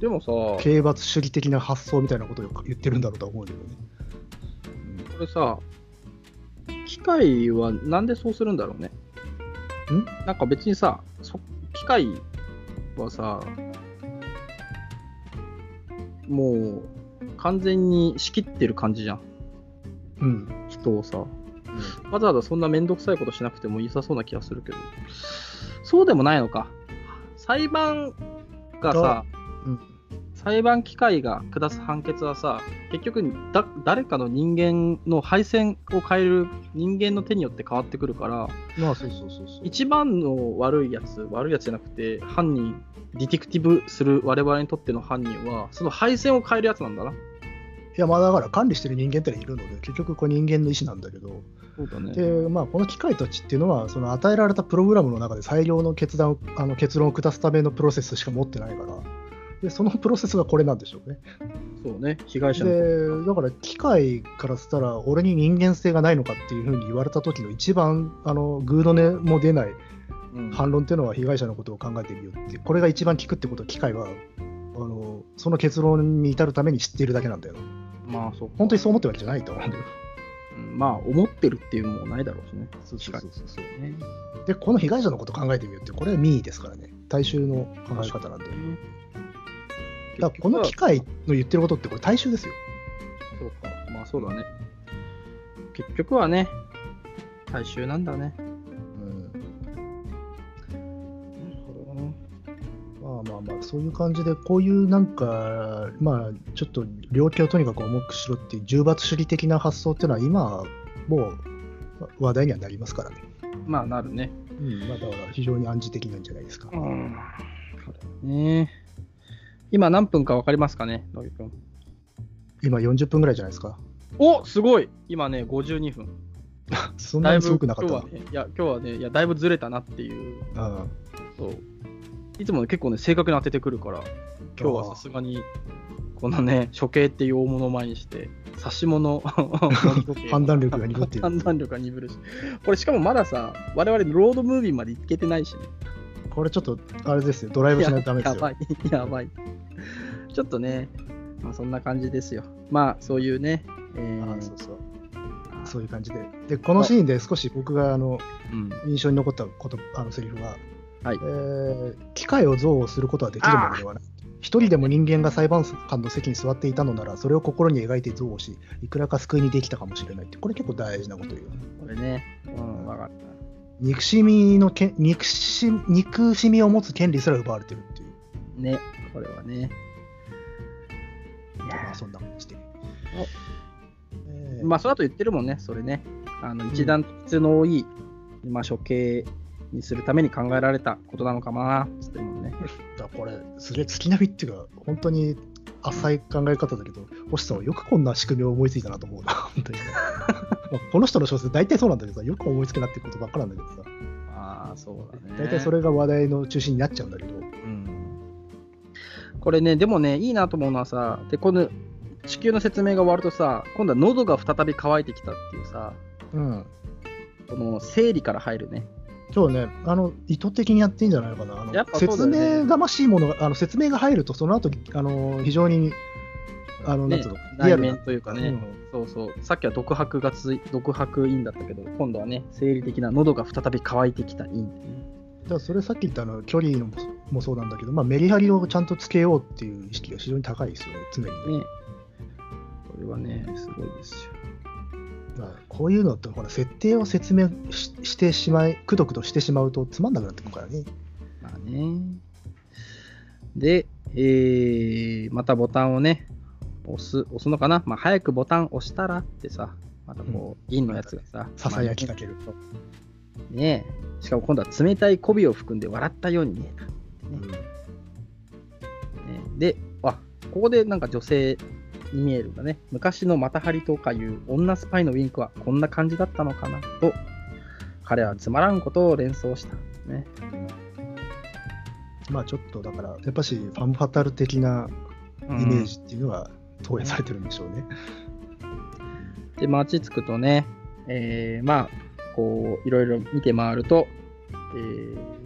Speaker 1: でもさ、こ
Speaker 2: 刑罰主義的な発想みたいなことを言ってるんだろうとは思うけどね。
Speaker 1: れさ、機械はなんでそうするんだろうね。
Speaker 2: ん
Speaker 1: なんか別にさ、そ機械はさ、もう完全に仕切ってる感じじゃん、
Speaker 2: うん、
Speaker 1: 人をさ。わざわざそんなめんどくさいことしなくても良さそうな気がするけど、そうでもないのか。裁判がさ、
Speaker 2: うん
Speaker 1: 裁判機会が下す判決はさ、結局だ、誰かの人間の配線を変える人間の手によって変わってくるから、
Speaker 2: まあそうそうそうそう。
Speaker 1: 一番の悪いやつ、悪いやつじゃなくて、犯人、ディティクティブする我々にとっての犯人は、その配線を変えるやつなんだな。
Speaker 2: いやまあだから管理してる人間ってのはいるので結局これ人間の意思なんだけど、
Speaker 1: そうだね
Speaker 2: でまあ、この機械たちっていうのはその与えられたプログラムの中で最良の決断をあの結論を下すためのプロセスしか持ってないからでそのプロセスがこれなんでしょうね。
Speaker 1: そうね、被害者の
Speaker 2: でだから機械からしたら俺に人間性がないのかっていうふうに言われた時の一番あのグーの音も出ない
Speaker 1: うん
Speaker 2: 反論っていうのは被害者のことを考えてみようってこれが一番効くってことを機械はあのその結論に至るために知っているだけなんだよな
Speaker 1: まあそうか
Speaker 2: 本当にそう思ってるわけじゃないと思うんだよ
Speaker 1: うんまあ思ってるっていうのもないだろうしね。ね
Speaker 2: でこの被害者のことを考えてみようってこれは民意ですからね大衆の考え方なんでだからこの機械の言ってることってこれ大衆ですよ
Speaker 1: そうか、まあそうだね。結局はね、大衆なんだね。
Speaker 2: まあまあまあそういう感じでこういうなんかまあちょっと量刑をとにかく重くしろっていう重罰主義的な発想っていうのは今もう話題にはなりますからね
Speaker 1: まあなるね。
Speaker 2: うん、まあだから非常に暗示的なんじゃないですか。
Speaker 1: ん。そうだよね。今何分か分かりますかね、野木君。
Speaker 2: 今40分ぐらいじゃないですか。
Speaker 1: おすごい今ね、52分。
Speaker 2: そん
Speaker 1: だ
Speaker 2: ないに
Speaker 1: ぶ
Speaker 2: すごくな
Speaker 1: 今
Speaker 2: かっ
Speaker 1: 日は
Speaker 2: たわ。
Speaker 1: ね、いや、今日はね、いや、だいぶずれたなっていう。
Speaker 2: うん
Speaker 1: そういつもね結構ね、正確に当ててくるから、今日はさすがに、このね、処刑っていう大物を前にして、差し物、
Speaker 2: *laughs* 判断力が鈍っている
Speaker 1: 判断力が鈍るし、これしかもまださ、我々ロードムービーまで行けてないしね、
Speaker 2: これちょっとあれですよ、ドライブしないとダメで
Speaker 1: や
Speaker 2: すよ。
Speaker 1: ばい、やばい。ちょっとね、まあ、そんな感じですよ。まあ、そういうね、えー
Speaker 2: あそうそうそういう感じで。で、このシーンで少し僕があの
Speaker 1: うん、
Speaker 2: 印象に残ったことあのセリフは、
Speaker 1: はい
Speaker 2: えー機械を憎悪することはできるものではない。一人でも人間が裁判官の席に座っていたのなら、それを心に描いて憎悪し、いくらか救いにできたかもしれないって、これ結構大事なこと言うよね。
Speaker 1: これね、うん、わかった。
Speaker 2: 憎しみのけ憎し憎しみを持つ権利すら奪われてるっていう、
Speaker 1: ね、これはね。いやー
Speaker 2: まあ、そんな感じで。えー
Speaker 1: まあ、その後言ってるもんね、それね。あの一段質の多い、まあ、処刑にするために考えられたことなのかな、つってもね。
Speaker 2: *laughs* だからこれ、すげえ月並みっていうか、本当に浅い考え方だけど、星さんはよくこんな仕組みを思いついたなと思うな、 *laughs*
Speaker 1: *laughs*
Speaker 2: 本当にね。まあこの人の小説、大体そうなんだけどさ、よく思いつけなってことばっかなんだけどさ、
Speaker 1: ああ、そうだね。
Speaker 2: 大体それが話題の中心になっちゃうんだけど、
Speaker 1: うん。これね、でもね、いいなと思うのはさ、で、この地球の説明が終わるとさ、今度は喉が再び乾いてきたっていうさ、
Speaker 2: うん、
Speaker 1: この生理から入るね。
Speaker 2: 今日ね、あの意図的にやってんじゃないのかな、あの
Speaker 1: やっぱそうだ
Speaker 2: 説
Speaker 1: よね
Speaker 2: 明がましいものが、あの説明が入ると、その後あの非常に、あの、なん
Speaker 1: ね
Speaker 2: つうの、、リ
Speaker 1: 内
Speaker 2: アルな
Speaker 1: 面というかね。そうそう、さっきは独白がつい、独白インだったけど、今度はね、生理的な喉が再び乾いてきたインってね。
Speaker 2: だからそれさっき言ったあの距離のももそうなんだけど、まあ、メリハリをちゃんとつけようっていう意識が非常に高いですよね、常に。
Speaker 1: ね。これはね、すごいですよ。
Speaker 2: だまあ、こういうのってほら設定を説明ししてしまいくどくどしてしまうとつまんなくなってくるからね
Speaker 1: まあね。で、えー、またボタンをね、押す、押すのかなまあ、早くボタン押したらってさ、またこう、銀のやつがさ、
Speaker 2: ささやきかける
Speaker 1: ねえ。しかも今度は冷たい媚びを含んで笑ったように見えた。
Speaker 2: うん
Speaker 1: ねで、あ、ここでなんか女性に見えるんだね。昔のマタハリとかいう女スパイのウィンクはこんな感じだったのかなと、彼はつまらんことを連想した。ね。
Speaker 2: まあちょっとだからやっぱしファンファタル的なイメージっていうのは投影されてるんでしょうね、
Speaker 1: で、街着くとね、えーまあ、こう、いろいろ見て回ると、えー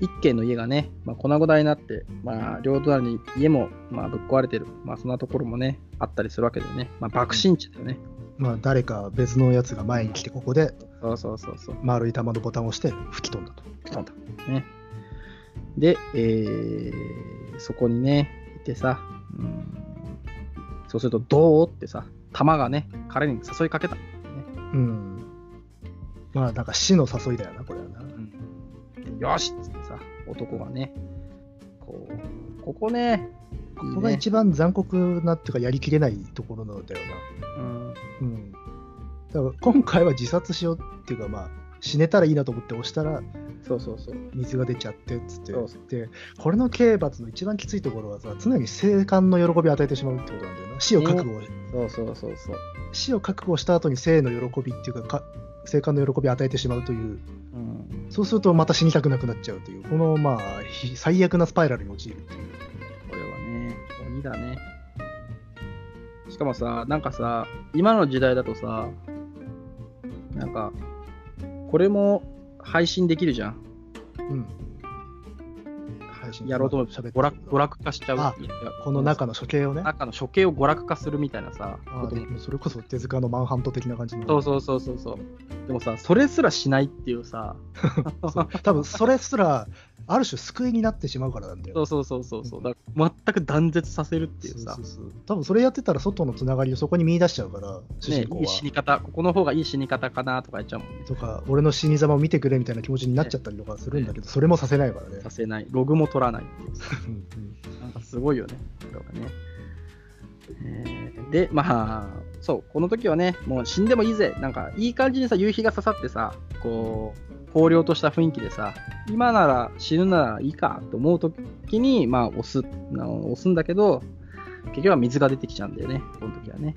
Speaker 1: 一軒の家がね、まあ、粉々になって、まあ、両隣に家も、まあ、ぶっ壊れてる、まあ、そんなところもね、あったりするわけだよね。まあ、爆心地だよね。
Speaker 2: まあ誰か別のやつが前に来てここで
Speaker 1: そうそうそうそう。
Speaker 2: 丸い玉のボタンを押して吹き飛んだと
Speaker 1: そうだね。で、えーそこにね、いてさ、うん、そうすると、どうってさ、玉がね、彼に誘いかけた。
Speaker 2: うんまあなんか死の誘いだよなこれはな
Speaker 1: うん、よしっつってさ、男がね、こう、ここね、こ
Speaker 2: ここが一番残酷なっていうかやりきれないところなんだよ
Speaker 1: うん、
Speaker 2: なうんだから今回は自殺しようっていうかまあ死ねたらいいなと思って押したら
Speaker 1: そうそうそう。
Speaker 2: 水が出ちゃってっつって
Speaker 1: そうそ
Speaker 2: でこれの刑罰の一番きついところはさ常に生還の喜びを与えてしまうってことなんだよな死を覚悟、
Speaker 1: そうそうそうそう。
Speaker 2: 死を覚悟した後に生の喜びっていうかか生還の喜びを与えてしまうという
Speaker 1: うん、
Speaker 2: そうするとまた死にたくなくなっちゃうというこのまあひ最悪なスパイラルに陥るっていう
Speaker 1: これはね、鬼だね。しかもさ、なんかさ、今の時代だとさ、なんか、これも配信できるじゃん。
Speaker 2: うん
Speaker 1: やろうと思って
Speaker 2: 喋って
Speaker 1: 娯楽娯楽化しちゃう
Speaker 2: あ。
Speaker 1: いや
Speaker 2: この中の処刑をね
Speaker 1: 中の処刑を娯楽化するみたいなさ、
Speaker 2: あ
Speaker 1: こと
Speaker 2: で
Speaker 1: に
Speaker 2: もそれこそ手塚のマンハント的な感じの
Speaker 1: そうそうそうそうそう。でもさ、それすらしないっていう
Speaker 2: *laughs*
Speaker 1: さ、
Speaker 2: そう多分それすらある種救いになってしまうからなんだよ
Speaker 1: そうそうそうそうそう、だから全く断絶させるっていうさ
Speaker 2: そ、うそうそう多分それやってたら外のつながりをそこに見出しちゃうから主
Speaker 1: ね
Speaker 2: 人、公
Speaker 1: いい
Speaker 2: は、
Speaker 1: 死に方、ここの方がいい死に方かなとか言っちゃうもんね。
Speaker 2: とか俺の死に様を見てくれみたいな気持ちになっちゃったりとかするんだけど、それもさせないからね
Speaker 1: させない、ログも取らないっていうさ、
Speaker 2: うん
Speaker 1: なんかすごいよね、これはね。えーで、まあ、そう、この時はね、もう死んでもいいぜ、なんかいい感じにさ、夕日が刺さってさ、こう、荒涼とした雰囲気でさ、今なら死ぬならいいかと思う時に、まあ、押す、な押すんだけど、結局は水が出てきちゃうんだよね、この時はね。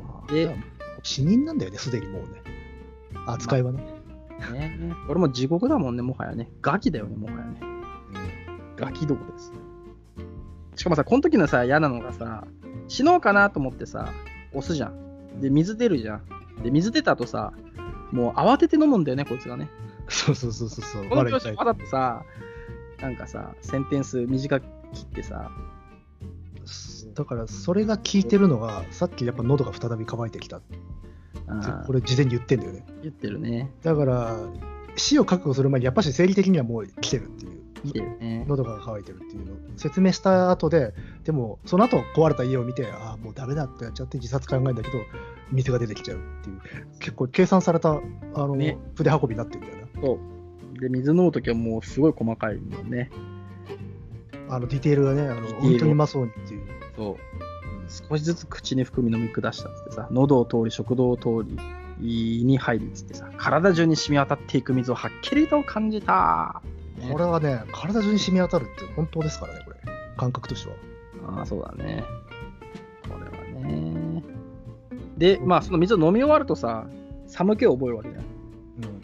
Speaker 2: まあ
Speaker 1: で
Speaker 2: じゃあ死人なんだよねすでにもうね扱いはね、
Speaker 1: ねこれも地獄だもんね、もはやね。ガキだよね、もはやね。ガキどこです。しかもさ、この時のさ、嫌なのがさ、死のうかなと思ってさ、押すじゃん。で、水出るじゃん。で、水出た後さ、もう慌てて飲むんだよね、こいつがね。
Speaker 2: そうそうそうそうそう
Speaker 1: この調
Speaker 2: 我
Speaker 1: 子
Speaker 2: 々
Speaker 1: わざとさ、なんかさ、センテンス短く切ってさ、
Speaker 2: だからそれが効いてるのがさっきやっぱ喉が再び乾いてきたって
Speaker 1: あ
Speaker 2: これ事前に言ってんだよね
Speaker 1: ー言ってるね。
Speaker 2: だから死を覚悟する前にやっぱし生理的にはもう来てるっていう
Speaker 1: 見てるね。
Speaker 2: 喉が渇いてるっていうのを説明した後ででもその後壊れた家を見てああもうダメだってやっちゃって自殺考えんだけど水が出てきちゃうっていう結構計算されたあの、
Speaker 1: ね
Speaker 2: 筆運びになってるんだよ
Speaker 1: そう。で、水飲む時はもうすごい細かいもんね。
Speaker 2: なあのディテールがね
Speaker 1: デ
Speaker 2: あ
Speaker 1: ィテー
Speaker 2: の
Speaker 1: ル
Speaker 2: 本当にうまそうにっていう、
Speaker 1: そう。少しずつ口に含み飲み下したっつってさ喉を通り食道を通り胃に入りっつってさ体中に染み渡っていく水をはっきりと感じた、ね
Speaker 2: これはね体中に染み渡るって本当ですからねこれ感覚としては
Speaker 1: ああそうだねこれはねでまあその水を飲み終わるとさ寒気を覚えるわけじゃん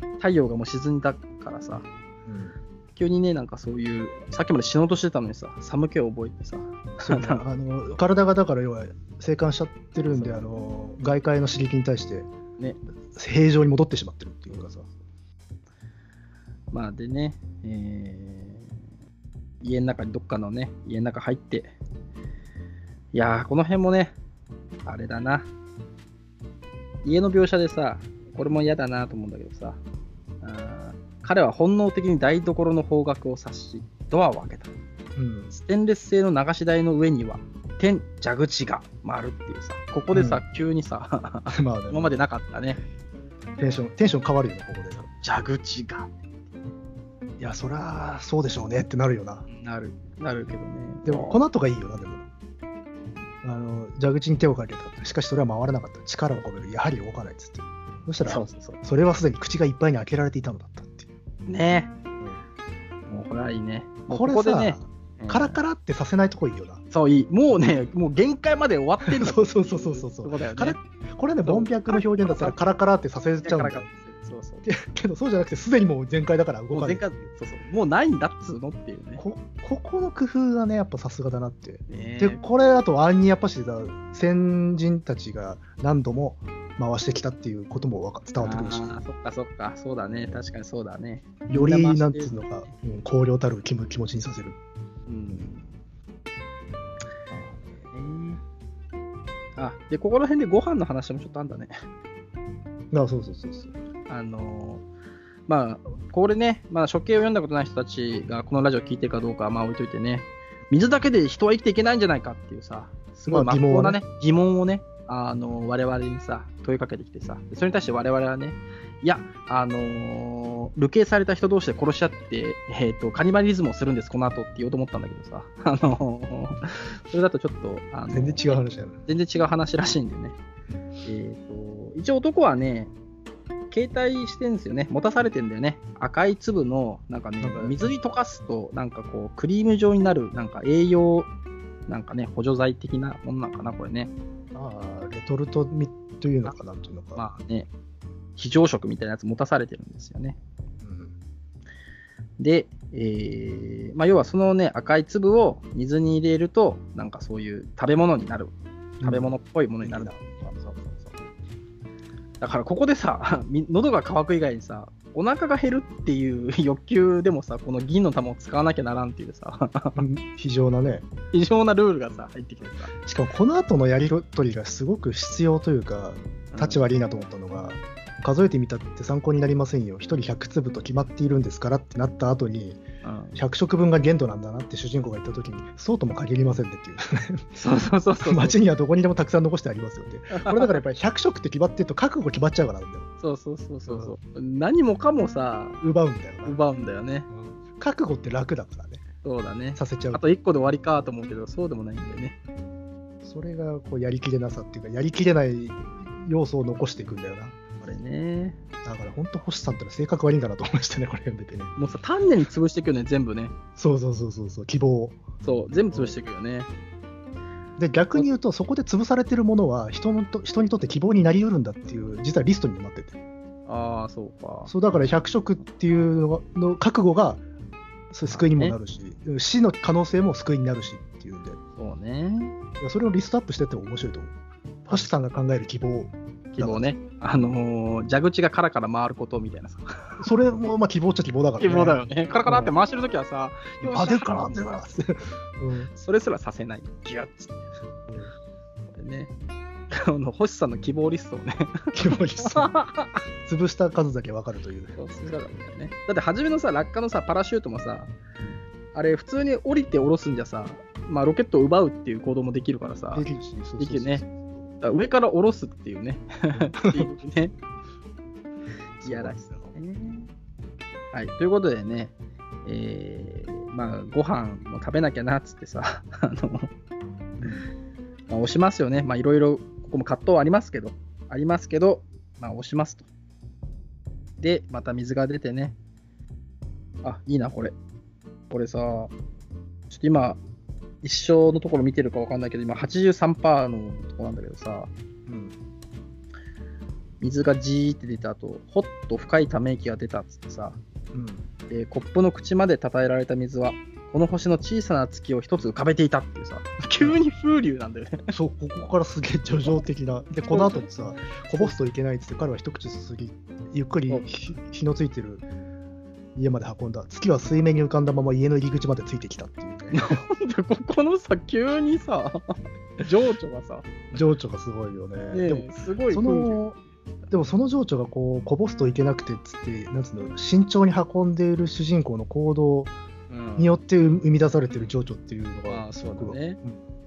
Speaker 2: うん、
Speaker 1: 太陽がもう沈んだからさ
Speaker 2: うん、
Speaker 1: 急にねなんかそういうさっきまで死のうとしてたのにさ寒気を覚えてさ
Speaker 2: そうね *laughs* あの体がだから要は生還しちゃってるんであの外界の刺激に対して、
Speaker 1: ね
Speaker 2: 平常に戻ってしまってるっていうかさ
Speaker 1: まあでね、えー家の中にどっかのね、家の中入って、いやー、この辺もね、あれだな、家の描写でさ、これも嫌だなと思うんだけどさ、あー彼は本能的に台所の方角を指し、ドアを開けた。
Speaker 2: うん
Speaker 1: ステンレス製の流し台の上には、天蛇口が回るっていうさ、ここでさ、急にさ、 *laughs*
Speaker 2: まあね
Speaker 1: 今までなかったね、
Speaker 2: テンション、テンション変わるよね、ここで。
Speaker 1: 蛇口が
Speaker 2: いや、そりゃ、そうでしょうねってなるよな。
Speaker 1: なる、なるけどね。
Speaker 2: でも、この後がいいよな、でも。あの蛇口に手をかけた。しかし、それは回らなかった。力を込める。やはり動かないっつって。そしたら、
Speaker 1: そうそうそう。
Speaker 2: それはすでに口がいっぱいに開けられていたのだったっていう。
Speaker 1: ねもうこれはいいね。もう
Speaker 2: これ
Speaker 1: こ
Speaker 2: さ、
Speaker 1: でね、うん
Speaker 2: カラカラってさせないとこいいよな。
Speaker 1: そう、いい。もうね、もう限界まで終わってる
Speaker 2: *laughs* そうそうそうそうそう
Speaker 1: *laughs* そうだよね。
Speaker 2: カラこれね、
Speaker 1: そう
Speaker 2: ボンピャクの表現だったらカラカラってさせちゃうんだ
Speaker 1: カラカ
Speaker 2: よ
Speaker 1: ラそうそう。
Speaker 2: けど、そうじゃなくて、すでにもう全開だから動
Speaker 1: もう
Speaker 2: かない
Speaker 1: 限。界、そうそう。もうないんだっつうのっていうね。
Speaker 2: こここの工夫がね、やっぱさすがだなって。
Speaker 1: ね
Speaker 2: で、これ、あと、アンニやっぱしさ、先人たちが何度も回してきたっていうこともわか伝わってくるし、
Speaker 1: あーそっかそっか、そうだね。確かにそうだね。
Speaker 2: より、
Speaker 1: みんな
Speaker 2: なん
Speaker 1: 回して
Speaker 2: つうのか、うん高揚たる気も気持ちにさせる。
Speaker 1: うん。あ、で、ここら辺でご飯の話もちょっとあんだね。
Speaker 2: あそうそうそうそう。
Speaker 1: あのーまあ、これね、まあ、処刑を読んだことない人たちがこのラジオ聞いてるかどうかはまあ置いといてね、水だけで人は生きていけないんじゃないかっていうさ、すごい
Speaker 2: ま
Speaker 1: 真
Speaker 2: あ
Speaker 1: っ
Speaker 2: 疑問
Speaker 1: 向
Speaker 2: を
Speaker 1: な
Speaker 2: ね
Speaker 1: ね、疑問をね、あのー我々にさ、問いかけてきてさ、それに対して我々はね、いや、あのー、流刑された人同士で殺し合って、えーと、カニバリズムをするんです、この後って言おうと思ったんだけどさ、あのーそれだとちょっと、あのー
Speaker 2: 全然違う話だよね。
Speaker 1: 全然違う話らしいんでね。えっと一応男はね、携帯してんですよね。持たされてんだよね。赤い粒の、なんかね
Speaker 2: なんか、
Speaker 1: 水に溶かすと、なんかこう、クリーム状になる、なんか栄養、なんかね、補助剤的なもんなんかな、これね。
Speaker 2: ああ、レトルトみというのかなんていうのか。
Speaker 1: まあね、非常食みたいなやつ持たされてるんですよね。
Speaker 2: うん
Speaker 1: で、えーまあ、要はそのね、赤い粒を水に入れると、なんかそういう食べ物になる食べ物っぽいものになるだろう、そうそうそうだからここでさ *laughs* み喉が渇く以外にさお腹が減るっていう *laughs* 欲求でもさこの銀の玉を使わなきゃならんっていうさ *laughs*
Speaker 2: うん非常なね。
Speaker 1: 異常なルールがさ入ってきてさ
Speaker 2: しかも、この後のやり取りがすごく必要というか、立ち悪いなと思ったのが、数えてみたって参考になりませんよ、1人100粒と決まっているんですからってなった後に、
Speaker 1: うんうん
Speaker 2: 100食分が限度なんだなって主人公が言った時に、そうとも限りませんねっていう、
Speaker 1: そうそうそうそう
Speaker 2: *laughs* 街にはどこにでもたくさん残してあります
Speaker 1: *laughs*
Speaker 2: よって、これだからやっぱり100食って決まってると、覚悟決まっちゃうからなんだよ、
Speaker 1: そうそうそうそうそう何もかもさ
Speaker 2: 奪うんだよな、
Speaker 1: 奪うんだよね
Speaker 2: 覚悟って楽だからね、
Speaker 1: そうだね
Speaker 2: させちゃう
Speaker 1: あと1個で終わりかと思うけどそうでもないんだよね
Speaker 2: それがこうやりきれなさっていうか、やりきれない要素を残していくんだよな。
Speaker 1: これね
Speaker 2: だから本当、星さんってのは性格悪いんだなと思いましたね、これ読んでてね。
Speaker 1: もうさ丹念に潰していくよね全部ね
Speaker 2: そうそうそうそうそう、希望を。
Speaker 1: そう全部潰していくよね
Speaker 2: で逆に言うと、そこで潰されてるものは人のと、人にとって希望になりうるんだっていう、実はリストにもなってて、
Speaker 1: ああそうか
Speaker 2: そうだから100食っていうのがの覚悟がそう救いにもなるし、死の可能性も救いになるしっていうんで、
Speaker 1: そうね
Speaker 2: それをリストアップしてっても面白いと思う。星さんが考える希望、
Speaker 1: 希望ね、あのー蛇口がカラカラ回ることみたいなさ、
Speaker 2: それもまあ希望っちゃ希望だから、
Speaker 1: 希
Speaker 2: ね。
Speaker 1: 望だよね。カラカラって回してるときはさ、よっしゃ
Speaker 2: あ、出るかな、出るかなって。うん
Speaker 1: それすらさせない、ギュッつって。これね、 *laughs* あの星さんの希望リストを *laughs* ね、
Speaker 2: 希望リスト。潰した数だけ分かるという。
Speaker 1: *laughs* そうすればいいんだよねだって初めのさ、落下のさ、パラシュートもさ、あれ、普通に降りて下ろすんじゃさ、まあ、ロケットを奪うっていう行動もできるからさ、
Speaker 2: できるし、そうそうそう
Speaker 1: できるね。だから上から下ろすっていうね、って
Speaker 2: *laughs*
Speaker 1: いう *laughs* ね。いやらしさはい、ということでね、えーまあ、ご飯も食べなきゃなっつってさ、あの、まあ、押しますよね。まあ、いろいろ、ここも葛藤はありますけど、ありますけど、まあ、押しますと。で、また水が出てね。あ、いいな、これ。これさ、ちょっと今、一生のところ見てるかわかんないけど、今83%のとこなんだけどさ、
Speaker 2: うん
Speaker 1: 水がジーって出た後、ほっと深いため息が出たっつってさ、
Speaker 2: うん
Speaker 1: えーコップの口までたたえられた水は、この星の小さな月を一つ浮かべていたっていうさ、 *laughs* 急に風流なんだよね。
Speaker 2: そうここからすげえ叙情的な、でこの後もさ、こぼすといけないっつって、彼は一口すすぎ、ゆっくりひ火のついてる家まで運んだ、月は水面に浮かんだまま家の入り口までついてきたっていう、
Speaker 1: *laughs*
Speaker 2: ね、
Speaker 1: でここのさ、急にさ、情緒がさ、
Speaker 2: 情緒がすごいよね。
Speaker 1: ね
Speaker 2: でも
Speaker 1: すごい
Speaker 2: そ
Speaker 1: 風流。
Speaker 2: のでもその情緒がこうこぼすといけなくてっつってなんつうの慎重に運んでいる主人公の行動
Speaker 1: うん
Speaker 2: によって生み出されてる情緒っていうの
Speaker 1: ま
Speaker 2: が
Speaker 1: あ
Speaker 2: す
Speaker 1: そ
Speaker 2: ご
Speaker 1: う
Speaker 2: く
Speaker 1: だね。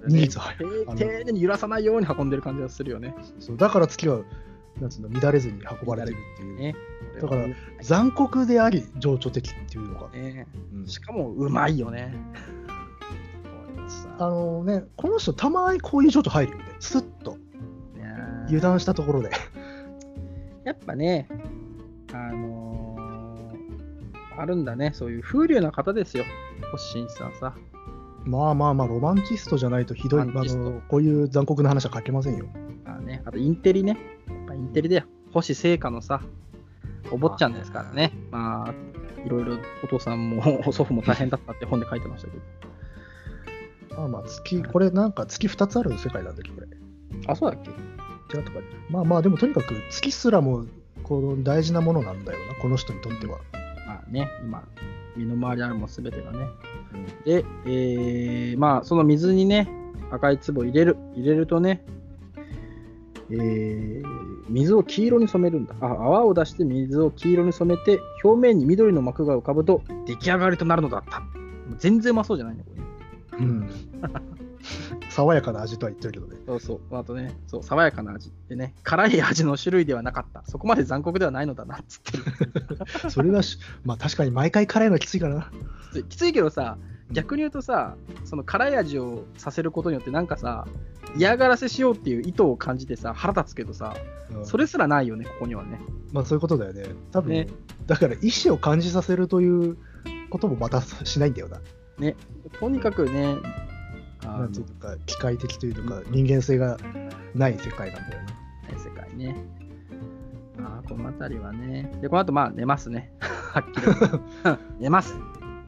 Speaker 2: 二律はい
Speaker 1: 丁
Speaker 2: あの
Speaker 1: 丁寧に揺らさないように運んでる感じがするよね。
Speaker 2: そうだから月はなんつうの乱れずに運ばれてるっていう、
Speaker 1: ね
Speaker 2: だから残酷であり情緒的っていうのが、
Speaker 1: ね、
Speaker 2: うん
Speaker 1: しかもうまいよね。
Speaker 2: あのねこの人たまにこういう情緒入るよねスッと
Speaker 1: いやー
Speaker 2: 油断したところで
Speaker 1: やっぱね、あのーあるんだね、そういう風流な方ですよ、星新さんさ。
Speaker 2: まあまあまあロマンチストじゃないとひどいあ
Speaker 1: ロマンチスト
Speaker 2: のこういう残酷な話は書けませんよ
Speaker 1: あ,、ね、あとインテリね、やっぱインテリだよ、星聖華のさ、お坊ちゃんですからね、まあ、いろいろお父さんも *laughs* 祖父も大変だったって本で書いてましたけど。
Speaker 2: まあまあ月これなんか月2つある世界なんだっけこれ
Speaker 1: あ、そうだっけ
Speaker 2: 違うとかまあまあでもとにかく月すらもこの大事なものなんだよなこの人にとっては
Speaker 1: まあね、今、身の回りにあるものすべてがね。で、えーまあ、その水にね、赤い壺を入れる。入れるとね、えー水を黄色に染めるんだ。あ、泡を出して水を黄色に染めて、表面に緑の膜が浮かぶと、出来上がりとなるのだった。もう全然うまそうじゃないね、これ。
Speaker 2: うん爽やかな味とは言ってるけどね
Speaker 1: そうそう。あとね、そう、爽やかな味。でね、辛い味の種類ではなかった。そこまで残酷ではないのだな、つってる。
Speaker 2: *laughs* それはし、まあ確かに毎回辛いのはきついからな。
Speaker 1: きついきついけどさ逆に言うとさその辛い味をさせることによってなんかさ嫌がらせしようっていう意図を感じてさ腹立つけどさ
Speaker 2: うん
Speaker 1: それすらないよねここにはね
Speaker 2: まあそういうことだよね。多分、
Speaker 1: ね
Speaker 2: だから意思を感じさせるということもまたしないんだよな。
Speaker 1: とにかくねあ
Speaker 2: な
Speaker 1: の
Speaker 2: んていうか、機械的というか、人間性がない世界なんだよな。
Speaker 1: 世界ねまあこの辺りはねでこの後まあ寝ますねはっきり言う寝ます、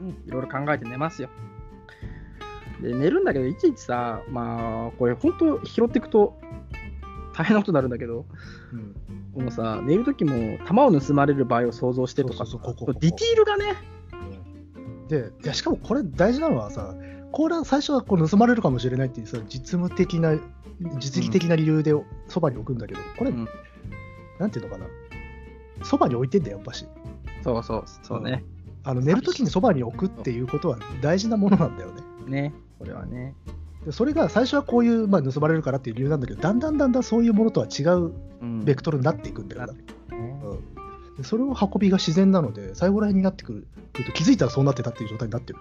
Speaker 1: うん、いろいろ考えて寝ますよで寝るんだけどいちいちさまあこれ本当拾っていくと大変なことになるんだけど
Speaker 2: うん、
Speaker 1: このさ、寝るときも弾を盗まれる場合を想像してとかさ、
Speaker 2: そうそうそうここここ
Speaker 1: ディティールがね、
Speaker 2: でいや、しかもこれ大事なのはさ、これは最初はこう盗まれるかもしれないっていうさ、実務的な、実技的な理由でそばに置くんだけど、これ、
Speaker 1: うん
Speaker 2: なんていうのかな。そばに置いてんだよ、やっぱし。
Speaker 1: そうそう、そうね、
Speaker 2: あの寝るときにそばに置くっていうことは大事なものなんだよね。
Speaker 1: ね、これはね、
Speaker 2: でそれが最初はこういう、まあ、盗まれるからっていう理由なんだけどだんだんだんだんそういうものとは違う
Speaker 1: うん
Speaker 2: ベクトルになっていくんだよな、
Speaker 1: なね
Speaker 2: でそれを運びが自然なので最後ら辺になってくるくると気づいたらそうなってたっていう状態になってる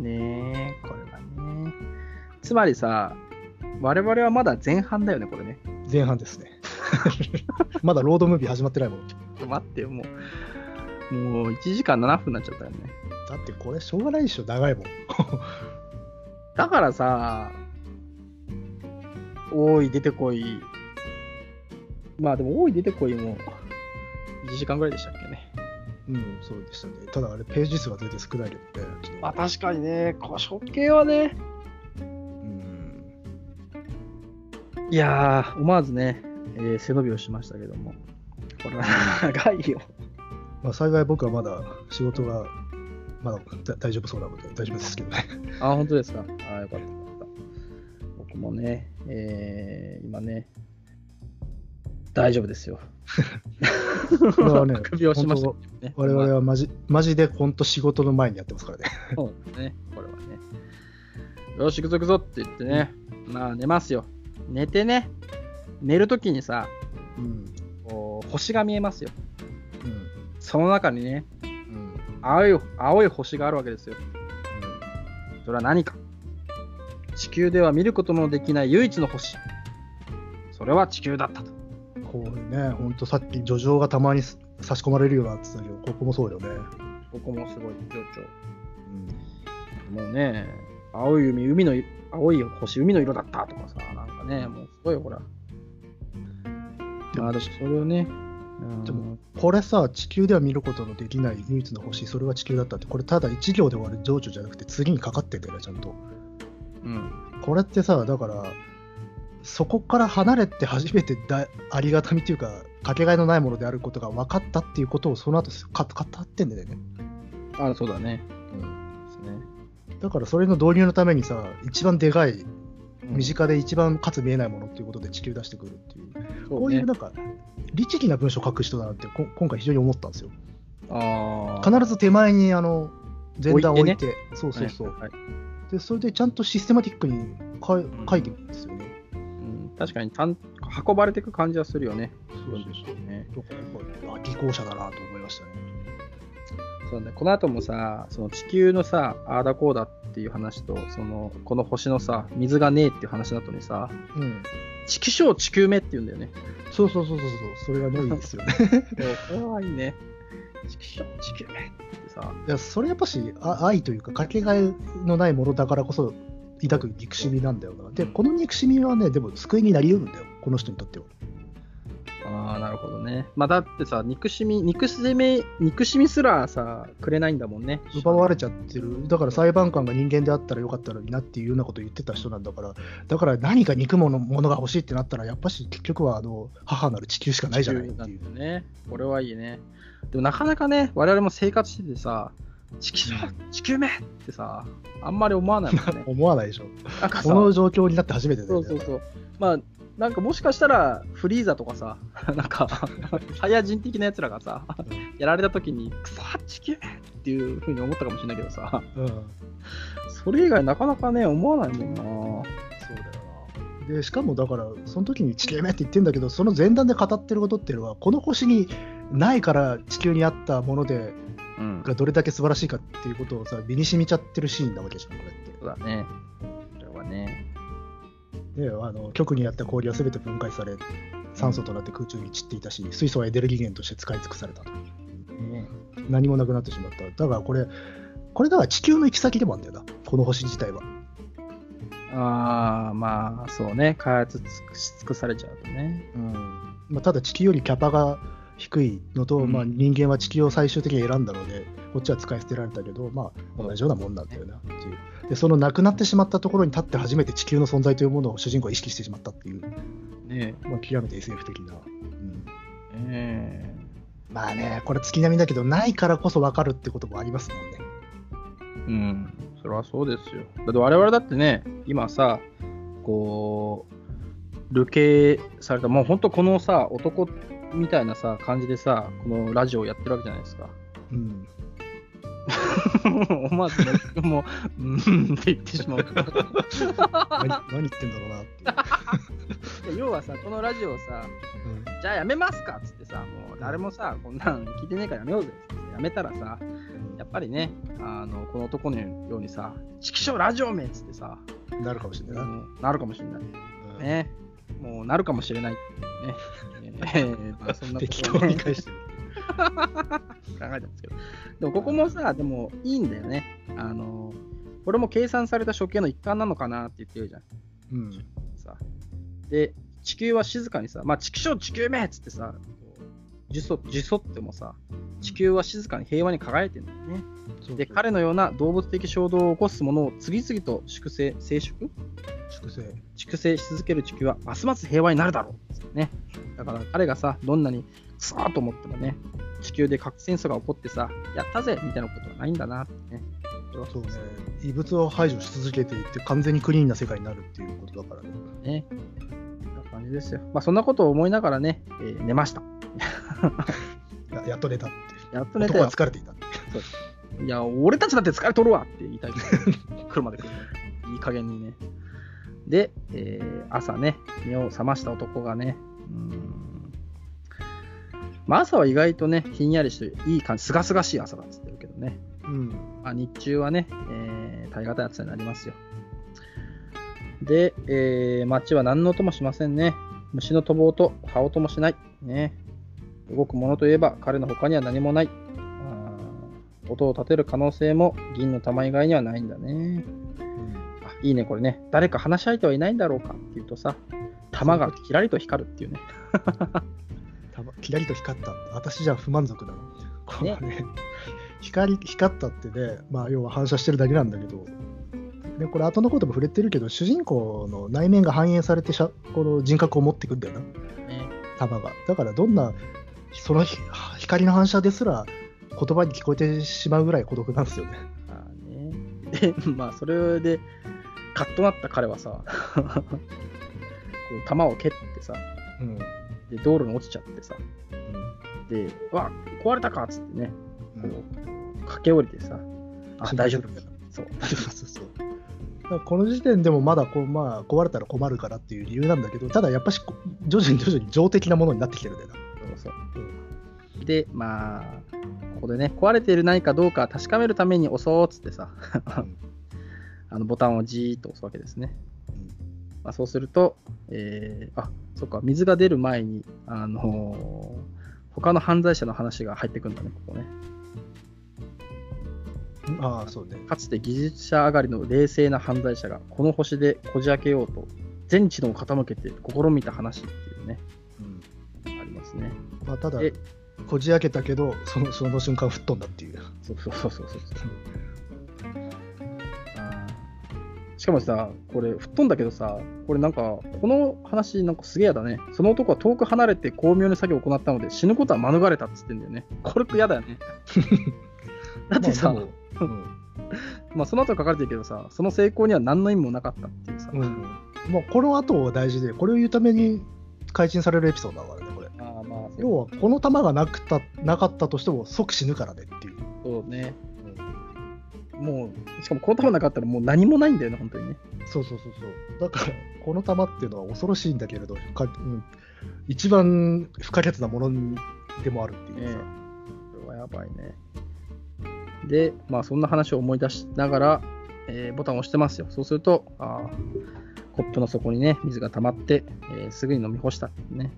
Speaker 1: ねこれはね。つまりさ、我々はまだ前半だよね、これね。
Speaker 2: 前半です *laughs* ねまだロードムービー始まってないもん
Speaker 1: ち
Speaker 2: だ
Speaker 1: ょっと待ってよ、もう、もう1時間7分になっちゃったよね。
Speaker 2: ってこれしょうがないでしょ長いもん
Speaker 1: だからさ、おい、出てこい。まあでも、おい、出てこいも、1時間ぐらいでしたっけね。
Speaker 2: うんそうでしたねただあれページ数が全然少ないけどねちょっと
Speaker 1: まあ確かにね、こ処刑はね、
Speaker 2: うん
Speaker 1: いやー、思わずね、えー背伸びをしましたけども、これは長いよ。
Speaker 2: まあ、幸い僕はまだ仕事がまだだ大丈夫そうなので大丈夫ですけどね
Speaker 1: あ、本当ですか。あーよかった、よかった。僕もね、えー今ね、大丈夫ですよ。
Speaker 2: これはね
Speaker 1: *laughs* 首をしましたけどね。
Speaker 2: 我々
Speaker 1: は。
Speaker 2: はマジマジで本当仕事の前にやってますからね
Speaker 1: そうですね、これはね。よし、行くぞ行くぞって言ってね、まあ寝ますよ。寝てね、寝るときにさ、
Speaker 2: うん
Speaker 1: こう星が見えますよ。
Speaker 2: うん
Speaker 1: その中にね、
Speaker 2: うん
Speaker 1: 青い青い星があるわけですよ。それは何か地球では見ることのできない唯一の星。それは地球だったと。
Speaker 2: こうね本当さっき叙情がたまにす差し込まれるようなって言ってたけどここもそうよね、
Speaker 1: ここもすごい情緒。もうね、青い海、海のい青い星、海の色だったとかさ、なんかね、もうすごいよ、ほら。まあ、私、それをね、うん
Speaker 2: でもこれさ地球では見ることのできない唯一の星それは地球だったってこれただ1行で終わる情緒じゃなくて次にかかってんだよねちゃんと
Speaker 1: うん、
Speaker 2: これってさだからそこから離れて初めてだありがたみというかかけがえのないものであることが分かったっていうことをその後か語ってんだよね、
Speaker 1: あ、そうだね。ですね。
Speaker 2: だからそれの導入のためにさ一番でか
Speaker 1: う
Speaker 2: い
Speaker 1: ん
Speaker 2: 身近で一番かつ見えないものっていうことで地球出してくるっていう、
Speaker 1: そ
Speaker 2: こ
Speaker 1: う
Speaker 2: うい
Speaker 1: ね
Speaker 2: うなんか律儀な文章を書く人だなってこ今回非常に思ったんですよ
Speaker 1: あー
Speaker 2: 必ず手前にあの前段を置いて
Speaker 1: 置
Speaker 2: そうそうそう、
Speaker 1: はいはい
Speaker 2: でそれでちゃんとシステマティックにかい書いてるんですよね。
Speaker 1: うん、確かにたん運ばれていく感じはするよね。
Speaker 2: そうそうそう
Speaker 1: ね
Speaker 2: だからやっぱあ技巧者だなと思いましたね。
Speaker 1: そうね、この後もさ、その地球のさ、ああだこうだっていう話と、そのこの星のさ、水がねえっていう話の後にさ、
Speaker 2: うん、
Speaker 1: 地球小地球目って言うんだよね。
Speaker 2: そうそうそうそうそう、それがね、いいです *laughs* よね。
Speaker 1: これはいいね。地球小地球目ってさ、
Speaker 2: いや、それやっぱしあ愛というか、かけがえのないものだからこそ抱く憎しみなんだよな。で、この憎しみはね、でも救いになりうるんだよ、この人にとっては。
Speaker 1: ああ、なるほどね。まあ、だってさ、憎しみ、憎しみ、憎しみすらさ、くれないんだもんね。
Speaker 2: 奪われちゃってる、だから裁判官が人間であったらよかったのになっていうようなことを言ってた人なんだから、だから何か憎むものものが欲しいってなったら、やっぱし結局はあの母なる地球しかないじゃないっていう。
Speaker 1: んだよね。これはいいね。でもなかなかね、我々も生活しててさ、地球
Speaker 2: う。
Speaker 1: 地球目ってさ、あんまり思わないもんね
Speaker 2: *laughs* 思わないでしょ。
Speaker 1: なんか
Speaker 2: こ
Speaker 1: さ、
Speaker 2: の状況になって初めてだ
Speaker 1: そ
Speaker 2: よ
Speaker 1: う
Speaker 2: ね。
Speaker 1: そうそう。まあ、なんかもしかしたら、フリーザとかさ、 *laughs* なんか、サイヤ人的なやつらがさ
Speaker 2: うん、
Speaker 1: やられた時に、くそ、地球目っていうふうに思ったかもしれないけどさ、
Speaker 2: うん、そう
Speaker 1: それ以外なかなかね、思わないもんな。
Speaker 2: だよな。で、しかもだから、その時に地球めって言ってんだけど、その前段で語ってることっていうのは、この星にないから地球にあったもので
Speaker 1: うん
Speaker 2: がどれだけ素晴らしいかっていうことをさ、身に染みちゃってるシーンなわけじゃん、これって。
Speaker 1: そうだね。これはね。
Speaker 2: であの極にあった氷は全て分解され酸素となって空中に散っていたし水素はエネルギー源として使い尽くされたと
Speaker 1: ね
Speaker 2: 何もなくなってしまっただからこれこれだから地球の行き先でもあるんだよなこの星自体は
Speaker 1: ああ、まあ、そうね。開発し尽くされちゃうとね。
Speaker 2: まあ、ただ地球よりキャパが低いのと、
Speaker 1: うん
Speaker 2: まあ、人間は地球を最終的に選んだのでこっちは使い捨てられたけど、まあ、同じようなもんなんだよなっていうでそのなくなってしまったところに立って初めて地球の存在というものを主人公は意識してしまったっていう、
Speaker 1: ね
Speaker 2: まあ、極めて SF 的な、うん、
Speaker 1: え
Speaker 2: まあね、これ月並みだけど、ないからこそ分かるってこともありますもんね。
Speaker 1: うん。それはそうですよ。だって我々だってね、今さ、こう、流刑された、もう本当このさ、男みたいなさ、感じでさ、このラジオをやってるわけじゃないですか。 *laughs*
Speaker 2: うん、
Speaker 1: 思わずね、もう、うーんって言ってしまう。 *laughs*
Speaker 2: 何何言ってんだろうなっていう。
Speaker 1: いや *laughs* 要はさ、このラジオをさ、
Speaker 2: うん
Speaker 1: じゃあやめますかっつってさ、もう誰もさ、こんなん聞いてねえからやめようぜっつってやめたらさ、やっぱりね、あのこの男のようにさ、色彰ラジオ名っつってさ、
Speaker 2: なるかもしれないな。
Speaker 1: もうなるかもしれない。
Speaker 2: うん
Speaker 1: ね、もうなるかもしれ
Speaker 2: *laughs*
Speaker 1: ないっていうね。えーまあそんなこ
Speaker 2: 適
Speaker 1: と
Speaker 2: 当
Speaker 1: をね
Speaker 2: に返してる。
Speaker 1: 考えたんですけど。でもここもさ、でもいいんだよね。あのこれも計算された処刑の一環なのかなって言ってるじゃん。
Speaker 2: うん、
Speaker 1: さで、地球は静かにさ、まあ、地球上地球めっつってさ、こうじそじそってもさ、地球は静かに平和に輝いてるんだよね。
Speaker 2: そう
Speaker 1: で、彼のような動物的衝動を起こすものを次々と粛清、生殖
Speaker 2: 粛清。
Speaker 1: 粛清し続ける地球はますます平和になるだろう、ね、だから彼がさどんなにクソーと思ってもね地球で核戦争が起こってさやったぜみたいなことはないんだなってね
Speaker 2: そうね。異物を排除し続けていって、完全にクリーンな世界になるっていうことだからね。
Speaker 1: ねそんな感じですよまあそんなことを思いながらね、えー寝ました
Speaker 2: ややっと寝たっていう。
Speaker 1: やっと寝た
Speaker 2: 男は
Speaker 1: よ
Speaker 2: 疲れていた。
Speaker 1: いや俺たちだって疲れとるわって言いたいけど車
Speaker 2: *laughs*
Speaker 1: で来るいい加減にねで、えー朝ね目を覚ました男がねうーんまあ朝は意外とねひんやりしていい感じすがすがしい朝だっつってるけどね
Speaker 2: うん。
Speaker 1: まあ、日中はね、えー、耐え難い暑さになりますよ。で、えー、街は何の音もしませんね。虫の飛ぼうと羽音もしない。ね、動くものといえば彼の他には何もない。あー音を立てる可能性も銀の玉以外にはないんだね。
Speaker 2: うん
Speaker 1: あいいね、これね。誰か話し相手はいないんだろうかっていうとさ、玉がキラリと光るっていうね。
Speaker 2: たまキラリと光った。私じゃ不満足なの。これね、光光ったってね、まあ、要は反射してるだけなんだけど、でこれ後のことも触れてるけど、主人公の内面が反映されてしゃこの人格を持ってくんだよな、
Speaker 1: ね
Speaker 2: 玉が。だからどんな、そのひ光の反射ですら、言葉に聞こえてしまうぐらい孤独なんですよね。
Speaker 1: まあ *laughs* ね。で、まあ、それで、カッとなった彼はさ、こう弾を蹴ってさ、
Speaker 2: うん。
Speaker 1: で、道路に落ちちゃってさ、で、うわ、壊れたかっつってね、 *laughs* こう、駆け下りてさ、あ、大丈夫。そう、
Speaker 2: そうそうそう。まあこの時点でもまだこう、まあ、壊れたら困るからっていう理由なんだけど、ただやっぱしこう徐々に徐々に情的なものになってきてるんだよな。
Speaker 1: そうそう。で、まあ、ここでね、壊れている何かどうか確かめるために押そうっつってさ、あのボタンをじーっと押すわけですね。まあ、そうすると、えーあそっか、水が出る前に、あのー他の犯罪者の話が入ってくんだね、ここね。
Speaker 2: うんああ、そうね。
Speaker 1: かつて技術者上がりの冷静な犯罪者がこの星でこじ開けようと全知能を傾けて試みた話っていうね
Speaker 2: うん
Speaker 1: ありますね
Speaker 2: まあ、ただ
Speaker 1: え、
Speaker 2: こじ開けたけど、そのその瞬間吹っ飛んだっていう。
Speaker 1: そうそうそうそうそうあーしかもさこれ吹っ飛んだけどさこれなんかこの話なんかすげえやだねその男は遠く離れて巧妙な作業を行ったので死ぬことは免れたっつってんだよねこれやだよ
Speaker 2: *laughs*
Speaker 1: ねだってさ、
Speaker 2: まあでも
Speaker 1: まあ、その後書かれてるけどさその成功には何の意味もなかったっていうさ、
Speaker 2: うんうんまあ、この後は大事で、これを言うために改陳されるエピソードだからね、これ。
Speaker 1: あーまあそう
Speaker 2: 要は、この弾がなくたなかったとしても即死ぬからねっていう。
Speaker 1: そうね。もう、しかもこの球なかったらもう何もないんだよね、本当にね。
Speaker 2: そうそうそうそう。だから、この弾っていうのは恐ろしいんだけれど、かうん、一番不可欠なものでもあるっていうさ。
Speaker 1: これはやばいね。で、まあそんな話を思い出しながら、えーボタンを押してますよ。そうすると、あーコップの底にね、水が溜まって、えーすぐに飲み干したっていうね。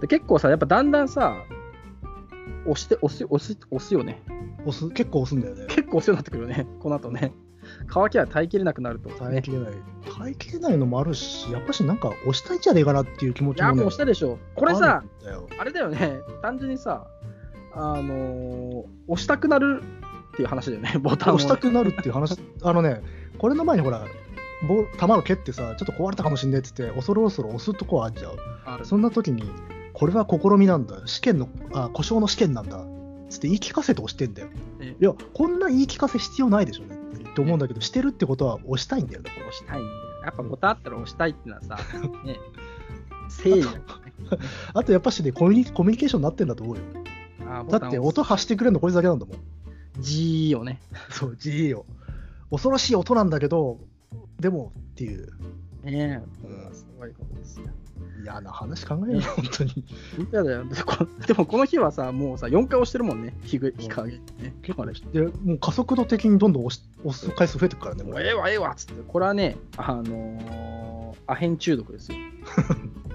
Speaker 1: で、結構さ、やっぱだんだんさ、押して、押す、押す、押すよね。
Speaker 2: うん押す結構押すんだよね。
Speaker 1: 結構押すようになってくるよね、この後ね。乾きは耐えきれなくなると、ね。
Speaker 2: 耐えきれない。耐えきれないのもあるし、やっぱしなんか押したいんじゃねえかなっていう気持
Speaker 1: い
Speaker 2: ちも、
Speaker 1: や、
Speaker 2: ね、
Speaker 1: もう押したでしょ。これさ、
Speaker 2: あるんだよ
Speaker 1: あれだよね、単純にさ、あのー押したくなるっていう話だよね、ボタンを、
Speaker 2: 押
Speaker 1: ね。
Speaker 2: したくなるってい
Speaker 1: *laughs*
Speaker 2: う話、あのね、これの前にほら、ボ弾を蹴ってさ、ちょっと壊れたかもしんねえっつって、恐る恐る押すとこあんじゃん。
Speaker 1: ある
Speaker 2: そんな時に、これは試みなんだ、試験の、あ、故障の試験なんだ、つって言い聞かせて押してんだよ。
Speaker 1: え
Speaker 2: いや、こんな言い聞かせ必要ないでしょねって思うんだけど、してるってことは押したいんだよね。
Speaker 1: 押したいんだよ。やっぱボタンあったら押したいっていうの *laughs* はさ、ね、正義だよね。
Speaker 2: あとやっぱしね、コミュニコミュニケーションになってんだと思うよ。
Speaker 1: あーボ
Speaker 2: だ
Speaker 1: タン
Speaker 2: って
Speaker 1: を
Speaker 2: 音発してくれるのこれだけなんだもん。
Speaker 1: G をね。
Speaker 2: そう、GE よ。恐ろしい音なんだけど、でもっていう、
Speaker 1: ねえ、
Speaker 2: うん
Speaker 1: すごいことですよ。
Speaker 2: 嫌な話考えるよ、本当に。
Speaker 1: 本当だよ。でこ *laughs* でもこの日はさ、もうさ、4回押してるもんね、日ぐ日陰ね。結構
Speaker 2: でもう加速度的にどんどん押し押す回数増えてくからね、も
Speaker 1: も
Speaker 2: う
Speaker 1: うええわええわっつってこれはねあのーアヘン中毒 *laughs* ですよ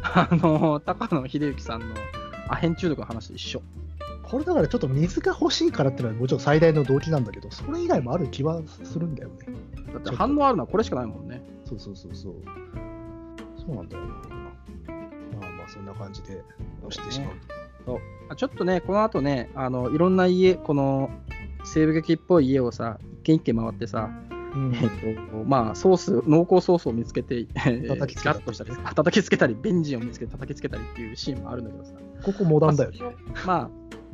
Speaker 1: あのー高野秀幸さんのアヘン中毒の話と一緒
Speaker 2: これだからちょっと水が欲しいからってのはもちろん最大の動機なんだけど、それ以外もある気はするんだよね。
Speaker 1: だって反応あるのはこれしかないもんね
Speaker 2: そうそうそうそう。そうなんだよな。まあまあ、そんな感じで押してしまうと。
Speaker 1: あちょっとねこの後ねあのいろんな家この西部劇っぽい家をさ一軒一軒回ってさ、
Speaker 2: うん
Speaker 1: えっとまあソース濃厚ソースを見つけて
Speaker 2: 叩きつけた
Speaker 1: ガッとしたりあ叩きつけたりベンジンを見つけて叩きつけたりっていうシーンもあるんだけどさ
Speaker 2: ここモダンだよね。
Speaker 1: まあそれをまあ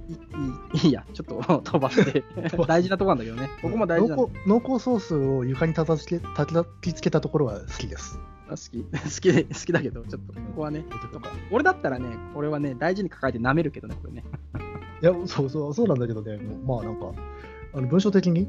Speaker 1: いいいいいやちょっと飛ばして
Speaker 2: ばす
Speaker 1: 大事なとこなんだけどねここも大事なの
Speaker 2: 濃厚濃厚ソースを床に叩き叩きつけたところは好きです。
Speaker 1: 好き好きで好きだけどちょっとここはね
Speaker 2: とか
Speaker 1: 俺だったらねこれはね大事に抱えて舐めるけどねこれね
Speaker 2: いや、そうそう、そうなんだけどね、もうまあなんか、あの文章的に、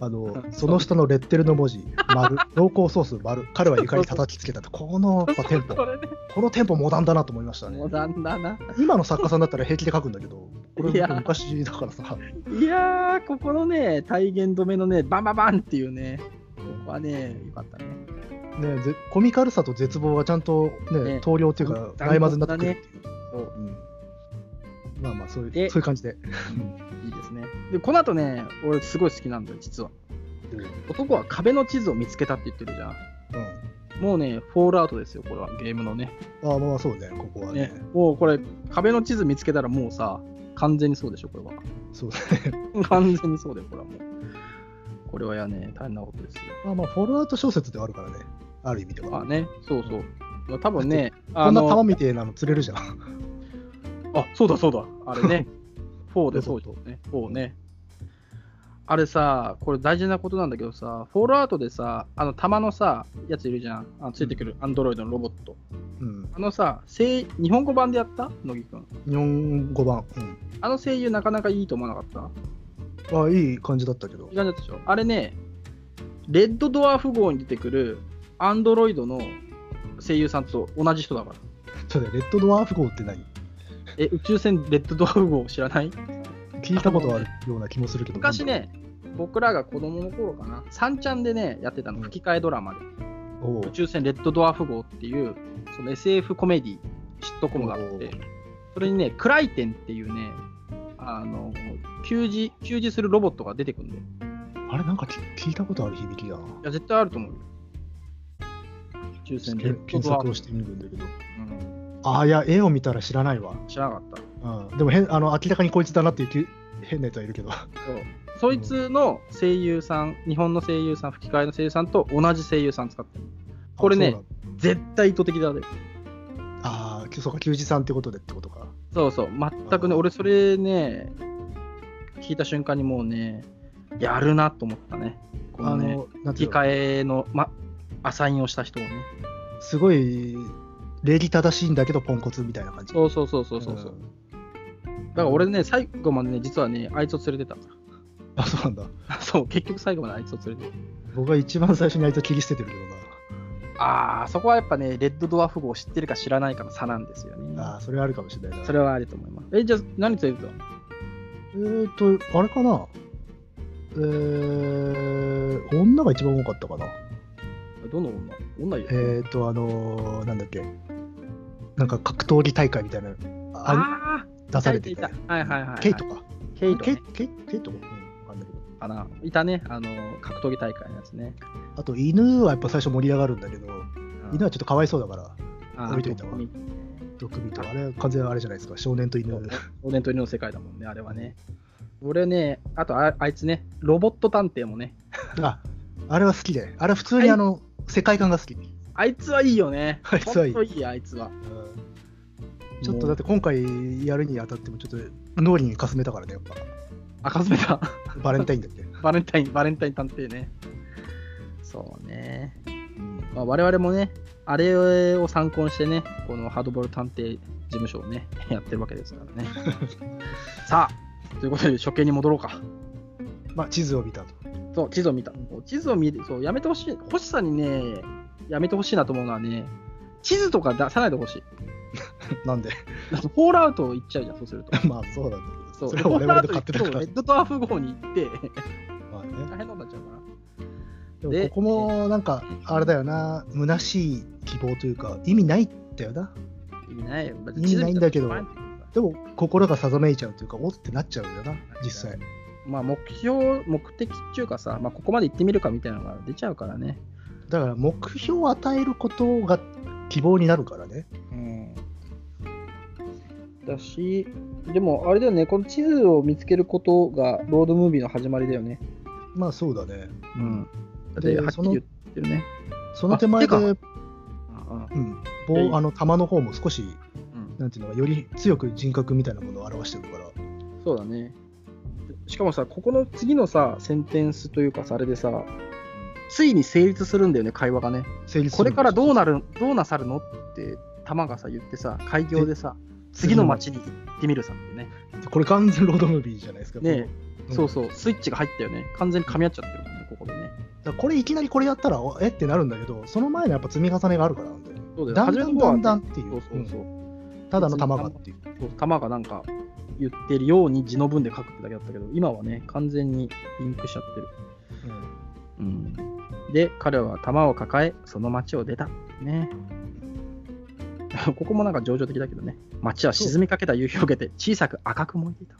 Speaker 2: あ *laughs* の、その下のレッテルの文字、丸、濃厚ソース、丸、彼は床に叩きつけたと、このやっぱテン
Speaker 1: *laughs* こ
Speaker 2: ポ、こ
Speaker 1: れね
Speaker 2: のテンポモダンだなと思いましたね
Speaker 1: モ。ダンだな
Speaker 2: 今の作家さんだったら平気で書くんだけど、こ
Speaker 1: い
Speaker 2: れ
Speaker 1: や
Speaker 2: 昔だからさ、
Speaker 1: いやーここのね体現止めのねバンバンバンっていうねここはねよかったね
Speaker 2: ね、ぜコミカルさと絶望がちゃんと
Speaker 1: ね
Speaker 2: ね、投了っていうか、ないまずになってくるっていう。
Speaker 1: そう
Speaker 2: うんまあまあそういう、
Speaker 1: で
Speaker 2: そういう感じで。
Speaker 1: いいですねでこの後ね俺すごい好きなんだよ実は男は壁の地図を見つけたって言ってるじゃん
Speaker 2: うん
Speaker 1: もうねフォールアウトですよこれはゲームのね
Speaker 2: ああまあそうね、ここはね
Speaker 1: ね。もうこれ壁の地図見つけたらもうさ完全にそうでしょこれは
Speaker 2: そうね。
Speaker 1: 完全にそうだよ、これはもう。これはやね、大変なことですよ。
Speaker 2: まあまあ、フォローアウト小説ではあるからね、ある意味では。
Speaker 1: あね、そうそう。多分ね、
Speaker 2: こ
Speaker 1: あ
Speaker 2: んな玉
Speaker 1: の、
Speaker 2: みてえなの釣れるじゃん。
Speaker 1: あ、そう *laughs* だそうだ、あれね、4でそうそうね、4ね。あれさ、これ大事なことなんだけどさ、フォールアウトでさ、あの弾のさ、やついるじゃん、あのついてくるアンドロイドのロボット。
Speaker 2: うん、
Speaker 1: あのさ、声日本語版でやった乃木くん。
Speaker 2: 日本語版、
Speaker 1: あの声優なかなかいいと思わなかった
Speaker 2: うん、あいい感じだったけど
Speaker 1: いい感じだったでしょあれね、レッドドワーフ号に出てくるアンドロイドの声優さんと同じ人だから。
Speaker 2: ちょっとレッドドワーフ号って何
Speaker 1: え、宇宙船レッドドワーフ号知らない
Speaker 2: 聞いたことあるような気もするけど。
Speaker 1: 昔ね、僕らが子供の頃かな、三ちゃんでね、やってたの、吹き替えドラマで、
Speaker 2: なんだろう。おう
Speaker 1: 宇宙船レッドドワーフ号っていう、その SF コメディ、シットコムがあって、それにね、クライテンっていうね、あの、給仕、給仕するロボットが出てくるんで、い
Speaker 2: あれ、なんかき聞いたことある響きだな。
Speaker 1: や、絶対あると思うよ。宇宙船レッ
Speaker 2: 検
Speaker 1: ド
Speaker 2: 検
Speaker 1: ドワー
Speaker 2: 索
Speaker 1: フ
Speaker 2: をしてみるんだけど。
Speaker 1: 号。うん
Speaker 2: ああ、いや、絵を見たら知らないわ。
Speaker 1: 知らなかった。
Speaker 2: うん、でも変あの、明らかにこいつだなっていうき変なやつはいるけど。
Speaker 1: そうそいつの声優さん、日本の声優さん、吹き替えの声優さんと同じ声優さん使ってる。 *laughs* これね絶対意図的だね。
Speaker 2: あそうなんだあー、そうか、球児さんってことでってことか。
Speaker 1: そうそう、全くね、
Speaker 2: あー
Speaker 1: 俺それね、聞いた瞬間にもうね、やるなと思ったね。このね、、
Speaker 2: なんて
Speaker 1: 吹
Speaker 2: いう
Speaker 1: き
Speaker 2: の
Speaker 1: 替えの、ま、アサインをした人をね。
Speaker 2: すごい礼儀正しいんだけど、ポンコツみたいな感じ。
Speaker 1: そうそうそうそうそう。うだから俺ね、最後までね、実はね、あいつを連れてたか *laughs*
Speaker 2: うんあ、そうなんだ。
Speaker 1: ら。そう、結局最後まであいつを連れてた。
Speaker 2: 僕は一番最初にあいつを切り捨ててるけど
Speaker 1: あー、そこはやっぱね、レッドドワーフ号を知ってるか知らないかの差なんですよね。
Speaker 2: な。あーそれあるかもしれないな。
Speaker 1: それはあると思います。え、じゃあ何連れてたの
Speaker 2: えーと、あれかな。えー、女が一番多かったかな。
Speaker 1: どの女女よ。
Speaker 2: えーと、あのーなんだっけ。なんか格闘技大会みたいなのあ
Speaker 1: ああ
Speaker 2: 出されて
Speaker 1: い
Speaker 2: て
Speaker 1: た。いた。はいはいはい、はい。
Speaker 2: ケイト。か。
Speaker 1: ケイト、
Speaker 2: ケイ
Speaker 1: ね、
Speaker 2: ケイケイトも、うん、わかんないけど。
Speaker 1: かな。いたね。あの、格闘技大会のやつね。
Speaker 2: あと、犬はやっぱ最初盛り上がるんだけど、
Speaker 1: うん
Speaker 2: 犬はちょっとかわいそうだから、
Speaker 1: あー
Speaker 2: 置いといたわ毒味と、あれ、完全にあれじゃないですか、少年と犬。
Speaker 1: 少年と犬の世界だもんね、あれはね。俺ね、あとああいつね、ロボット探偵もね。
Speaker 2: あ、あれは好きで、あれは普通にあの、世界観が好き。
Speaker 1: あいつはいいよね。
Speaker 2: あいつはいい
Speaker 1: ほんといい、あいつは。
Speaker 2: ちょっとだって今回やるにあたっても、ちょっと脳裏にかすめたからね、やっぱ。
Speaker 1: あ、かすめた。
Speaker 2: バレンタインだっけ。
Speaker 1: バレンタイン、バレンタイン探偵ね。そうね。
Speaker 2: うん
Speaker 1: まあ、我々もね、あれを参考にしてね、このハードボール探偵事務所をね、やってるわけですからね。さあ、ということで、初見に戻ろうか。
Speaker 2: まあ、地図を見た
Speaker 1: *laughs*
Speaker 2: と。
Speaker 1: そう、地図を見た。地図を見る、そう、やめてほしい。星さんにね、やめてほしいなと思うのはね、地図とか出さないでほしい。 *laughs*
Speaker 2: なんで、
Speaker 1: だってフォールアウト行っちゃうじゃん、そうすると。
Speaker 2: まあそうなんだけ
Speaker 1: そ、
Speaker 2: ど、*laughs* そうれは我々の勝手だ
Speaker 1: フォ
Speaker 2: か
Speaker 1: ールアウト行くと
Speaker 2: ら
Speaker 1: レ。ッドドワーフ号に行って、
Speaker 2: まあね
Speaker 1: 大変なことになっちゃうから。
Speaker 2: でも
Speaker 1: で
Speaker 2: ここもなんか、あれだよな、虚しい希望というか、意味ないんだよな。
Speaker 1: 意味ないよ。だって
Speaker 2: 意味ないんだけど
Speaker 1: 地図見たら
Speaker 2: でも、心が定めいちゃうというか、おってなっちゃうんだよな、実際。
Speaker 1: まあ、目標、目的っていうかさ、まあ、ここまで行ってみるかみたいなのが出ちゃうからね。
Speaker 2: だから、目標を与えることが希望になるからね。
Speaker 1: うんだし、でもあれだよね、この地図を見つけることがロードムービーの始まりだよね。
Speaker 2: まあそうだね。
Speaker 1: うん。だって
Speaker 2: で
Speaker 1: はっきり言ってるね。
Speaker 2: その手前で、
Speaker 1: あて
Speaker 2: う
Speaker 1: うん
Speaker 2: ん、
Speaker 1: で
Speaker 2: 棒あの弾の方も少し、
Speaker 1: うん
Speaker 2: なんていうのか、より強く人格みたいなものを表してるから。
Speaker 1: そうだね。しかもさ、ここの次のさ、センテンスというかさ、あれでさ、ついに成立するんだよね、会話がね。
Speaker 2: 成立す
Speaker 1: こ
Speaker 2: る
Speaker 1: れからどうなる、どうなさるのって、玉がさ、言ってさ、開業でさ、次の街に行ってみるさってね。
Speaker 2: これ完全ロードムービーじゃないですか。
Speaker 1: ね
Speaker 2: この
Speaker 1: そうそう、スイッチが入ったよね。完全に噛み合っちゃってるもんね、ここでね。
Speaker 2: だからこれいきなりこれやったらおえってなるんだけどその前のやっぱ積み重ねがあるからなんだよね
Speaker 1: そうだよ
Speaker 2: だん
Speaker 1: 初
Speaker 2: だ
Speaker 1: め
Speaker 2: ん
Speaker 1: の方
Speaker 2: だ
Speaker 1: は
Speaker 2: ん
Speaker 1: ね
Speaker 2: だんっていう
Speaker 1: そうそうそう。
Speaker 2: うんただの玉がっていう
Speaker 1: そう玉がなんか言ってるように字の文で書くってだけだったけど今はね完全にリンクしちゃってる、で彼は玉を抱えその町を出たね *laughs* ここもなんか情緒的だけどね町は沈みかけた夕日を受けて小さく赤く燃えていた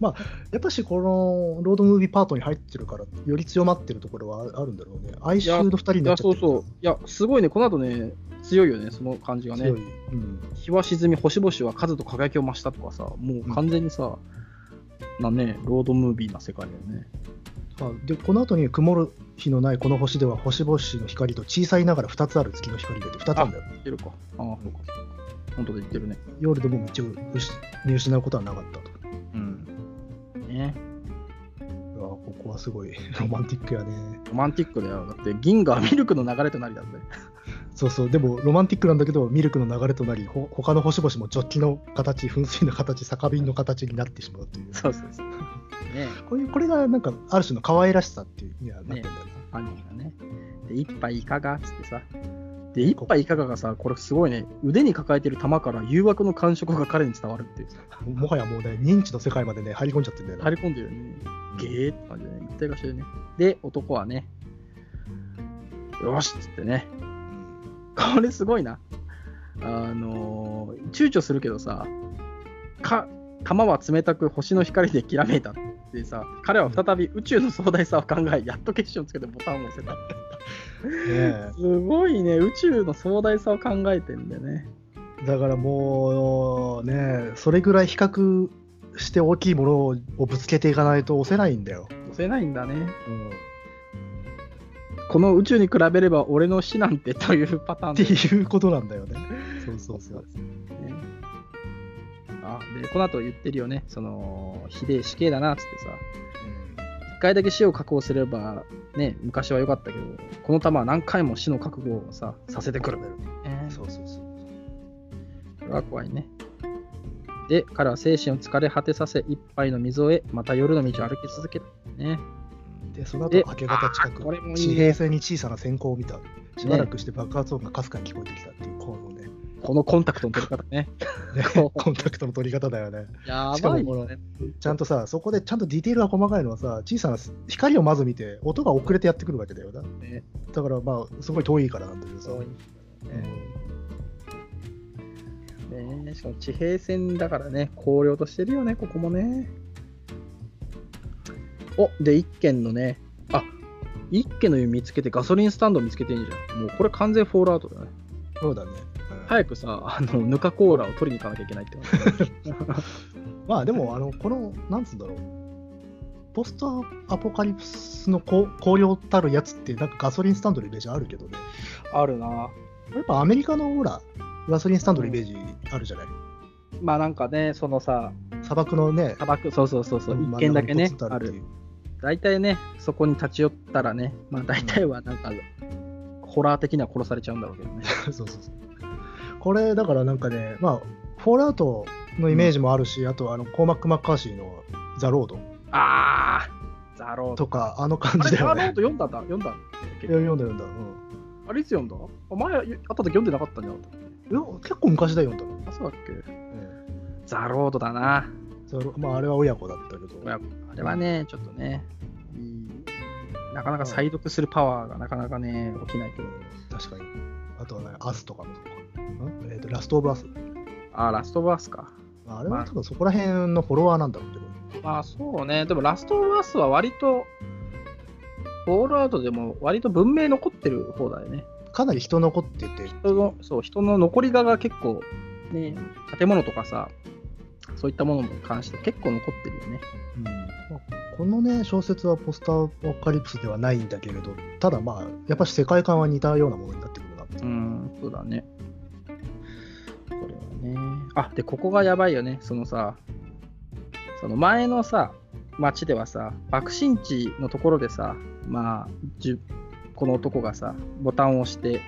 Speaker 2: やっぱしこのロードムービーパートに入ってるからより強まってるところはあるんだろうね哀愁の2人に
Speaker 1: い
Speaker 2: なっ
Speaker 1: や
Speaker 2: ちゃ
Speaker 1: そ
Speaker 2: っ
Speaker 1: う
Speaker 2: てる
Speaker 1: そういやすごいねこの後ね強いよねその感じがね
Speaker 2: 強い、うん、
Speaker 1: 日は沈み星々は数と輝きを増したとかさもう完全にさ、なねロードムービーな世界だよね
Speaker 2: あでこの後に曇る日のないこの星では星々の光と小さいながら2つある月の光でって2つあるんだよ
Speaker 1: 言ってるかああそうか本当で言ってるね
Speaker 2: 夜でも道を失見失うことはなかったと
Speaker 1: うん。ね、
Speaker 2: いやここはすごい *laughs* ロマンティックやね
Speaker 1: ロマンティックだよ。だって銀河はミルクの流れとなりだぜ。
Speaker 2: そうそう、でもロマンティックなんだけど、ミルクの流れとなり、ほ他の星々もジョッキの形、噴水の形、酒瓶の形になってしまうという、
Speaker 1: そうそうそう。ね
Speaker 2: こういうこれがなんか、ある種の可愛らしさっていうにはなってんだよな。
Speaker 1: 兄貴がね。で、一杯いかがっつってさ。で、一杯いかががさ、これすごいね、腕に抱えてる玉から誘惑の感触が彼に伝わるっていうさ、
Speaker 2: もはやもうね、認知の世界までね、入り込んじゃってんだよ
Speaker 1: 張
Speaker 2: ね。
Speaker 1: り込んでるよね。ゲーって感じでね、一体化してるね。で、男はね、よしっつってね、これすごいな。あのー躊躇するけどさ、か、玉は冷たく星の光できらめいたってさ、彼は再び宇宙の壮大さを考え、やっと決心をつけてボタンを押せた。
Speaker 2: ね
Speaker 1: すごいね、宇宙の壮大さを考えてんだよね。
Speaker 2: えだからもう、ねえそれぐらい比較して大きいものをぶつけていかないと押せないんだよ。
Speaker 1: 押せないんだね。
Speaker 2: うん
Speaker 1: この宇宙に比べれば俺の死なんてというパターン
Speaker 2: *laughs* って
Speaker 1: で
Speaker 2: いうことなんだよね。そうそうそう。
Speaker 1: ねあでこの後言ってるよね、そのひでえ死刑だなっつってさ、一回だけ死を覚悟すれば、ね、昔は良かったけど、この玉は何回も死の覚悟をささせてくる。
Speaker 2: うんそうそうそう。
Speaker 1: これは怖いね。で、彼は精神を疲れ果てさせ、一杯の溝へ、また夜の道を歩き続けたね。
Speaker 2: で、その後
Speaker 1: で
Speaker 2: 明け方近
Speaker 1: あーこれもいいね
Speaker 2: く、地平線に小さな閃光を見た。しばらくして爆発音がかすかに聞こえてきたっていう、この
Speaker 1: *laughs*
Speaker 2: ね、ね
Speaker 1: このコンタクトの取り方ね。そう
Speaker 2: コンタクトの取り方だよね。
Speaker 1: や
Speaker 2: しか
Speaker 1: ばい
Speaker 2: もこ
Speaker 1: よ
Speaker 2: の
Speaker 1: ね。
Speaker 2: ちゃんとさ、そこでちゃんとディテールが細かいのはさ、小さな光をまず見て、音が遅れてやってくるわけだよな。
Speaker 1: ね
Speaker 2: だからまあ、すごい遠いからなんだけどさ。
Speaker 1: そう
Speaker 2: うん
Speaker 1: ねえ、しかも地平線だからね、荒涼としてるよね、ここもね。おで、一軒のね、あ一軒の湯見つけて、ガソリンスタンド見つけていいんじゃん。もうこれ完全フォールアウトだね。
Speaker 2: そうだね。うん
Speaker 1: 早くさ、あの、ぬかコーラを取りに行かなきゃいけないってことだね
Speaker 2: まあでも、あの、この、なんつうんだろう。ポストアポカリプスのこう荒涼たるやつって、なんかガソリンスタンドのイメージあるけどね。
Speaker 1: *laughs* あるな。
Speaker 2: やっぱアメリカのほら、ガソリンスタンドのイメージあるじゃない。
Speaker 1: まあなんかね、そのさ、
Speaker 2: 砂漠のね、
Speaker 1: 砂漠、そうそうそう、そう
Speaker 2: 真
Speaker 1: 一
Speaker 2: ん中
Speaker 1: 軒だけね
Speaker 2: に、ポツンと
Speaker 1: あ
Speaker 2: ってい
Speaker 1: る。
Speaker 2: う
Speaker 1: 大体ね、そこに立ち寄ったらね、まあ大体はなんか、ホラー的には殺されちゃうんだろうけどね。
Speaker 2: *laughs* そうそうそう。これ、だからなんかね、まあ、フォールアウトのイメージもあるし、あと、あの、コーマック・マッカーシーのザ・ロード
Speaker 1: あー、ザロー
Speaker 2: とか、あの感
Speaker 1: あ
Speaker 2: じ
Speaker 1: れ、
Speaker 2: だ
Speaker 1: ザ
Speaker 2: よ
Speaker 1: ロー
Speaker 2: ね
Speaker 1: ド。読んだんだ読んだんだっけ
Speaker 2: いや読んだ読んだ。うん
Speaker 1: あれいつ読んだあ前あった時読んでなかったんじゃなかっ
Speaker 2: いや、結構昔だよ、読んだの。
Speaker 1: たあ、そうだっけザロードだな。
Speaker 2: ザロまあ、あれは親子だったけど。
Speaker 1: 親子あれはね、ちょっとね、いいなかなか再読するパワーがなかなかね、起きないけど。
Speaker 2: 確かに。あとはね、アスとかもそうか。んえっと、ラスト・オブ・アス。
Speaker 1: あー、ラストバースか。
Speaker 2: あれは多分そこら辺のフォロワーなんだろうけど。
Speaker 1: まあそうね、でもラストバースは割と、ボールアウトでも割と文明残ってる方だよね。
Speaker 2: かなり人残ってて、
Speaker 1: 人のそう人の残り香が結構、ね、建物とかさ、そういったものに関して結構残ってるよね。
Speaker 2: うんまあこのね小説はポスターアポカリプスではないんだけれどただまあやっぱり世界観は似たようなものになってくるなって、
Speaker 1: うん、そうだね。これはね。あ、で、ここがやばいよね。そのさ、その前のさ、町ではさ、爆心地のところでさ、まあ、じゅこの男がさ、ボタンを押して、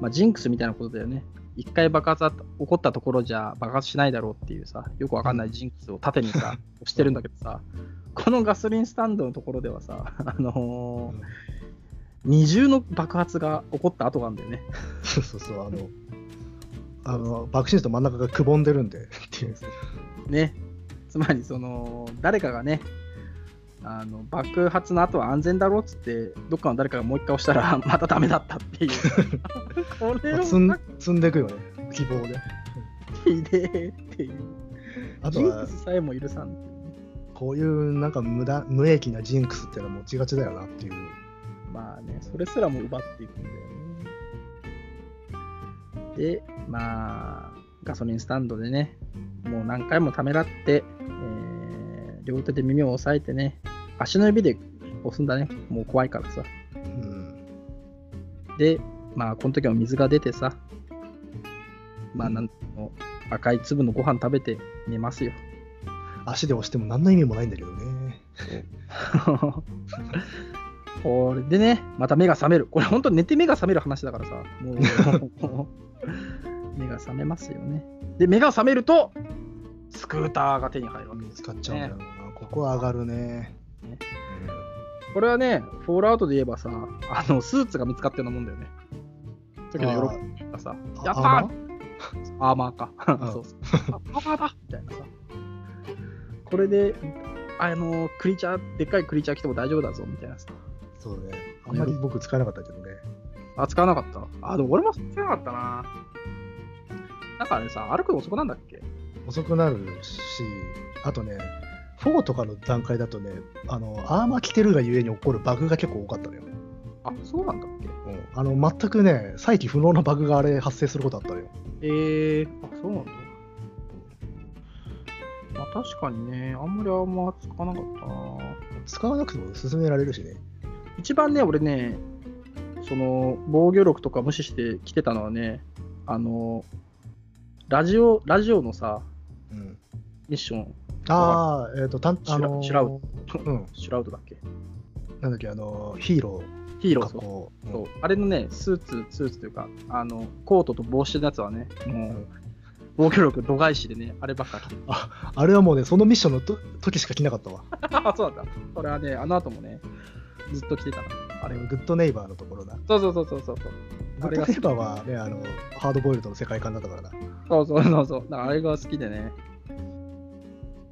Speaker 1: まあ、ジンクスみたいなことだよね。一回爆発あった起こったところじゃ爆発しないだろうっていうさ、よくわかんないジンクスを縦にさ、押してるんだけどさ、このガソリンスタンドのところではさ、あのー二重の爆発が起こった跡があるんだよね。
Speaker 2: *laughs* そうそうそうあのあの爆心地と真ん中がくぼんでるんでっていう
Speaker 1: ね、つまりその誰かがねあの爆発の後は安全だろうっつってどっかの誰かがもう一回押した *laughs* らまたダメだったっていう *laughs* これ
Speaker 2: まあ
Speaker 1: を
Speaker 2: 積ん積んでいくよね希望で
Speaker 1: ひでえっていう
Speaker 2: あ
Speaker 1: ジ
Speaker 2: と
Speaker 1: ン
Speaker 2: は
Speaker 1: クスさえも許さんっていうね
Speaker 2: こういうなんか無駄無益なジンクスっていうのは持ちがちだよなっていう
Speaker 1: まあねそれすらも奪っていくんだよねでまあガソリンスタンドでねもう何回もためらって、えー両手で耳を押さえてね足の指で押すんだねもう怖いからさ
Speaker 2: うん
Speaker 1: で、まあ、この時も水が出てさ、まあ、なんの赤い粒のご飯食べて寝ますよ。 *laughs*
Speaker 2: 足で押しても何の意味もないんだけどね
Speaker 1: これでね、また目が覚める。これ、本当寝て目が覚める話だからさ、もう、目が覚めますよね。で、目が覚めると、スクーターが手に入るわけ
Speaker 2: 見つかっちゃうんだよな、ここは上がるね
Speaker 1: ね
Speaker 2: うん
Speaker 1: これはね、フォールアウトで言えばさ、あの、スーツが見つかったようなもんだよね。だけど、ヨーロッパがさ、やったーアーマーか。
Speaker 2: ん
Speaker 1: *laughs* そうそう。あアーマーだみたいなさ。これで、あの、クリーチャー、でっかいクリーチャー来ても大丈夫だぞ、みたいなさ。
Speaker 2: そうね。あんまり僕使えなかったけどね。
Speaker 1: あ、使わなかった。あ、でも俺も使わなかったな。なんかあれさ、歩くの遅くなんだっけ
Speaker 2: 遅くなるし、あとね、4とかの段階だとね、あの、アーマー着てるがゆえに起こるバグが結構多かったのよ。
Speaker 1: あ、そうなんだっけ
Speaker 2: うんあの、全くね、再起不能なバグがあれ発生することあったのよ。
Speaker 1: えー、あ、そうなんだ。まあ確かにね、あんまりあんま使わなかったな。
Speaker 2: 使わなくても進められるしね。
Speaker 1: 一番ね、俺ね、その防御力とか無視して来てたのはね、あの、ラジオ、ラジオのさ、
Speaker 2: うん。
Speaker 1: ミッション、
Speaker 2: ああ、えっ、と、たん、
Speaker 1: シュラ
Speaker 2: あのー
Speaker 1: シュラウ
Speaker 2: うん。
Speaker 1: シュラウドだっけ
Speaker 2: なんだっけ、あのー、ヒーロー
Speaker 1: ヒーロー
Speaker 2: 格
Speaker 1: そう
Speaker 2: 好。
Speaker 1: そうあれのね、スーツ、スーツというか、あの、コートと帽子のやつはね、もう、防御力度外視でね、あればっか着てる。
Speaker 2: ああれはもうね、そのミッションのと時しか着なかったわ。
Speaker 1: あ、そうだった。これはね、あの後もね、ずっと着てたな。あ
Speaker 2: あ
Speaker 1: れ
Speaker 2: れ、。グッドネイバーのところな。
Speaker 1: そうそうそうそうそう。
Speaker 2: グ
Speaker 1: あ
Speaker 2: ッ
Speaker 1: れ
Speaker 2: ド
Speaker 1: が
Speaker 2: ネイバーはね、あの、ハードボイルドの世界観だったからな。
Speaker 1: そうそうそうそう。だからあれが好きでね。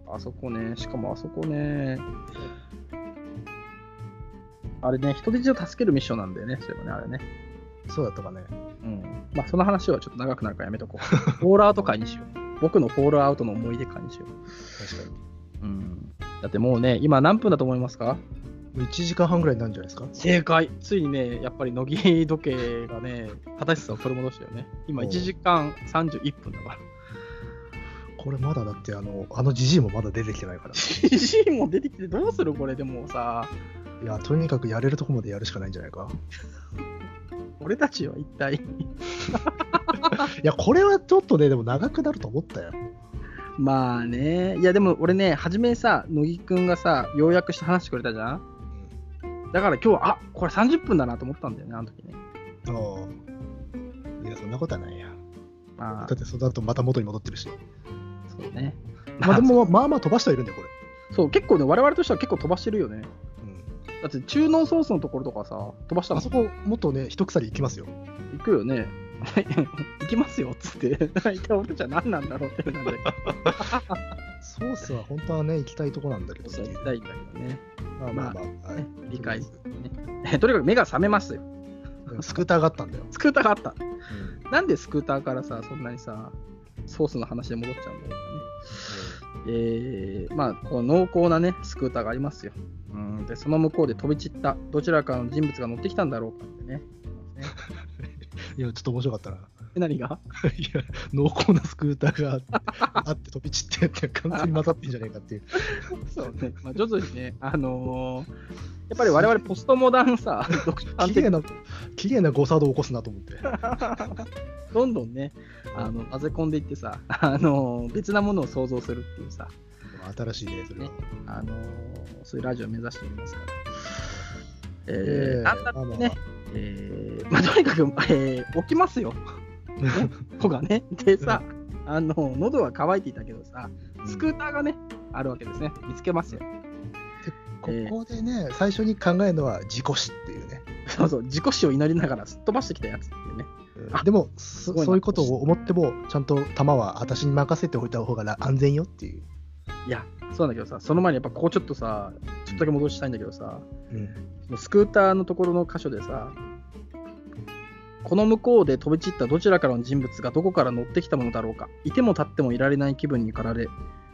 Speaker 1: あそこね、しかもあそこね。あれね、人質を助けるミッションなんだよね、そういえばね、あれね。
Speaker 2: そうだったかね。
Speaker 1: うん。まあ、その話はちょっと長くなるからやめとこう。フォールアウト会にしよう。僕のフォールアウトの思い出会にしよ
Speaker 2: 確かに。
Speaker 1: う。うん。だってもうね、今何分だと思いますか
Speaker 2: もう1時間半ぐらいになるんじゃないですか
Speaker 1: 正解ついにね、やっぱり乃木時計がね、正しさを取り戻したよね。今1時間31分だ *laughs* から。
Speaker 2: これまだだってあの、あのじじいもまだ出てきてないから。
Speaker 1: じじいも出てきてどうするこれでもさ。
Speaker 2: いや、とにかくやれるとこまでやるしかないんじゃないか。
Speaker 1: 俺たちは一体
Speaker 2: いや、これはちょっとね、でも長くなると思ったよ。
Speaker 1: まあねいやでも俺ね初めさ乃木くんがさようやくして話してくれたじゃんだから今日あこれ30分だなと思ったんだよねあの時ね
Speaker 2: うん。いや、そんなことはないや。だ
Speaker 1: まあ
Speaker 2: って、その後また元に戻ってるし。
Speaker 1: そうね
Speaker 2: まあ、でも、まあまあ飛ばしてはいるんだよ、これ。
Speaker 1: そう結構ね我々としては結構飛ばしてるよね
Speaker 2: うん。
Speaker 1: だって中濃ソースのところとかさ飛ばした
Speaker 2: あ
Speaker 1: の
Speaker 2: そこ、もっとね、一鎖いきますよ。
Speaker 1: 行くよね *laughs* 行きますよっつって一体俺たちは何なんだろうって
Speaker 2: *laughs*
Speaker 1: なんだけど
Speaker 2: ソースは本当はね、行きたいとこなんだけどっ
Speaker 1: そ
Speaker 2: て
Speaker 1: う
Speaker 2: い
Speaker 1: 行き
Speaker 2: う
Speaker 1: たいんだけどね
Speaker 2: まあまあまあ、はい
Speaker 1: ね理解すねとにかく目が覚めますよ
Speaker 2: うんスクーターがあったんだよ。
Speaker 1: スクーターがあったなんでスクーターからさ、そんなにさ、ソースの話で戻っちゃうんだろうかね。えー、まあ、こう濃厚なね、スクーターがありますよ。うん、で、その向こうで飛び散った、どちらかの人物が乗ってきたんだろうかってね。ね
Speaker 2: いや、ちょっと面白かったな。 *laughs*
Speaker 1: え何が
Speaker 2: いや、濃厚なスクーターがあって *laughs* あって飛び散ってって完全に混ざってんじゃねえかっていう。
Speaker 1: そうね、まあ、徐々にね、あのーやっぱり我々ポストモダンさ、独断
Speaker 2: 綺麗
Speaker 1: 的
Speaker 2: な、綺麗な誤作動を起こすなと思って。
Speaker 1: どんどんね、あの、混ぜ込んでいってさ、あのー別なものを想像するっていうさ、
Speaker 2: 新しいね、それは。
Speaker 1: あのーそういうラジオを目指しておりますから。えー、
Speaker 2: えま
Speaker 1: な
Speaker 2: あ
Speaker 1: ん
Speaker 2: ま
Speaker 1: だ
Speaker 2: あ
Speaker 1: ってね、えーまあ、とにかく、えー起きますよ、 *laughs* 子がね。でさ、あの喉は渇いていたけどさ、スクーターがね、あるわけですね。見つけますよ。
Speaker 2: うんここでね、最初に考えるのは自己死っていうね。
Speaker 1: そうそう、自己死を祈りながらすっ飛ばしてきたやつっていうね。
Speaker 2: うん
Speaker 1: あ
Speaker 2: でもそ、
Speaker 1: ごいな
Speaker 2: そういうことを思っても、ちゃんと弾は私に任せておいた方がな安全よっていう。
Speaker 1: いや、そうなんだけどさ、その前にやっぱここちょっとさ、ちょっとだけ戻したいんだけどさ、
Speaker 2: うん
Speaker 1: そのスクーターのところの箇所でさ、この向こうで飛び散ったどちらからの人物がどこから乗ってきたものだろうか、いても立ってもいられない気分に駆られ、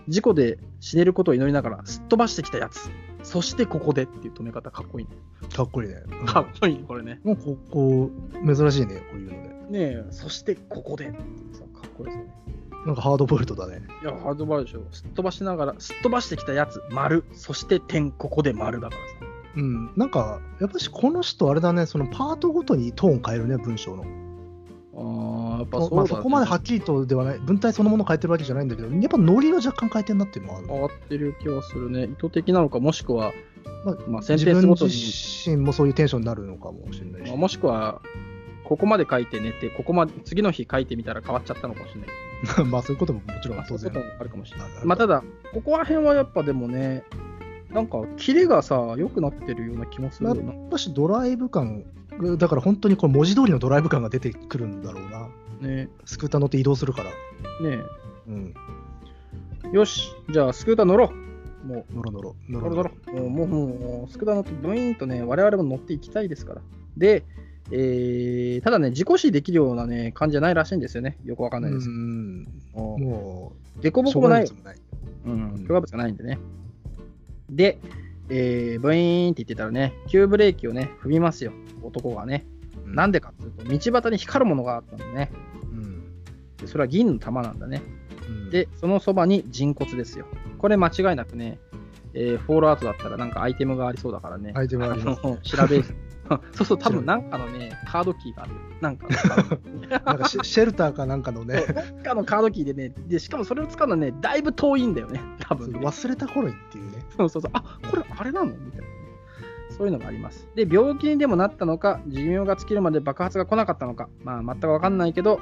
Speaker 1: 事故で死ねることを祈りながらすっ飛ばしてきたやつ、そしてここでっていう止め方、かっこいいね。
Speaker 2: かっこいいね。うん
Speaker 1: かっこいいね、これね。
Speaker 2: もうここ珍しいね、こういうのね。
Speaker 1: ねえ、そしてここでっていうさ、かっこいいですよね。
Speaker 2: なんかハードボイルドだね。
Speaker 1: いや、ハードバーでしょ。すっ飛ばしながら、すっ飛ばしてきたやつ、丸、そして点、ここで丸だからさ。
Speaker 2: うん、なんか、やっぱしこの人、あれだね、そのパートごとにトーン変えるね、文章の。
Speaker 1: ああ、やっぱそ
Speaker 2: そ
Speaker 1: うだ、ね。
Speaker 2: まあ、そこまではっきりとではない、文体そのもの変えてるわけじゃないんだけど、やっぱノリを若干変えてるなっていうのはある。
Speaker 1: 変わってる気はするね。意図的なのか、もしくは、
Speaker 2: まあ
Speaker 1: まあ、セン
Speaker 2: 自
Speaker 1: テン
Speaker 2: 分
Speaker 1: スごと
Speaker 2: 自
Speaker 1: に、
Speaker 2: 身もそういうテンションになるのかもしれない
Speaker 1: ま
Speaker 2: し
Speaker 1: あ、もしくは、ここまで書いて寝て、ここまで、次の日書いてみたら変わっちゃったのかもしれない。
Speaker 2: *laughs* まあそういうことももちろ
Speaker 1: ま
Speaker 2: ん
Speaker 1: あ、そう
Speaker 2: 当
Speaker 1: いうこ
Speaker 2: 然
Speaker 1: ともあるかもしれない。
Speaker 2: ある
Speaker 1: まあ、ただ、ここら辺はやっぱでもね、なんか、キレがさ、良くなってるような気もするよな。
Speaker 2: やっぱしドライブ感、だから本当にこれ文字通りのドライブ感が出てくるんだろうな。
Speaker 1: ね
Speaker 2: スクーター乗って移動するから。
Speaker 1: ね
Speaker 2: うん。
Speaker 1: よし、じゃあ、スクーター乗ろう。もう、
Speaker 2: ノロノロ。ノ
Speaker 1: ドロドロ。もう、もう、もうスクーター乗って、ブイーンとね、我々も乗っていきたいですから。で、えー、ただね、自己死できるようなね、感じじゃないらしいんですよね。よくわかん
Speaker 2: う
Speaker 1: ないです。
Speaker 2: ん。
Speaker 1: もう
Speaker 2: も
Speaker 1: 凸
Speaker 2: う、
Speaker 1: 凹もない
Speaker 2: 障害。物もない。
Speaker 1: うん、強化物がないんでね。で、えー、ブイーンって言ってたらね、急ブレーキをね、踏みますよ、男がね。なん
Speaker 2: で、
Speaker 1: でかっていうと、道端に光るものがあったんでね。
Speaker 2: うん
Speaker 1: でそれは銀の玉なんだね。
Speaker 2: うん
Speaker 1: で、そのそばに人骨ですよ。これ間違いなくね、えーフォールアウトだったらなんかアイテムがありそうだからね。
Speaker 2: アイテムあります
Speaker 1: あの調べ、 *laughs* そうそう、多分なんかのね、カードキーがある。なん
Speaker 2: *laughs*
Speaker 1: かの、
Speaker 2: なん
Speaker 1: *laughs*
Speaker 2: かシェシェルターかなんかのね、
Speaker 1: なんかのカードキーでね、で、しかもそれを使うのはね、だいぶ遠いんだよね、多分、ね。
Speaker 2: 忘れた頃にっていうね。
Speaker 1: そうそうそう、あこれあれなのみたいなね。そういうのがあります。で、病気にでもなったのか、寿命が尽きるまで爆発が来なかったのか、まあ、全く分かんないけど、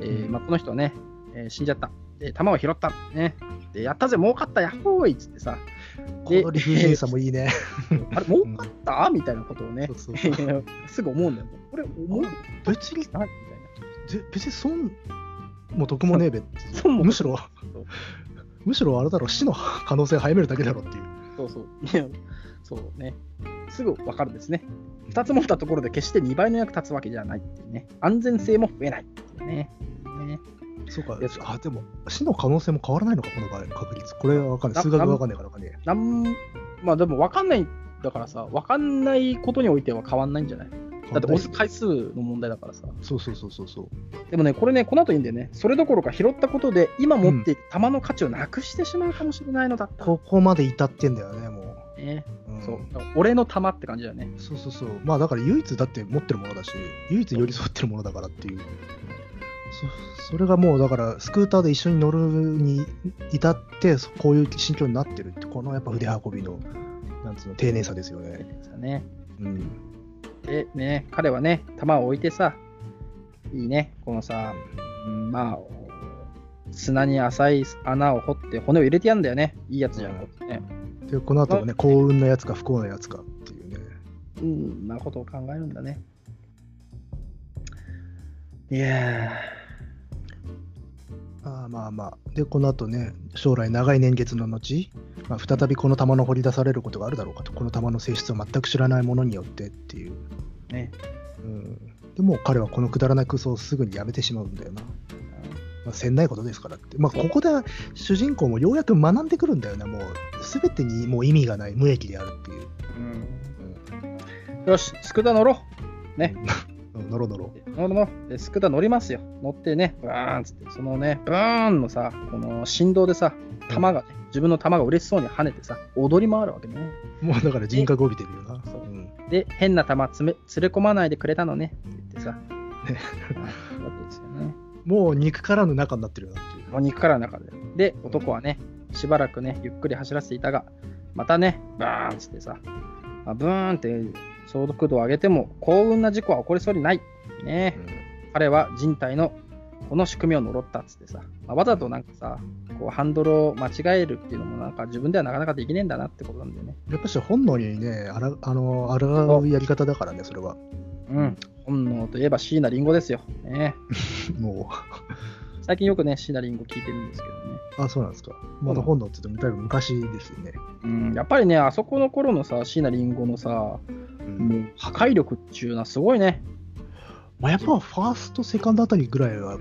Speaker 1: えー
Speaker 2: うん
Speaker 1: まあ、この人はね、えー死んじゃった。で、弾を拾った。ね。で、やったぜ、儲かった、やっほーいっつってさ、
Speaker 2: この理不尽さもいいね。
Speaker 1: あれ、儲かったみたいなことをね
Speaker 2: そ、うそう
Speaker 1: いやいや *laughs* すぐ思うんだよ。これ、思うない
Speaker 2: 別に
Speaker 1: み、たいな。
Speaker 2: ぜ別に損も得もねえべ。
Speaker 1: 損も得も
Speaker 2: むしろ、むしろあれだろ、死の可能性早めるだけだろっていう。
Speaker 1: そうそう。いやそうね。すぐ分かるんですね。2つ持ったところで決して2倍の役立つわけじゃないっていうね。安全性も増えないっていうね。ね
Speaker 2: そうか
Speaker 1: やつ、
Speaker 2: あでも死の可能性も変わらないのか、この場合、確率。これは分かんない。数学が分かんないから分かんね
Speaker 1: なんまあでも分かんないんだからさ、分かんないことにおいては変わんないんじゃない
Speaker 2: え。
Speaker 1: だって押す回数の問題だからさ。
Speaker 2: そうそうそうそうそう。
Speaker 1: でもね、これね、この後いいんでね、それどころか拾ったことで、今持っている玉の価値をなくしてしまうかもしれないのだった。
Speaker 2: ここまで至ってんだよね、もう。
Speaker 1: ね、
Speaker 2: うん
Speaker 1: そうだから俺の玉って感じだよね。
Speaker 2: そうそうそう。まあだから唯一だって持ってるものだし、唯一寄り添ってるものだからっていう。そそれがもうだからスクーターで一緒に乗るに至ってそこういう心境になってるってこのやっぱ腕運びのなんつうの丁寧さですよね。
Speaker 1: さね
Speaker 2: うん。
Speaker 1: でね、彼はね、玉を置いてさ、いいね、このさ、うんまあ、砂に浅い穴を掘って骨を入れてやんだよね。いいやつじゃん、これね。
Speaker 2: でこの後もね幸運のやつか不幸のやつかっていうね。
Speaker 1: うん、なことを考えるんだね。いや
Speaker 2: ああまあまあ。でこの後ね将来長い年月の後、まあ、再びこの玉の掘り出されることがあるだろうかとこの玉の性質を全く知らないものによってっていう。
Speaker 1: ー、ね。
Speaker 2: うんでも彼はこのくだらない空想をすぐにやめてしまうんだよな。まあ、せんないことですからって。まあ、ここで主人公もようやく学んでくるんだよね。もう、すべてにもう意味がない、無益であるっていう。
Speaker 1: うん、よし、スクーター乗ろう。ね
Speaker 2: うん。のろのろ。
Speaker 1: 乗るのでスクーター乗りますよ。乗ってね、ブーンっつって、そのね、ブーンのさ、この振動でさ、弾がね、自分の弾が嬉しそうに跳ねてさ、踊り回るわけね。
Speaker 2: もうだから人格を帯びてるよな。
Speaker 1: そう
Speaker 2: うん
Speaker 1: で、変な弾つめ連れ込まないでくれたのねって言ってさ、 *laughs* ね、わけですよね。
Speaker 2: もう肉からの中になってるよなっていう。
Speaker 1: お肉からの中で。で、男はね、しばらくね、ゆっくり走らせていたが、またね、バーンっつってさ、まあ、ブーンって速度を上げても幸運な事故は起こりそうにない。ね、彼は人体のこの仕組みを呪ったっつってさ、まあわざとなんかさ、こうハンドルを間違えるっていうのもなんか自分ではなかなかできねえんだなってことなんだよね。
Speaker 2: やっぱし本能にね、あらあの抗うやり方だからね、それは。
Speaker 1: うん。本能といえば椎名林檎ですよ。ね、
Speaker 2: も
Speaker 1: 最近よくね、椎名林檎聞いてるんですけどね。
Speaker 2: う、あ、そうなんですか。まだ本能って言っても、だいぶ昔ですよね。
Speaker 1: うん、やっぱりね、あそこの頃のさ、椎名林檎のさ、
Speaker 2: うん
Speaker 1: もう破壊力っちゅうのはすごいね。
Speaker 2: まあ、やっぱファースト、セカンドあたりぐらいは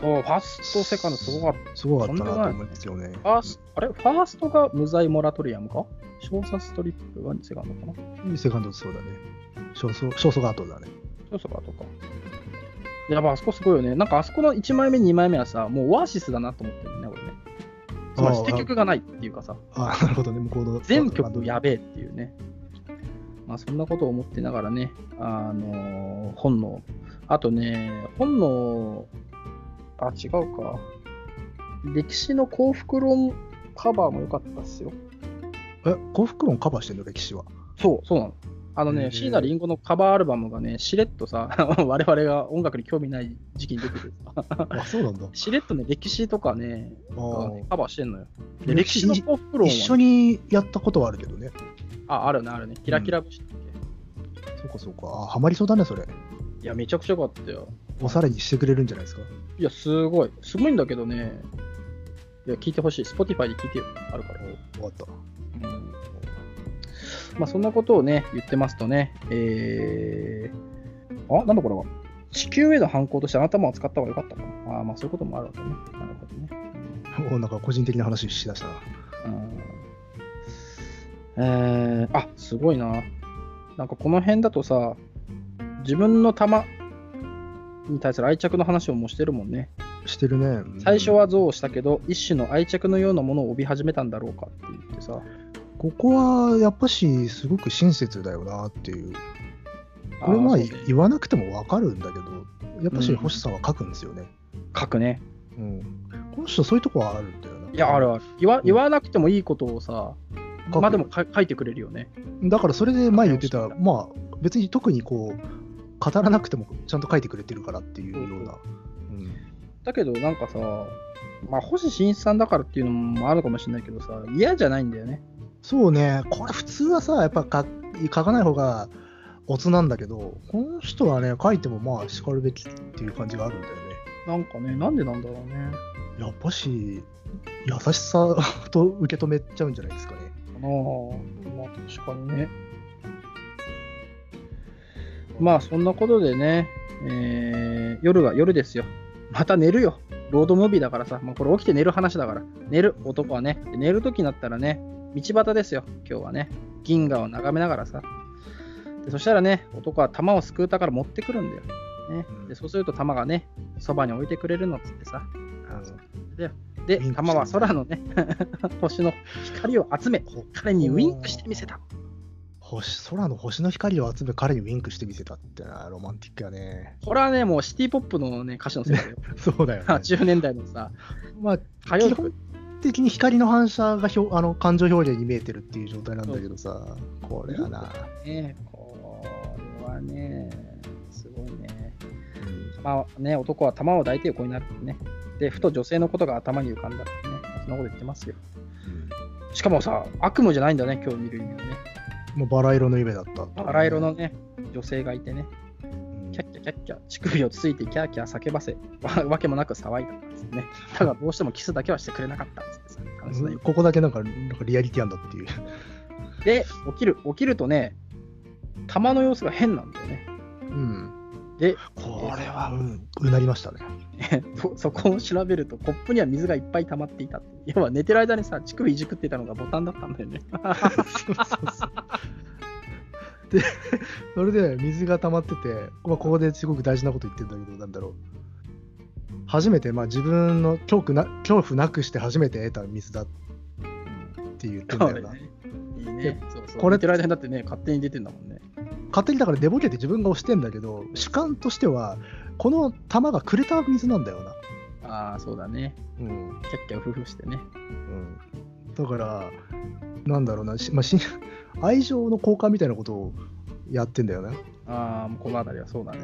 Speaker 1: そうファースト、セカンドすごかった。
Speaker 2: すごかったなと思いますよね。
Speaker 1: ファースあれファーストが無罪モラトリアムか小冊ストリップはセカンドかな
Speaker 2: セカンドそうだね。ショーソショーソが後だね。
Speaker 1: そうそうかとか。やっぱあそこすごいよね。なんかあそこの1枚目、2枚目はさ、もうオアシスだなと思ってるね、俺ね。つまり
Speaker 2: あ
Speaker 1: 捨
Speaker 2: あ
Speaker 1: て曲がないっていうかさ、 *laughs*
Speaker 2: あなるほどね、向こうの。
Speaker 1: 全曲やべえっていうね。まあそんなことを思ってながらね、あのー本能。あとね、本能、あ、違うか。歴史の幸福論カバーも良かったっすよ。 *laughs*
Speaker 2: え、幸福論カバーしてるの、歴史は。
Speaker 1: そう、そうなの。あの
Speaker 2: へ
Speaker 1: ね、
Speaker 2: ー
Speaker 1: 椎名林檎のカバーアルバムがね、しれっとさ、 *laughs* 我々が音楽に興味ない時期に出てる。
Speaker 2: あ、そうなんだ。
Speaker 1: しれっとね、歴史とかね、
Speaker 2: あ
Speaker 1: が
Speaker 2: ー
Speaker 1: ねカバーしてんのよ。で、歴
Speaker 2: 歴史
Speaker 1: 史の幸福論はね
Speaker 2: 一緒にやったことはあるけどね。
Speaker 1: あ、あるね、あるね。キラキラ節だっけ、
Speaker 2: そうかそうか。あ、ハマりそうだね、それ。
Speaker 1: いや、めちゃくちゃよかったよ。
Speaker 2: おさらいにしてくれるんじゃないですか。
Speaker 1: いや、すごい。すごいんだけどね。いや、聞いてほしい。Spotify で聞いてよ。あるから。
Speaker 2: 終わった。
Speaker 1: うんまあ、そんなことをね、言ってますとね、えー、あ、なんだこれは。地球への反抗としてあなたも扱った方が良かったかな。あーまあ、そういうこともあるわけね。なるほどね。
Speaker 2: おなんか個人的な話しだしたな。
Speaker 1: うんえー、あすごいな。なんかこの辺だとさ、自分の玉に対する愛着の話をもうしてるもんね。
Speaker 2: してるね。うん
Speaker 1: 最初は憎悪したけど、一種の愛着のようなものを帯び始めたんだろうかって言ってさ、
Speaker 2: ここはやっぱしすごく親切だよなっていう。これは
Speaker 1: あ
Speaker 2: い
Speaker 1: ーそう
Speaker 2: 言わなくてもわかるんだけど、やっぱ
Speaker 1: う
Speaker 2: し
Speaker 1: ん
Speaker 2: 星さんは書くんですよね。
Speaker 1: 書くね。
Speaker 2: うん。この人そういうとこはあるんだよな。
Speaker 1: いや、あるある。言わ
Speaker 2: ん
Speaker 1: 言わなくてもいいことをさ、
Speaker 2: 書く
Speaker 1: まあでもか書いてくれるよね。
Speaker 2: だからそれで前言って
Speaker 1: 書
Speaker 2: た、
Speaker 1: きま
Speaker 2: まあ別に特にこう、語らなくてもちゃんと書いてくれてるからっていうような。
Speaker 1: だけどなんかさ、まあ星新一さんだからっていうのもあるかもしれないけどさ、嫌じゃないんだよね。
Speaker 2: そうね、これ普通はさ、やっぱか書かない方がオツなんだけど、この人はね、書いてもまあ叱るべきっていう感じがあるんだよね。
Speaker 1: なんかね、なんでなんだろうね。
Speaker 2: やっぱし、優しさと受け止めちゃうんじゃないですかね。
Speaker 1: かなあまあ確かにね。まあそんなことでね、えー夜は夜ですよ。また寝るよ。ロードムービーだからさ、まあ、これ起きて寝る話だから。寝る男はね、で寝る時になったらね、道端ですよ、今日はね。銀河を眺めながらさ。でそしたらね、男は玉をすくうたから持ってくるんだよ。ね、でそうすると玉がね、そばに置いてくれるのっつってさ。で、
Speaker 2: ウィンクして
Speaker 1: 玉は空のね、 *laughs* 星の光を集め、
Speaker 2: こ
Speaker 1: 彼にウィンクしてみせた。
Speaker 2: 星空の星の光を集め彼にウィンクしてみせたってな、ロマンティックやね。
Speaker 1: これはね、もうシティポップの、ね、歌詞の世界だ *laughs* よ。
Speaker 2: そうだよ、ね。
Speaker 1: 80年代のさ、
Speaker 2: まあ、
Speaker 1: 歌謡
Speaker 2: 基
Speaker 1: 曲
Speaker 2: 本的に光の反射がひょあの感情表現に見えてるっていう状態なんだけどさ、これはな。
Speaker 1: ね。これはね、すごいね。まあね、男は玉を抱いて横になるってね。で、ふと女性のことが頭に浮かんだってね。そんなこと言ってますよ。しかもさ、悪夢じゃないんだね、今日見る夢はね。
Speaker 2: もうバラ色の夢だったっていうね。
Speaker 1: バラ色のね、女性がいてね、
Speaker 2: うん。
Speaker 1: キャッキャキャッキャ、乳首をついてキャーキャー叫ばせ、わわけもなく騒いだんですね。だがどうしてもキスだけはしてくれなかったんですね。悲しさに
Speaker 2: ここだけなんかなんかリアリティあんだっていう。
Speaker 1: で、起きる、起きるとね、玉の様子が変なんだよね。
Speaker 2: うん、
Speaker 1: で、 *laughs*
Speaker 2: これは、うん、うなりましたね。
Speaker 1: そそこを調べると、コップには水がいっぱい溜まっていた。要は寝てる間にさ、乳首いじくってたのがボタンだったんだよね。
Speaker 2: で、それで水が溜まってて、まあ、ここですごく大事なこと言ってるんだけど、なんだろう。初めて、まあ、自分の恐怖な恐怖なくして初めて得た水だって言ってんだ
Speaker 1: *laughs*
Speaker 2: よな。
Speaker 1: ねいいね
Speaker 2: で。
Speaker 1: そうそう
Speaker 2: これ
Speaker 1: 寝てる間にだってね、勝手に出てんだもんね。
Speaker 2: 勝手にだから寝ぼけて自分が押してんだけど、主観としては、この玉がくれた水なんだよな。
Speaker 1: ああ、そうだね。
Speaker 2: うん
Speaker 1: キャッキャウフフしてね。
Speaker 2: だから、なんだろうな、しまあ、 *laughs* し愛情の交換みたいなことをやってんだよね。
Speaker 1: ああ、もうこの辺りはそうだね。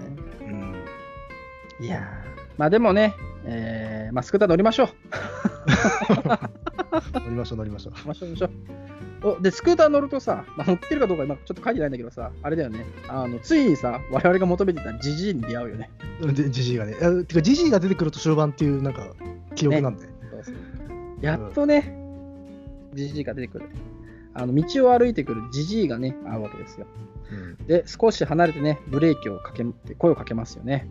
Speaker 2: うん、
Speaker 1: いやーまあでもね、えー、まあ、スクーター乗りましょう。
Speaker 2: 乗りましょう、乗りましょう。
Speaker 1: ましょうましょう。おで、スクーター乗るとさ、まあ、乗ってるかどうか今ちょっと書いてないんだけどさ、あれだよね。あのついにさ、我々が求めてたジジイに出会うよね。
Speaker 2: *laughs* でジジイがね。いやてか、ジジイが出てくると終盤っていう、なんか、記憶なんで。
Speaker 1: やっとね、ジジイが出てくる。あの道を歩いてくるジジイがね、会うわけですよ。
Speaker 2: うん
Speaker 1: で、少し離れてね、ブレーキをかけ、声をかけますよね。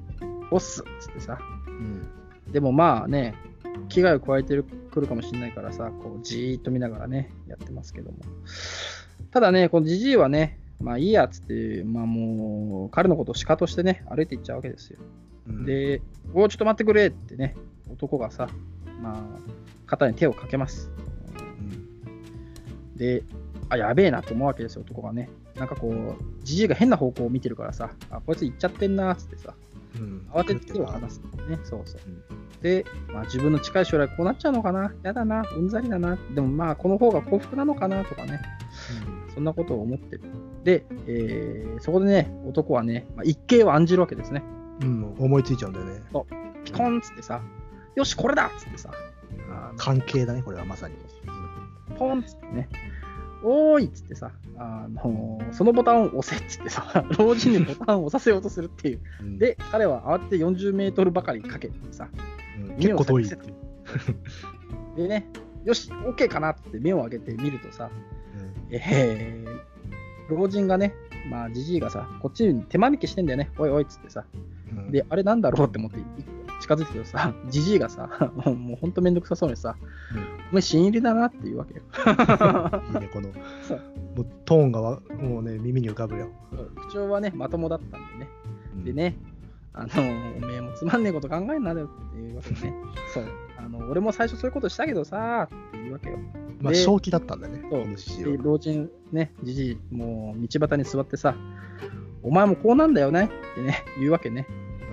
Speaker 1: オスっつってさ。
Speaker 2: うん
Speaker 1: でもまあね、危害を加えてくるかもしれないからさ、こうじーっと見ながらね、やってますけども。ただね、このじじいはね、まあいいやっつって、まあもう、彼のことを鹿としてね、歩いていっちゃうわけですよ。
Speaker 2: うん、
Speaker 1: で、おうちょっと待ってくれってね、男がさ、まあ、肩に手をかけます。
Speaker 2: うん
Speaker 1: で、あ、やべえなと思うわけですよ、男がね。なんかこう、じじいが変な方向を見てるからさ、あ、こいつ行っちゃってんなっつってさ、
Speaker 2: うん
Speaker 1: 慌てて手を離すんだよね。そうそう
Speaker 2: うん。
Speaker 1: で、まあ、自分の近い将来こうなっちゃうのかな、やだな、うんざりだな、でもまあこの方が幸福なのかなとかね、そんなことを思ってる。で、えーそこでね、男はね、まあ、一計を案じるわけですね。
Speaker 2: うん、思いついちゃうんだよね。
Speaker 1: ピコンっつってさ、よし、これだっつってさ、あの
Speaker 2: 関係だね、これはまさに。
Speaker 1: ポンっつってね、おーいっつってさ、あのそのボタンを押せっつってさ、 *laughs* 老人にボタンを押させようとするっていう。
Speaker 2: うん、
Speaker 1: で、彼は慌てて40メートルばかりかけてさ、
Speaker 2: うん結構遠いっていう。
Speaker 1: でね、よし、OK かなって目を開けて見るとさ、
Speaker 2: うん
Speaker 1: えー老人がね、まあ、じじいがさ、こっちに手間引きしてんだよね、おいおいっつってさ、
Speaker 2: うん
Speaker 1: で、あれなんだろうって思って近づいてけどさ、 *laughs* じじいがさ、もうほんとめんどくさそうにさ、
Speaker 2: うん
Speaker 1: お前、新入りだなって言うわけよ。 *laughs*
Speaker 2: いいね、この、
Speaker 1: そう
Speaker 2: もうトーンがわもうね、耳に浮かぶよ。
Speaker 1: 口調はね、まともだったんでね。でね、あの、おめえもつまんねえこと考えんなよっていうわけでね、そう、あの、俺も最初そういうことしたけどさ、っていうわけよ。
Speaker 2: うん。まあ、
Speaker 1: で
Speaker 2: 正気だったんだね、
Speaker 1: そう
Speaker 2: この獅子
Speaker 1: で
Speaker 2: 王
Speaker 1: 老人ね、じじい、もう道端に座ってさ、お前もこうなんだよねってね、言うわけね。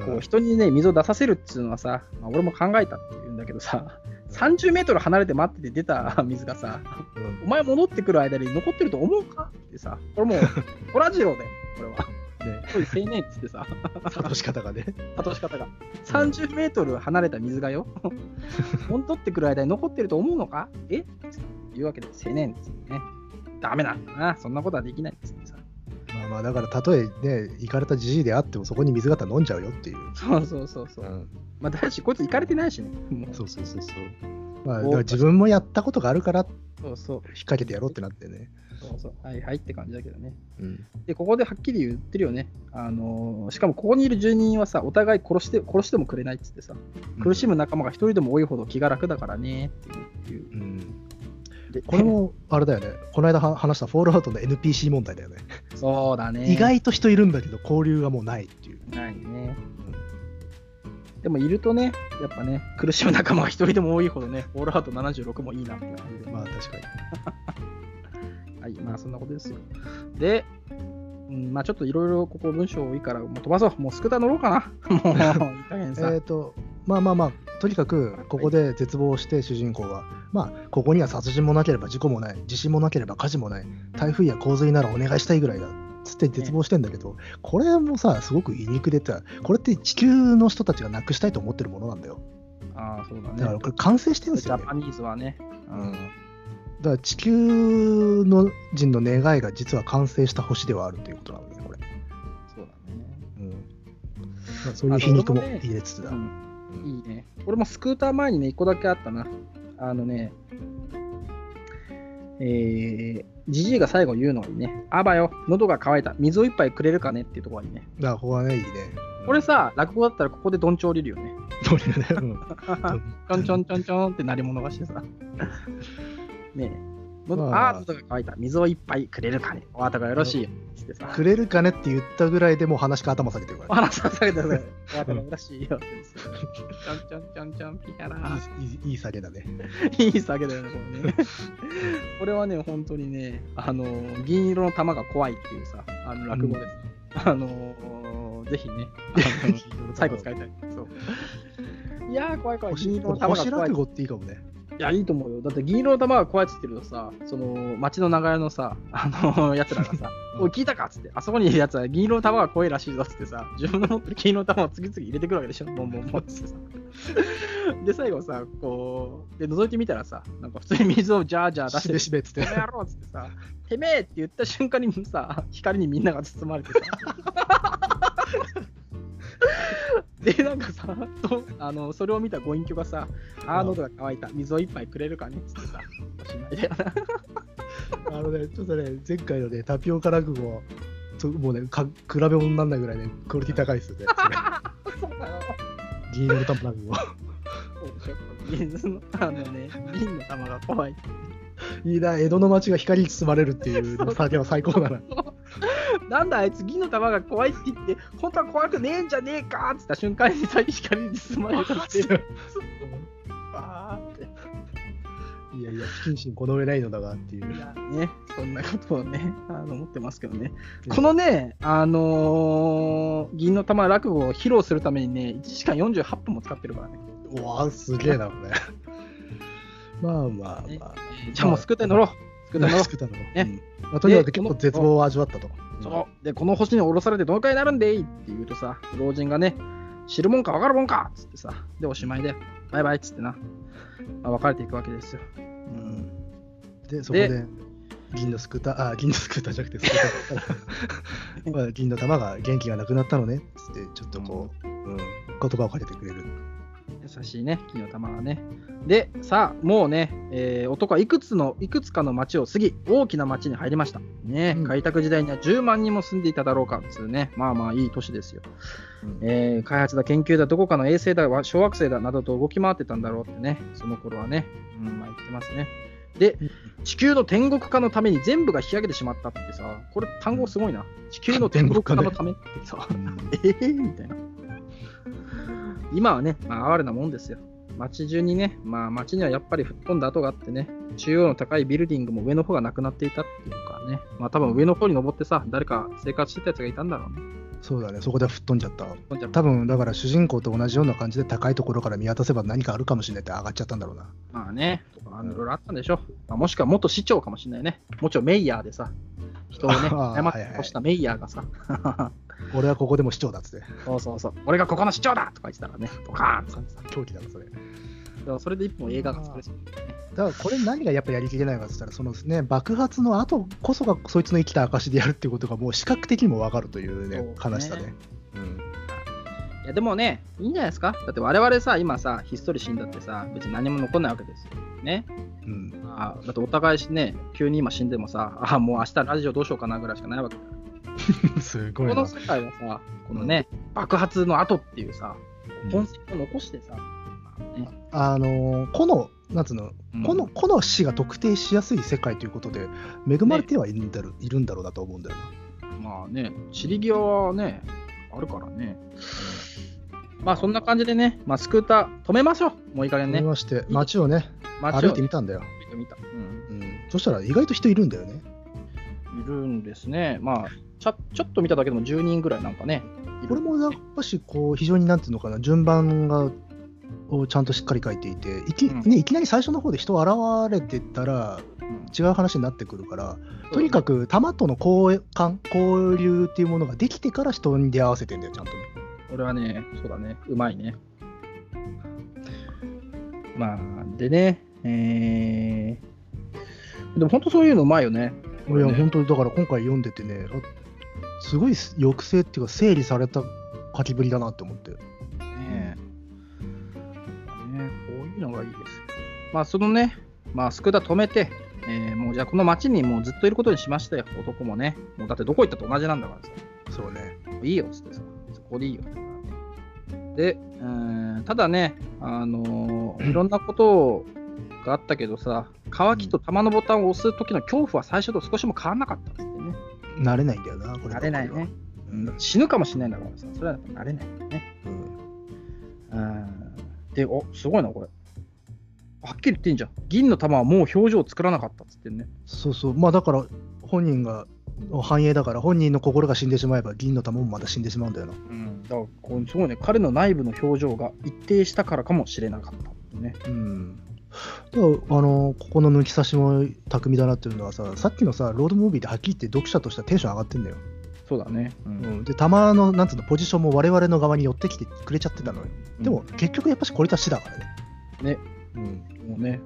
Speaker 1: こう人にね、水を出させるっつうのはさ、まあ、俺も考えたって言うんだけどさ、30メートル離れて待ってて出た *laughs* 水がさ、
Speaker 2: うんうん
Speaker 1: お前戻ってくる間に残ってると思うかってさ、こ *laughs* れもう、トラジローだよ、これは。
Speaker 2: ね、
Speaker 1: すごい青年っつってさ、
Speaker 2: 諭し方がね。
Speaker 1: 諭し方が。30メートル離れた水がよ、戻ってくる間に残ってると思うのかえっていうわけで、青年っつってね、ダメなんだな、そんなことはできないっつってさ。
Speaker 2: まあまあ、だから、たとえね、行かれたじじいであっても、そこに水があったら飲んじゃうよっていう。
Speaker 1: そうそうそうそう。まあ、だし、こいつ行かれてないしね。もう
Speaker 2: そうそうそうそう。まあ、だから自分もやったことがあるから、
Speaker 1: そうそう
Speaker 2: 引っ掛けてやろうってなってね。
Speaker 1: そうそう。はいはいって感じだけどね。
Speaker 2: うん。
Speaker 1: で、ここではっきり言ってるよね。あのーしかもここにいる住人はさ、お互い殺して殺してもくれないっつってさ、苦しむ仲間が一人でも多いほど気が楽だからねっていう。
Speaker 2: うん。
Speaker 1: で
Speaker 2: これ、も、あれだよね。この間は話したフォールアウトの NPC 問題だよね。
Speaker 1: そうだね。
Speaker 2: 意外と人いるんだけど、交流がもうないっていう。
Speaker 1: ないね。でもいるとね、やっぱね、苦しむ仲間が一人でも多いほどね、オールアウト76もいいなっていう感じで。
Speaker 2: まあ、確かに。
Speaker 1: はい、まあそんなことですよ。で、うん、まあちょっといろいろここ文章多いから、もう飛ばそう。もうスクーター乗ろうかな。 *laughs* もう、いい加減
Speaker 2: え
Speaker 1: さ。
Speaker 2: ー、とまあまあまあとにかくここで絶望して主人公は、まあここには殺人もなければ事故もない地震もなければ火事もない台風や洪水ならお願いしたいぐらいだつって絶望してんだけど、これもさすごく皮肉でさこれって地球の人たちがなくしたいと思ってるものなんだよ
Speaker 1: ああ、そうだね。
Speaker 2: だからこれ完成してるんです
Speaker 1: ジャ
Speaker 2: よね
Speaker 1: パニーズはね。
Speaker 2: うんだから地球の人の願いが実は完成した星ではあるということなのねこれ、
Speaker 1: そうだね。
Speaker 2: うんまあそういう皮肉も入れつつだ、
Speaker 1: うん、いいね。俺もスクーター前にね、一個だけあったな。あのね、えー、じじいが最後言うのにね、あばよ、喉が渇いた、水を一杯くれるかねっていうところにね。
Speaker 2: だからここはねいいね
Speaker 1: これさ、落語だったらここでどんちょ降りるよね。
Speaker 2: どうにかね、うん
Speaker 1: *laughs* ちょんちょんちょんちょんって鳴り物がしてさ。ねえ。喉
Speaker 2: まあ
Speaker 1: あー、喉が渇いた。水を一杯くれるかね。お後がよろしいよ。つってさ。
Speaker 2: くれるかねって言ったぐらいでもう話が頭下げてる
Speaker 1: お
Speaker 2: から、
Speaker 1: 話しさせてください。お後がよろしいよ。って言ってさちょんちょんちょんちょん、ピカラー。
Speaker 2: いいいいい下げだね。
Speaker 1: いい酒だよね、これね。これはね、本当にね、あの、銀色の玉が怖いっていうさ、あの、落語です。あの、ぜひね、あの *laughs* 最後使いたい。そう。いやー、怖い怖い。銀
Speaker 2: 星
Speaker 1: 色の玉が
Speaker 2: 星
Speaker 1: 怖い
Speaker 2: 落。語っていいかもね。、
Speaker 1: いや、いいと思うよ。だって銀色の玉が怖いって言ってるとさ、その、街の長屋のさ、あの、 *laughs* 奴らがさ
Speaker 2: うん
Speaker 1: おい、聞いたかっつって、あそこにいる奴は銀色の玉が怖いらしいぞっつってさ、自分の持ってる銀色の玉を次々入れてくるわけでしょ、ボンボンボンっつってさ。で、最後さ、こう、で、覗いてみたらさ、なんか普通に水をジャージャー出し
Speaker 2: してべ
Speaker 1: る
Speaker 2: しべっつって
Speaker 1: て。 *laughs* めえやろうっつってさ、てめえって言った瞬間にさ、光にみんなが包まれてさ。で、なんかさ、とあのそれを見たご隠居がさ、あー喉が渇いた、水を一杯くれるかねっつってさ、おしまいだよな。
Speaker 2: あのね、ちょっとね、前回のね、タピオカ落語、ともうねか、比べ物にならないぐらいね、クオリティ高いですよ
Speaker 1: *laughs*
Speaker 2: ね。それ
Speaker 1: そうだよ。
Speaker 2: 銀色の玉落語。
Speaker 1: 水の、あのね、瓶の玉が怖い。
Speaker 2: いいな、江戸の街が光に包まれるっていう
Speaker 1: そう
Speaker 2: 酒は最
Speaker 1: *laughs*
Speaker 2: 高だな。
Speaker 1: なんだあいつ、銀の玉が怖いって言って、本当は怖くねえんじゃねえかっつった瞬間にさ、光に包まれてって *laughs* る。あーって。
Speaker 2: いやいや、不謹慎この上ないのだがっていう。
Speaker 1: いやね、そんなことをね、あの思ってますけどね。このね、あのー銀の玉落語を披露するためにね、1時間48分も使ってるからね。
Speaker 2: うわあ、すげえな、これ。まあまあまあ。
Speaker 1: じゃあもうスクーターに乗ろう。ス作ったの
Speaker 2: 作ったの
Speaker 1: ね
Speaker 2: うんまあとにかく結構絶望を味わったと。
Speaker 1: そうでこの星に降ろされてどのくらいになるんでいって言うとさ老人がね知るもんか分かるもんかっつってさでおしまいでバイバイっつってな、まあ、別れていくわけですよ、うん、
Speaker 2: で、そこで銀のスクーター、あ、銀のスクーターじゃなくて、スクータ *laughs* ーまあ銀の玉が元気がなくなったのねっつって、ちょっとこう、うん、言葉をかけてくれる。
Speaker 1: 優しいね金の玉がねでさあもうね、えー男はいくつのいくつかの町を過ぎ大きな町に入りましたね、
Speaker 2: うん
Speaker 1: 開拓時代には10万人も住んでいただろうかっつうねまあまあいい都市ですよえー開発だ研究だどこかの衛星だわ小惑星だなどと動き回ってたんだろうってねその頃はね、うんまあ、言ってますねで
Speaker 2: うん
Speaker 1: 地球の天国化のために全部が引き上げてしまったってさこれ単語すごいな地球の天国化のためってさええみたいな今はね、まあ、哀れなもんですよ街中にね、まあ、街にはやっぱり吹っ飛んだ跡があってね中央の高いビルディングも上の方がなくなっていたっていうかねまあ多分上の方に登ってさ誰か生活してたやつがいたんだろうね
Speaker 2: そうだね、そこで吹っ飛んじゃった。
Speaker 1: 飛んじゃった
Speaker 2: 多分だから主人公と同じような感じで高いところから見渡せば何かあるかもしれないって上がっちゃったんだろうな。
Speaker 1: まあね、あのいろいろあったんでしょ。まあ、もしくは元市長かもしれないね。もちろんメイヤーでさ、人をね、
Speaker 2: *laughs* ああ
Speaker 1: 誤って起こしたメイヤーがさ、
Speaker 2: 俺はここでも市長だっつって、
Speaker 1: *laughs* そうそうそう、俺がここの市長だとか言ってたらね、ドカーンとかさ、
Speaker 2: 狂気だな、それ。
Speaker 1: でもそれで一本映画が作れそう。
Speaker 2: だからこれ何がやっぱやりきれないかって言ったら、そのね、爆発の後こそがそいつの生きた証でやるっていうことがもう視覚的にも分かるというね、
Speaker 1: そうね
Speaker 2: 悲しさね。うん
Speaker 1: いやでもね、いいんじゃないですか。だって我々さ、今さ、ひっそり死んだってさ、別に何も残んないわけですよ。ね。
Speaker 2: うん
Speaker 1: ああだってお互いしね、急に今死んでもさ、ああ、もう明日ラジオどうしようかなぐらいしかないわけだから
Speaker 2: す
Speaker 1: こ
Speaker 2: ごいな
Speaker 1: の。世界はさ、このね、爆発の後っていうさ、
Speaker 2: う
Speaker 1: 痕
Speaker 2: ん
Speaker 1: 跡を残してさ、まあね
Speaker 2: あのーこの、なんつうの、
Speaker 1: うん
Speaker 2: この、この死が特定しやすい世界ということで、恵まれてはいるんだろ,、いるんだろうなと思うんだよな。
Speaker 1: まあね、散り際はね、あるからね。まあそんな感じでね、まあ、スクーター止めましょう、もういい加減
Speaker 2: 思い
Speaker 1: ね。
Speaker 2: まして、街をね、
Speaker 1: 街
Speaker 2: 歩
Speaker 1: を
Speaker 2: いてみたんだよ。
Speaker 1: 歩いてみた、うん。
Speaker 2: うん、そしたら意外と人いるんだよね。
Speaker 1: いるんですね。まあちょ、ちょっと見ただけでも10人ぐらいなんかね。いる
Speaker 2: これもやっぱしこう非常になんていうのかな順番がをちゃんとしっかり書いていていき,、
Speaker 1: うん
Speaker 2: ね、いきなり最初の方で人現れてたら
Speaker 1: うん
Speaker 2: 違う話になってくるから、とにかく玉との交換交流っていうものができてから人に出会わせてんだよちゃんとね。
Speaker 1: これはね、そうだね、うまいね。まあ、でね、えー、でも本当そういうのうまいよね。
Speaker 2: いや
Speaker 1: ね
Speaker 2: 本当にだから今回読んでてねあすごい抑制っていうか整理された書きぶりだなって思って。
Speaker 1: ねえ、ねえこういうのがいいです。まあ、そのね、まあ、スクーター止めて、えーもうじゃあこの町にもうずっといることにしましたよ、男もね。もうだってどこ行ったと同じなんだからさ。
Speaker 2: そうね。
Speaker 1: いいよ、つってさ。そこでいいよ。で、えーただね、あのーいろんなことがあったけどさ、乾きと玉のボタンを押す時の恐怖は最初と少しも変わらなかったっつってね。
Speaker 2: 慣れないんだよなこれ
Speaker 1: 慣
Speaker 2: ばっか
Speaker 1: れ
Speaker 2: りは
Speaker 1: ないね。
Speaker 2: うん
Speaker 1: 死ぬかもしれないんだからさ、それはやっぱ慣れないよね。うんで、おすごいな、これ。はっきり言ってんじゃん。銀の玉はもう表情を作らなかったっつってんね。
Speaker 2: そうそう、まあだから本人が繁栄だから本人の心が死んでしまえば銀の玉もまた死んでしまうんだよな。
Speaker 1: うん、だからこうすごいね、彼の内部の表情が一定したからかもしれなかったってね。
Speaker 2: うん。でもあのここの抜き差しも巧みだなっていうのはささっきのさロードムービーではっきり言って読者としてはテンション上がってんだよ、
Speaker 1: そうだね。う、
Speaker 2: うんん、で玉のなんつうのポジションも我々の側に寄ってきてくれちゃってたのよでも、結局やっぱしこれた死だからね
Speaker 1: ね、
Speaker 2: うん、
Speaker 1: もうね、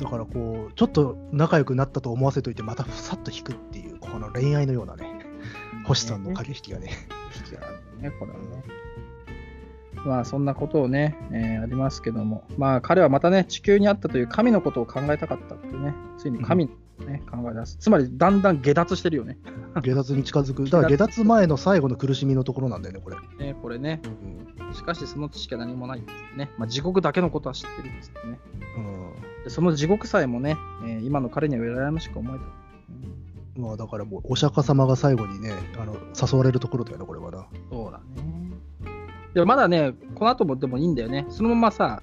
Speaker 2: だからこうちょっと仲良くなったと思わせといてまたさっと引くっていうこの恋愛のようなね星さんの駆け引きがね
Speaker 1: 引きがあるね、これはね。まあそんなことをね、えーありますけども、まあ彼はまたね、地球にあったという神のことを考えたかったってね、ついに神、ね考え出す。つまりだんだん下脱してるよね。
Speaker 2: 下脱に近づくだから *laughs* 下脱前の最後の苦しみのところなんだよねこれ
Speaker 1: ねこれね、しかしその知識は何もないっていうね、まあ、地獄だけのことは知ってるんですってね。
Speaker 2: う
Speaker 1: でその地獄さえもね、えー今の彼には羨ましく思えた。
Speaker 2: ん、まあだからもうお釈迦様が最後にねあの誘われるところだよねこれはな
Speaker 1: そうだね。でもまだね、この後もでもいいんだよね。そのままさ、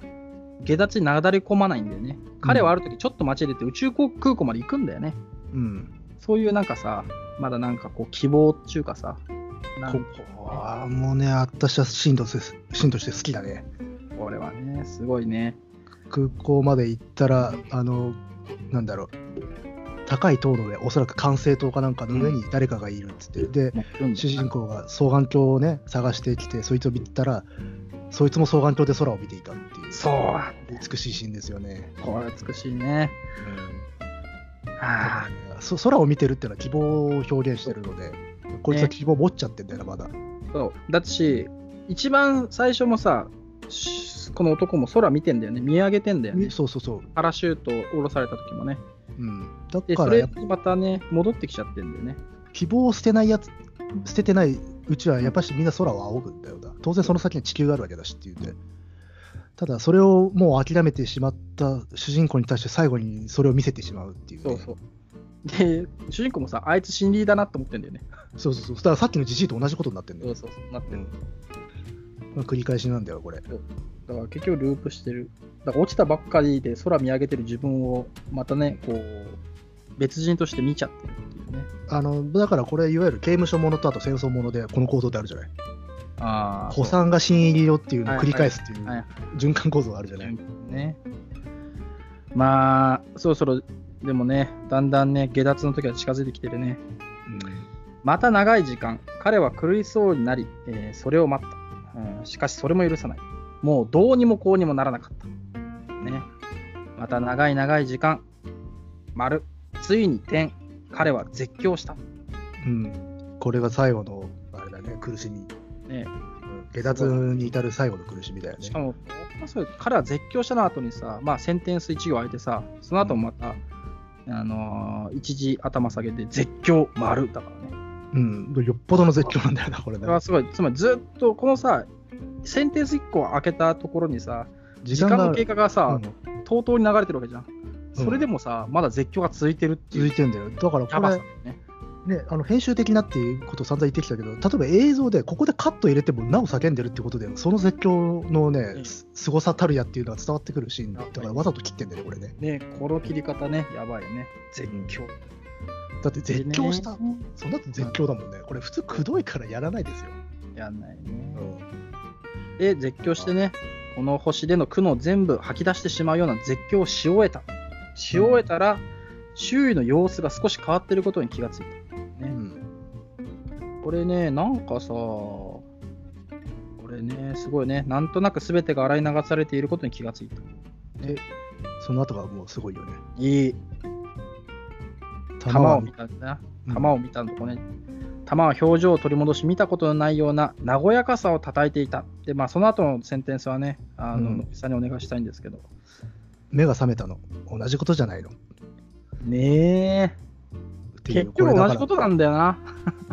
Speaker 1: 下脱になだれ込まないんだよね。彼はある時ちょっと街出て宇宙航空庫まで行くんだよね。
Speaker 2: うん
Speaker 1: そういうなんかさ、まだなんかこう希望っていうかさ、な
Speaker 2: こ
Speaker 1: ん
Speaker 2: こはもうね私はシーンとしてシーンとして好きだね
Speaker 1: これはね、すごいね。
Speaker 2: 空港まで行ったらあのなんだろう高い塔の上、おそらく管制塔かなんかの上に誰かがいるっつって、で、主人公が双眼鏡をね、探してきて、そいつを見てたら、そいつも双眼鏡で空を見ていたっていう、
Speaker 1: そうなん
Speaker 2: 美しいシーンですよね。
Speaker 1: だ。これ美しいね。はあ、
Speaker 2: そ空を見てるっていうのは希望を表現してるので、こいつは希望持っちゃってんだよな、まだ。
Speaker 1: そう。だし、一番最初もさ、しこの男も空見てんだよね。見上げてんだよね。
Speaker 2: そうそうそう。
Speaker 1: パラシュートを下ろされた時もね。
Speaker 2: うん、だ
Speaker 1: で、
Speaker 2: か
Speaker 1: そ
Speaker 2: ら
Speaker 1: れ
Speaker 2: やっぱ
Speaker 1: にまたね、戻ってきちゃってんだよね。
Speaker 2: 希望を捨てないやつ、捨ててないうちは、やっぱしみんな空を仰ぐんだよな。当然その先に地球があるわけだしっていうんで。ただ、それをもう諦めてしまった主人公に対して最後にそれを見せてしまうっていう、
Speaker 1: そ
Speaker 2: ね。
Speaker 1: うそう。で、主人公もさ、あいつ心理だなと思ってんだよね。
Speaker 2: そうそうそうだからさっきのじじいと同じことになってんだ
Speaker 1: そ
Speaker 2: よ
Speaker 1: う。そうそう。なって
Speaker 2: う
Speaker 1: る
Speaker 2: ん。まあ繰り返しなんだよ、これ。
Speaker 1: だから結局ループしてる。だから落ちたばっかりで空見上げてる自分をまたね、こう、別人として見ちゃってるっていうね。
Speaker 2: あの、だからこれ、いわゆる刑務所ものとあと戦争もので、この構造ってあるじゃない。
Speaker 1: あ
Speaker 2: 古参が新入りをっていうのを繰り返すってい
Speaker 1: はいは
Speaker 2: う循環構造があるじゃない。
Speaker 1: ね。まあ、そろそろ、でもね、だんだんね、下脱の時は近づいてきてるね。また長い時間、彼は狂いそうになり、えーそれを待った、うんしかしそれも許さない。もうどうにもこうにもならなかった。ね。また長い長い時間、丸、ついに点、彼は絶叫した。
Speaker 2: うんうんこれが最後の、あれだね、苦しみ。
Speaker 1: ね、
Speaker 2: 下脱に至る最後の苦しみだよね
Speaker 1: しか。も、そう彼は絶叫したの後にさ、まあ、センテンス1行空いてさ、その後もまた、あのー一時頭下げて絶叫丸だからね。
Speaker 2: うん、よっぽどの絶叫なんだよな、これ
Speaker 1: こ
Speaker 2: ね
Speaker 1: れ。はすごい、つまりずっとこのさ、センテンス1個開けたところにさ、時間の経過がさ、
Speaker 2: うん
Speaker 1: とうとうに流れてるわけじゃん。それでもさ、まだ絶叫が続いてるって
Speaker 2: 続
Speaker 1: い
Speaker 2: いうてんだよ。だから
Speaker 1: や
Speaker 2: こ
Speaker 1: ば
Speaker 2: れ
Speaker 1: さ、ね。
Speaker 2: ね、あの編集的なっていうことを散々言ってきたけど、例えば映像でここでカット入れてもなお叫んでるってことで、その絶叫の
Speaker 1: う
Speaker 2: ね、
Speaker 1: ん
Speaker 2: す凄さたるやっていうのが伝わってくるシーンだから、わざと切ってんだよね、これね。
Speaker 1: ね、この切り方ね、やばいよね。絶叫。
Speaker 2: だって絶叫した
Speaker 1: で、ね
Speaker 2: その後絶叫だもんね。これ普通くどいからやらないですよ。
Speaker 1: やんないね。
Speaker 2: うん
Speaker 1: で、絶叫してね、この星での苦悩を全部吐き出してしまうような絶叫をし終えた。し終えたら、周囲の様子が少し変わってることに気がついた。ね、これね、なんかさ、これね、すごいね、なんとなく全てが洗い流されていることに気がついた。
Speaker 2: その後がもうすごいよね。
Speaker 1: いい
Speaker 2: 弾
Speaker 1: 弾を
Speaker 2: は
Speaker 1: 見たんだな。
Speaker 2: うん
Speaker 1: 弾を見たのこね、弾は表情を取り戻し、見たことのないような和やかさを叩いていた。で、まあ、その後のセンテンスはね、あの、
Speaker 2: うん
Speaker 1: 野木さんにお願いしたいんですけど。
Speaker 2: 目が覚めたの。同じことじゃないの。
Speaker 1: ねえ、結局同じこと
Speaker 2: だ
Speaker 1: なんだよな。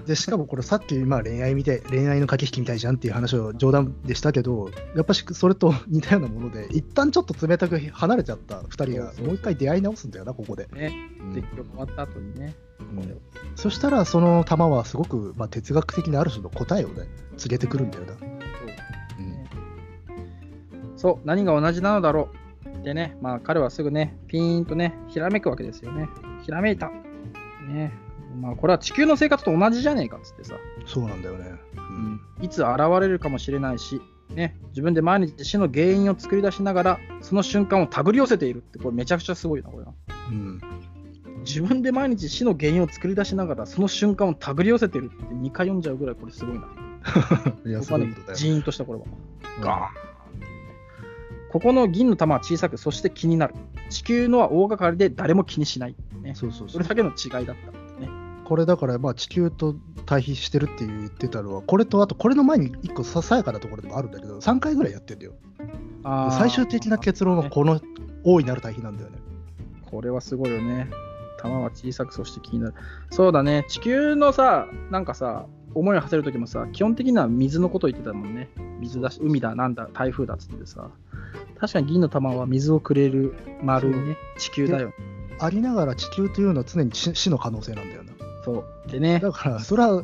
Speaker 2: でしかもこれさっきまあ恋愛みたい恋愛の駆け引きみたいじゃんっていう話を冗談でしたけどやっぱしそれと似たようなもので一旦ちょっと冷たく離れちゃった2人
Speaker 1: そう
Speaker 2: が
Speaker 1: そう
Speaker 2: もう一回出会い直すんだよなここで、
Speaker 1: ね、
Speaker 2: うん
Speaker 1: 結局終わった後にね。これを
Speaker 2: そしたらその玉はすごく、まあ、哲学的なある種の答えをね告げてくるんだよな、うん
Speaker 1: そう、何が同じなのだろう。でね、まあ、彼はすぐね、ピーンとね、ひらめくわけですよね。ひらめいた。ねまあ、これは地球の生活と同じじゃねえかっつってさ。
Speaker 2: そうなんだよね、うん
Speaker 1: いつ現れるかもしれないし、ね、自分で毎日死の原因を作り出しながら、その瞬間を手繰り寄せているって、これめちゃくちゃすごいな、これな。
Speaker 2: うん
Speaker 1: 自分で毎日死の原因を作り出しながら、その瞬間を手繰り寄せているって2回読んじゃうぐらい、これすごいな。
Speaker 2: いや
Speaker 1: 僕
Speaker 2: す
Speaker 1: は
Speaker 2: ご
Speaker 1: ね
Speaker 2: いことだよ
Speaker 1: ジーンとしたこれは。
Speaker 2: うん
Speaker 1: ガーンっていうねここの銀の玉は小さく、そして気になる。地球のは大掛かりで誰も気にしない。ね、
Speaker 2: そうそうそ
Speaker 1: そうれだけの違いだったってね。
Speaker 2: これだからまあ地球と対比してるって言ってたのはこれとあとこれの前に1個ささやかなところでもあるんだけど3回ぐらいやってんだよ
Speaker 1: あー
Speaker 2: 最終的な結論はこの大いなる対比なんだよね。
Speaker 1: これはすごいよね。弾は小さく、そして気になる。そうだね、地球のさ、なんかさ、思いを馳せるときもさ、基本的には水のこと言ってたもんね。水だし、海だ、なんだ、台風だっつってさ。確かに銀の玉は水をくれる丸いね、地球だよ。
Speaker 2: ありながら地球というのは常に死死の可能性なんだよな。
Speaker 1: そう。でね、
Speaker 2: だからそれは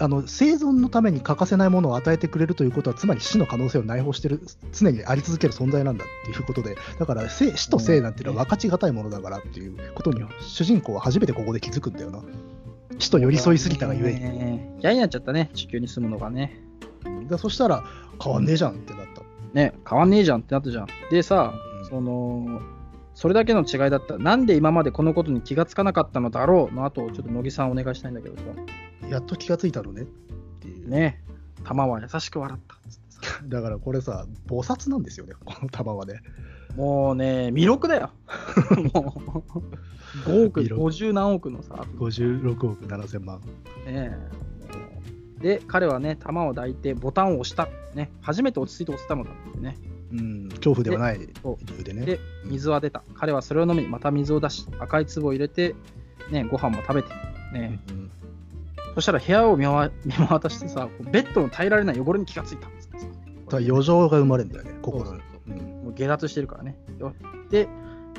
Speaker 2: あの生存のために欠かせないものを与えてくれるということはつまり死の可能性を内包してる常にあり続ける存在なんだっていうことでだから生死と生なんていうのは分かちがたいものだからっていうことに主人公は初めてここで気づくんだよな。死と寄り添いすぎたがゆえに。
Speaker 1: ね嫌になっちゃったね、地球に住むのがね。
Speaker 2: だそしたら変わんねえじゃんってなった。
Speaker 1: ね、変わんねえじゃんってなったじゃん。でさ、
Speaker 2: うん
Speaker 1: その、それだけの違いだった。なんで今までこのことに気がつかなかったのだろうの後をちょっと乃木さんお願いしたいんだけどさ。
Speaker 2: やっと気がついたのねっていう
Speaker 1: ねえ、玉は優しく笑ったっつってさ。
Speaker 2: だからこれさ菩薩なんですよねこの玉はね
Speaker 1: もうね、弥勒だ *laughs* よ。もう、5億、
Speaker 2: 弥勒
Speaker 1: 50何億のさ、
Speaker 2: 56億7000万
Speaker 1: ねえもうで、彼はね、玉を抱いてボタンを押した。ね、初めて落ち着いて押せたのだってね。
Speaker 2: うん恐怖ではない理
Speaker 1: そ
Speaker 2: 由で
Speaker 1: で
Speaker 2: ね、
Speaker 1: 水は出た。彼はそれを飲み、また水を出し、赤い壺を入れて、ね、ご飯も食べて、ね、
Speaker 2: うん
Speaker 1: そしたら部屋を見わ *laughs* 見渡してさ、こうベッドの耐えられない汚れに気がついたんですよ。
Speaker 2: だから余剰が生まれるんだよね
Speaker 1: そう
Speaker 2: 心
Speaker 1: そう
Speaker 2: に
Speaker 1: そう
Speaker 2: うん
Speaker 1: もう下脱してるからね。よで、よ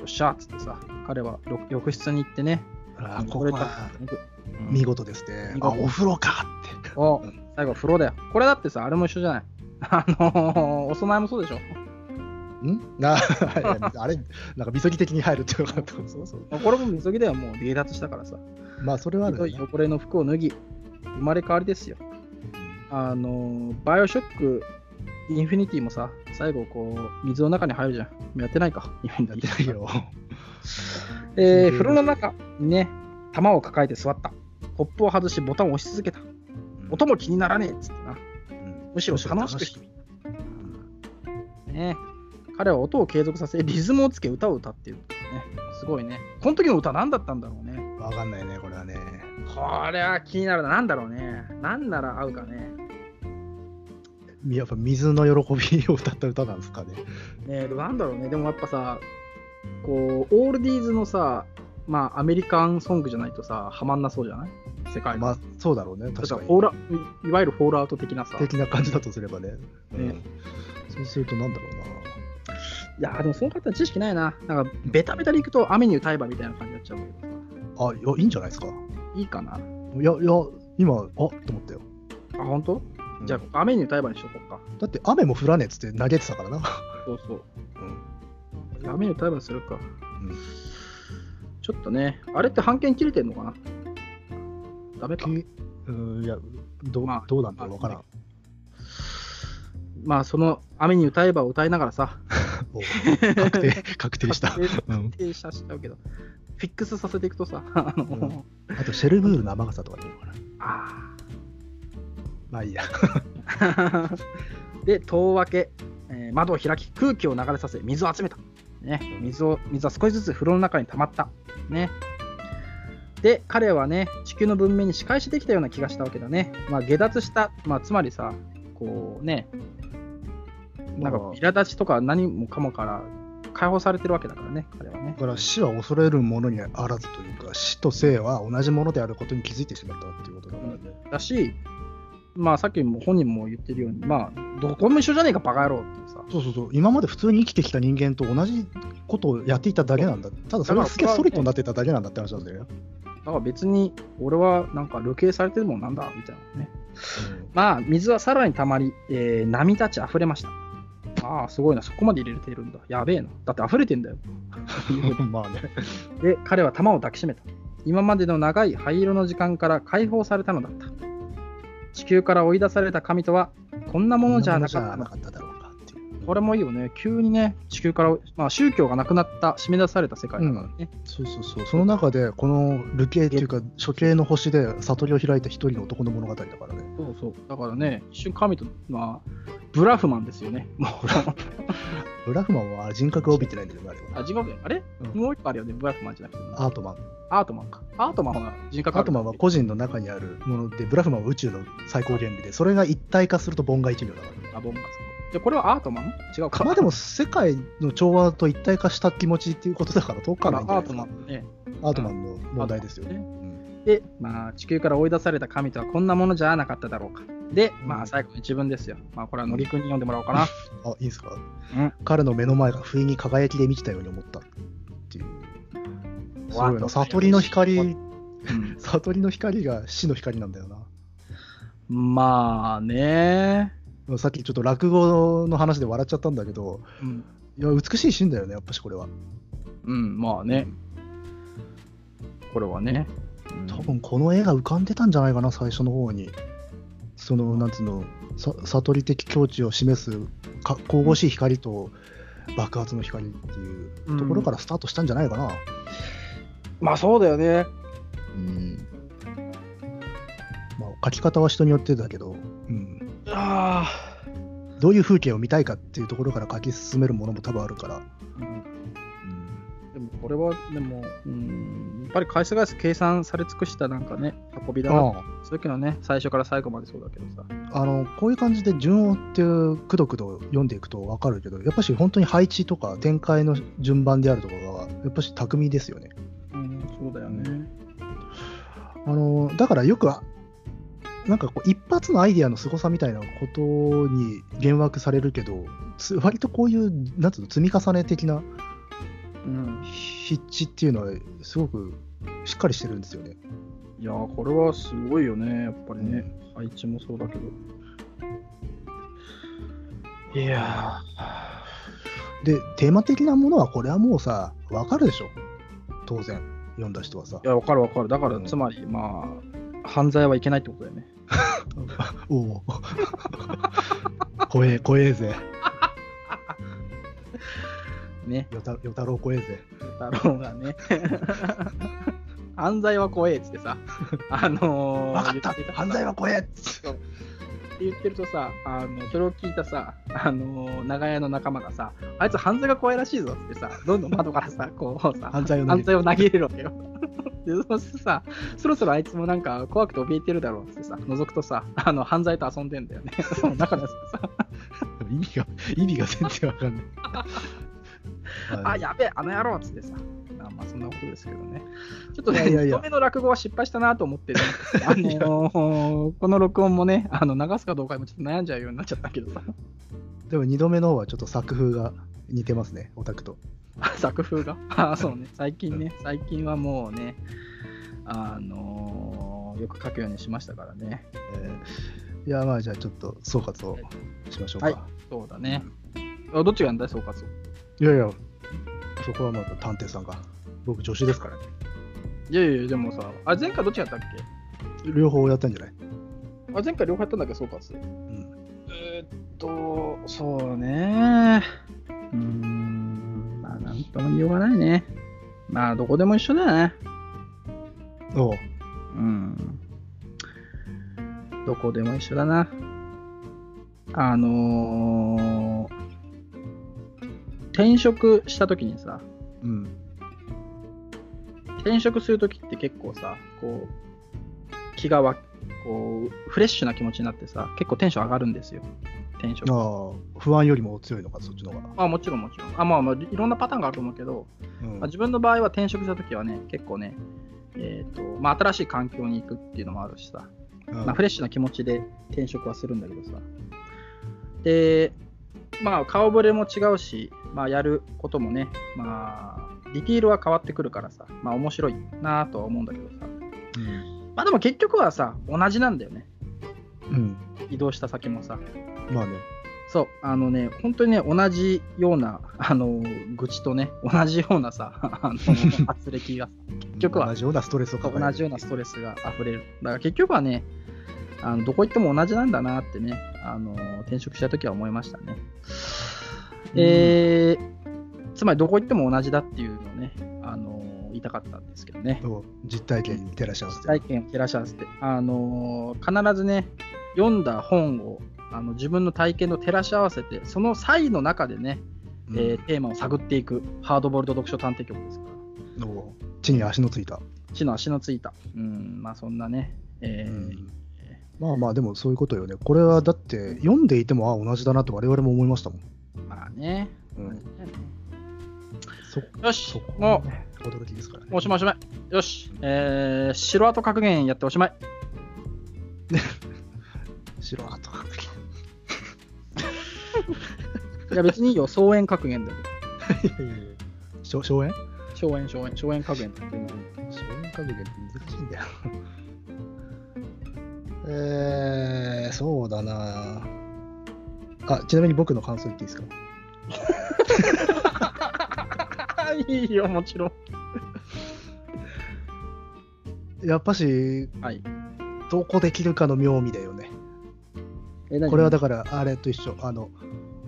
Speaker 1: っしゃっつってさ、彼はろ浴室に行ってね、
Speaker 2: ああ
Speaker 1: 汚
Speaker 2: ここ
Speaker 1: れた
Speaker 2: は
Speaker 1: 肉うん
Speaker 2: 見事ですね
Speaker 1: 見
Speaker 2: あ
Speaker 1: 事
Speaker 2: お風呂かって
Speaker 1: お最後、風呂だよ。これだってさ、あれも一緒じゃない。 *laughs* あのーお供えもそうでしょ。
Speaker 2: んなあれなんかみそぎ的に入るっていうのかとそうそう
Speaker 1: これも水着ではもう下脱したからさ。
Speaker 2: まあそれはあるよね
Speaker 1: 汚れの服を脱ぎ、生まれ変わりですよ。あのーバイオショック、インフィニティもさ、最後こう、水の中に入るじゃん。もうやってないか、インフィニ
Speaker 2: や
Speaker 1: テ
Speaker 2: っ
Speaker 1: ィ。
Speaker 2: てないよ
Speaker 1: えー風呂の中にね、玉を抱えて座った。コップを外し、ボタンを押し続けた。音も気にならねえっつってな。
Speaker 2: うん
Speaker 1: むしろ楽しく
Speaker 2: むしろ
Speaker 1: ね、彼は音を継続させ、リズムをつけ歌を歌っている、ね。すごいね。この時の歌何だったんだろうね。
Speaker 2: わかんないねこれはね
Speaker 1: これは気になるな。何だろうね。何なら合うかね。
Speaker 2: やっぱ水の喜びを歌った歌なんですかね
Speaker 1: ねでもなんだろうね。でもやっぱさ、こう、オールディーズのさ、まあ、アメリカンソングじゃないとさ、はまんなそうじゃない世界の。
Speaker 2: まあそうだろうね
Speaker 1: だ
Speaker 2: 確
Speaker 1: か
Speaker 2: からに
Speaker 1: フォーラいいわゆるフォールアウト的なさ。
Speaker 2: 的な感じだとすればね、うん
Speaker 1: ね
Speaker 2: そうするとなんだろ
Speaker 1: いやー、でもその方知識ないな。なんか、ベタベタに行くと雨に歌えばみたいな感じになっちゃうんだけど
Speaker 2: うなあいやいいんじゃないですかい
Speaker 1: いいかな。
Speaker 2: やいや今あっと思ったよ
Speaker 1: あ、本当？じゃ
Speaker 2: うん
Speaker 1: あ、雨に歌えばにしとこうか。
Speaker 2: だって雨も降らねえっつって嘆いてたからな
Speaker 1: そうそう。
Speaker 2: うん
Speaker 1: 雨に対話するか。ちょっとね、あれって半券切れてんのかなダメか。
Speaker 2: きうんいやど,、う
Speaker 1: まあ
Speaker 2: どうなんだろうわからん、
Speaker 1: まあ、その雨に歌えば歌いながらさ、
Speaker 2: もう確定確定した
Speaker 1: 確定
Speaker 2: うん
Speaker 1: 停車しちゃうけど、フィックスさせていくとさ、あの、
Speaker 2: うんあとシェルブールの甘さとかいいのかな
Speaker 1: あ
Speaker 2: まあいいや
Speaker 1: ー *laughs* で、戸を開け、えー窓を開き、空気を流れさせ、水を集めた。ね、水を水は少しずつ風呂の中に溜まった。ね。で、彼はね、地球の文明に仕返しできたような気がしたわけだね。まあ、下脱した、まあ、つまりさ、こうね、なんか
Speaker 2: まあ
Speaker 1: 苛立ちとか何もかもから解放されてるわけだからね、彼はね
Speaker 2: だ。から死は恐れるものにあらずというか死と生は同じものであることに気づいてしまったっていうことだからね、
Speaker 1: だし、まあさっきも本人も言ってるように、まあ、どこも一緒じゃねえか、バカ野郎っていうさ。
Speaker 2: そうそうそう今まで普通に生きてきた人間と同じことをやっていただけなんだただそれ
Speaker 1: だか
Speaker 2: が
Speaker 1: ら
Speaker 2: スケソリッドになってただけなんだって話なんだよね、
Speaker 1: だから別に俺はなんか流刑されてるもんなんだ、みたいなね。まあ、水はさらに溜まり、えー波立ち溢れました。ああ、すごいな、そこまで入れてるんだ。やべえな。だって溢れてんだよ。
Speaker 2: うん *laughs* まあね
Speaker 1: で、彼は玉を抱きしめた。今までの長い灰色の時間から解放されたのだった。地球から追い出された神とは、こんなものじゃなかったの
Speaker 2: こんなものじゃなかっただろうかっていう
Speaker 1: これもいいよね、急にね、地球から、まあ、宗教がなくなった、締め出された世界だからね。
Speaker 2: そうそうそうその中でこの流刑っていうか処刑の星で悟りを開いた一人の男の物語だからね
Speaker 1: そうそう、だからね、一瞬神と、まあ、ブラフマンですよね。もう、
Speaker 2: ブラフマンは人格を帯びてないんだよねあれは
Speaker 1: あ、違うねあれ、
Speaker 2: うん
Speaker 1: もう一個あるよね、ブラフマンじゃなくて、
Speaker 2: アートマン
Speaker 1: アートマンか。アートマンは人格
Speaker 2: アートマンは
Speaker 1: こ
Speaker 2: 個人の中にあるものでブラフマンは宇宙の最高原理でそれが一体化するとボンが一秒だから
Speaker 1: あ、ボンガスで、これはアートマン違うか。
Speaker 2: まあでも世界の調和と一体化した気持ちっていうことだから遠く
Speaker 1: ア
Speaker 2: はないんじゃない
Speaker 1: ー
Speaker 2: で
Speaker 1: ト
Speaker 2: す
Speaker 1: マンね。
Speaker 2: かアートマンの問題ですよ
Speaker 1: ね
Speaker 2: ね。
Speaker 1: で、まあ、地球から追い出された神とはこんなものじゃなかっただろうか。で、ま
Speaker 2: う
Speaker 1: あ、
Speaker 2: ん
Speaker 1: 最後に自分ですよ。まあ、これはのりくんに読んでもらおうかな。
Speaker 2: あいいですか、
Speaker 1: うん
Speaker 2: 彼の目の前が不意に輝きで満ちたように思ったっていう。すごいな悟りの光、
Speaker 1: うん
Speaker 2: 悟りの光が死の光なんだよな。
Speaker 1: まあね、
Speaker 2: さっきちょっと落語の話で笑っちゃったんだけど、
Speaker 1: うん、
Speaker 2: いや美しいシーンだよね、やっぱしこれは。
Speaker 1: うん、まあね。これはね。
Speaker 2: 多分この絵が浮かんでたんじゃないかな、最初の方に。その、なんつうの、さ悟り的境地を示すか神々しい光と、爆発の光っていうところからスタートしたんじゃないかな。
Speaker 3: まあそうだよね。
Speaker 2: うんまあ、書き方は人によってだけど、うん、
Speaker 3: あ
Speaker 2: どういう風景を見たいかっていうところから書き進めるものも多分あるから。
Speaker 1: でもこれは、でも、うん、やっぱり回数回数計算され尽くしたなんかね、運びだな。そういうけどね、最初から最後までそうだけどさ。
Speaker 2: あのこういう感じで順を追ってくどくど読んでいくと分かるけどやっぱし本当に配置とか展開の順番であるとかがやっぱし巧みですよね
Speaker 1: うん、そうだよね。
Speaker 2: あのだからよくあなんかこう一発のアイディアの凄さみたいなことに幻惑されるけどつ割とこういうなんつうの積み重ね的な
Speaker 1: うん。
Speaker 2: 筆致っていうのはすごくしっかりしてるんですよね
Speaker 1: いやー、これはすごいよね、やっぱりね。配置もそうだけど。いや
Speaker 2: でテーマ的なものはこれはもうさ分かるでしょ当然読んだ人はさ
Speaker 1: ー、いや、わかるわかる。だから、
Speaker 2: うん
Speaker 1: つまり、まあ、犯罪はいけないってことだよね。
Speaker 2: おお *laughs* 怖え怖えぜ
Speaker 1: ね。
Speaker 2: よたよたろう怖えぜ
Speaker 1: だろうが *laughs* ね。犯罪は怖えっつってさ、あのー、
Speaker 2: 分かっ
Speaker 1: 言て
Speaker 2: た
Speaker 1: さ
Speaker 2: 犯罪は怖え
Speaker 1: って言ってるとさ、あのそれを聞いたさ、あの長屋の仲間がさ、あいつ犯罪が怖いらしいぞってさ、どんどん窓からさ、こうさ、
Speaker 2: 犯罪を投
Speaker 1: 犯
Speaker 2: げて
Speaker 1: 罪を投げ入れるわけよ。で、そうするとさ、そろそろあいつもなんか怖くて怯えてるだろうっつってさ、覗くとさ、あの犯罪と遊んでんだよね。 *laughs* その中でさ、
Speaker 2: 意味が意味が全然わかんない
Speaker 1: *laughs* あ、
Speaker 2: い
Speaker 1: やべえ、あの野郎っつってさ。あまあそんなことですけどね。ちょっと
Speaker 2: い
Speaker 1: ね、
Speaker 2: やいやいや
Speaker 1: 2度目の落語は失敗したなと思
Speaker 2: *laughs*
Speaker 1: ってね、あのーこの録音もね、あの流すかどうかもちょっと悩んじゃうようになっちゃったけどさ、
Speaker 2: でも2度目の方はちょっと作風が似てますねオタクと
Speaker 1: 作風が。あそうね、最近ね、最近はもうね、あのーよく書くようにしましたからね。
Speaker 2: えーいやまあじゃあちょっと総括をしましょうか、
Speaker 1: はいそうだね。あどっちがやんだい、総括を。
Speaker 2: い、やいやそこはまた探偵さんが僕助手ですからね
Speaker 1: いやいやいや、でもさ、あれ前回どっちやったっけ
Speaker 2: 両方やったんじゃない、
Speaker 1: あ前回両方やったんだけど、総括。
Speaker 2: うん、
Speaker 1: えーっと、そうね。うーん、まあ、なんとも言いようがないね。まあ、どこでも一緒だよね。
Speaker 2: おう
Speaker 1: うん。どこでも一緒だな。あのー、転職したときにさ、
Speaker 2: うん
Speaker 1: 転職するときって結構さ、こう、気がわ、こう、フレッシュな気持ちになってさ、結構テンション上がるんですよ。転職
Speaker 2: あ。あ不安よりも強いのかそっちの方が、
Speaker 1: まあもちろんもちろん。あまあまあいろんなパターンがあると思うけど、
Speaker 2: うん
Speaker 1: まあ、自分の場合は転職した時はね、結構ね、えーとまあ、新しい環境に行くっていうのもあるしさ、
Speaker 2: うん
Speaker 1: まあ、フレッシュな気持ちで転職はするんだけどさ。で、まあ顔ぶれも違うし、まあ、やることもね、まあディティールは変わってくるからさ、まあ面白いなとは思うんだけどさ。
Speaker 2: うん
Speaker 1: まあでも結局はさ、同じなんだよね。
Speaker 2: うん、
Speaker 1: 移動した先もさ。
Speaker 2: まあね
Speaker 1: そう、あのね、本当にね、同じような、あの、愚痴とね、同じようなさ、 *laughs* あの、圧力が、結局は
Speaker 2: 同じようなストレスを抱える
Speaker 1: 同じようなストレスが溢れる。だから結局はね、あのどこ行っても同じなんだなってね、あの、転職した時は思いましたね。
Speaker 2: うん
Speaker 1: えー、つまりどこ行っても同じだっていうのをね、あの、言いたかったんですけどね。
Speaker 2: を実体験に照らし合わせて、
Speaker 1: 体験を照らし合わせて、あのー必ずね、読んだ本をあの自分の体験と照らし合わせて、その際の中でね、
Speaker 2: うん
Speaker 1: えーテーマを探っていく、ハードボールド読書探偵局ですから、
Speaker 2: おう地に足のついた、
Speaker 1: 地の足のついた、うん、まあそんなね、えー
Speaker 2: うんまあまあでもそういうことよねこれはだって読んでいてもあ同じだなって我々も思いましたもん、
Speaker 1: まあね、
Speaker 2: うん、そ
Speaker 1: よし
Speaker 2: そこ、
Speaker 1: も
Speaker 2: ね、驚きですから
Speaker 1: う、お
Speaker 2: ね
Speaker 1: しまいおしまい、よし、えー、城跡格言やっておしまい。
Speaker 2: 白あ *laughs* と
Speaker 1: いや、別にいいよ、荘園格言だよ。
Speaker 2: しょ荘園
Speaker 1: 荘園、荘園、荘園格言
Speaker 2: *laughs*
Speaker 1: だよ
Speaker 2: 荘園家具って難しいんだよ *laughs* えー、そうだなあちなみに僕の感想言っていいですか
Speaker 1: いいよ、もちろん。
Speaker 2: やっぱし
Speaker 1: はい。
Speaker 2: どこできるかの妙味だよね
Speaker 1: え
Speaker 2: これはだ
Speaker 1: か
Speaker 2: からあれと一緒あの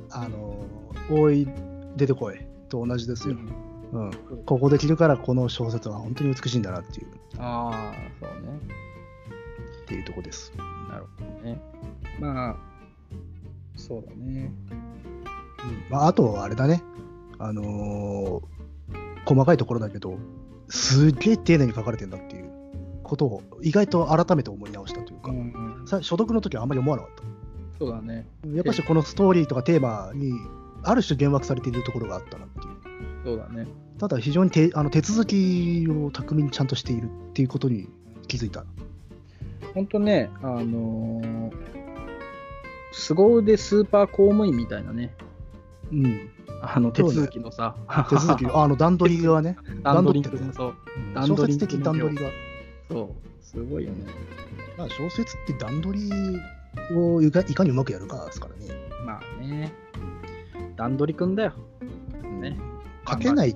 Speaker 2: あの大井出てこいと同じですよ。うん、ここできるからこの小説は本当に美しいんだなっていう
Speaker 1: ああ、そうね。
Speaker 2: っていうとこです。
Speaker 1: なるほどね。まあ、そうだね。
Speaker 2: まあ、あとはあれだね、あのー細かいところだけど、すっげえ丁寧に書かれてんだっていうことを意外と改めて思い直したというか、
Speaker 1: ん、
Speaker 2: さ所読の時はあんまり思わなかっ
Speaker 1: そうだね。
Speaker 2: た。やっぱしこのストーリーとかテーマにある種幻惑されているところがあったなっていう。
Speaker 1: そうだね。
Speaker 2: ただ非常に手あの手続きを巧みにちゃんとしているっていうことに気づいた。
Speaker 1: ほんとね、あのー、凄腕スーパー公務員みたいなね、 *laughs*
Speaker 2: うん、
Speaker 1: あの手
Speaker 2: そうね
Speaker 1: 続きのさ、
Speaker 2: 手続きあの段取りがね、
Speaker 1: *laughs* 段取り
Speaker 2: 段取り
Speaker 1: の、そう、 *laughs* 段
Speaker 2: 小
Speaker 1: 取り
Speaker 2: 説的段取りが。
Speaker 1: そう、すごいよね。
Speaker 2: まあ、小説って段取りをいかいかにうまくやるかですからね。
Speaker 1: まあね、段取りくんだよ。ね。
Speaker 2: 書けない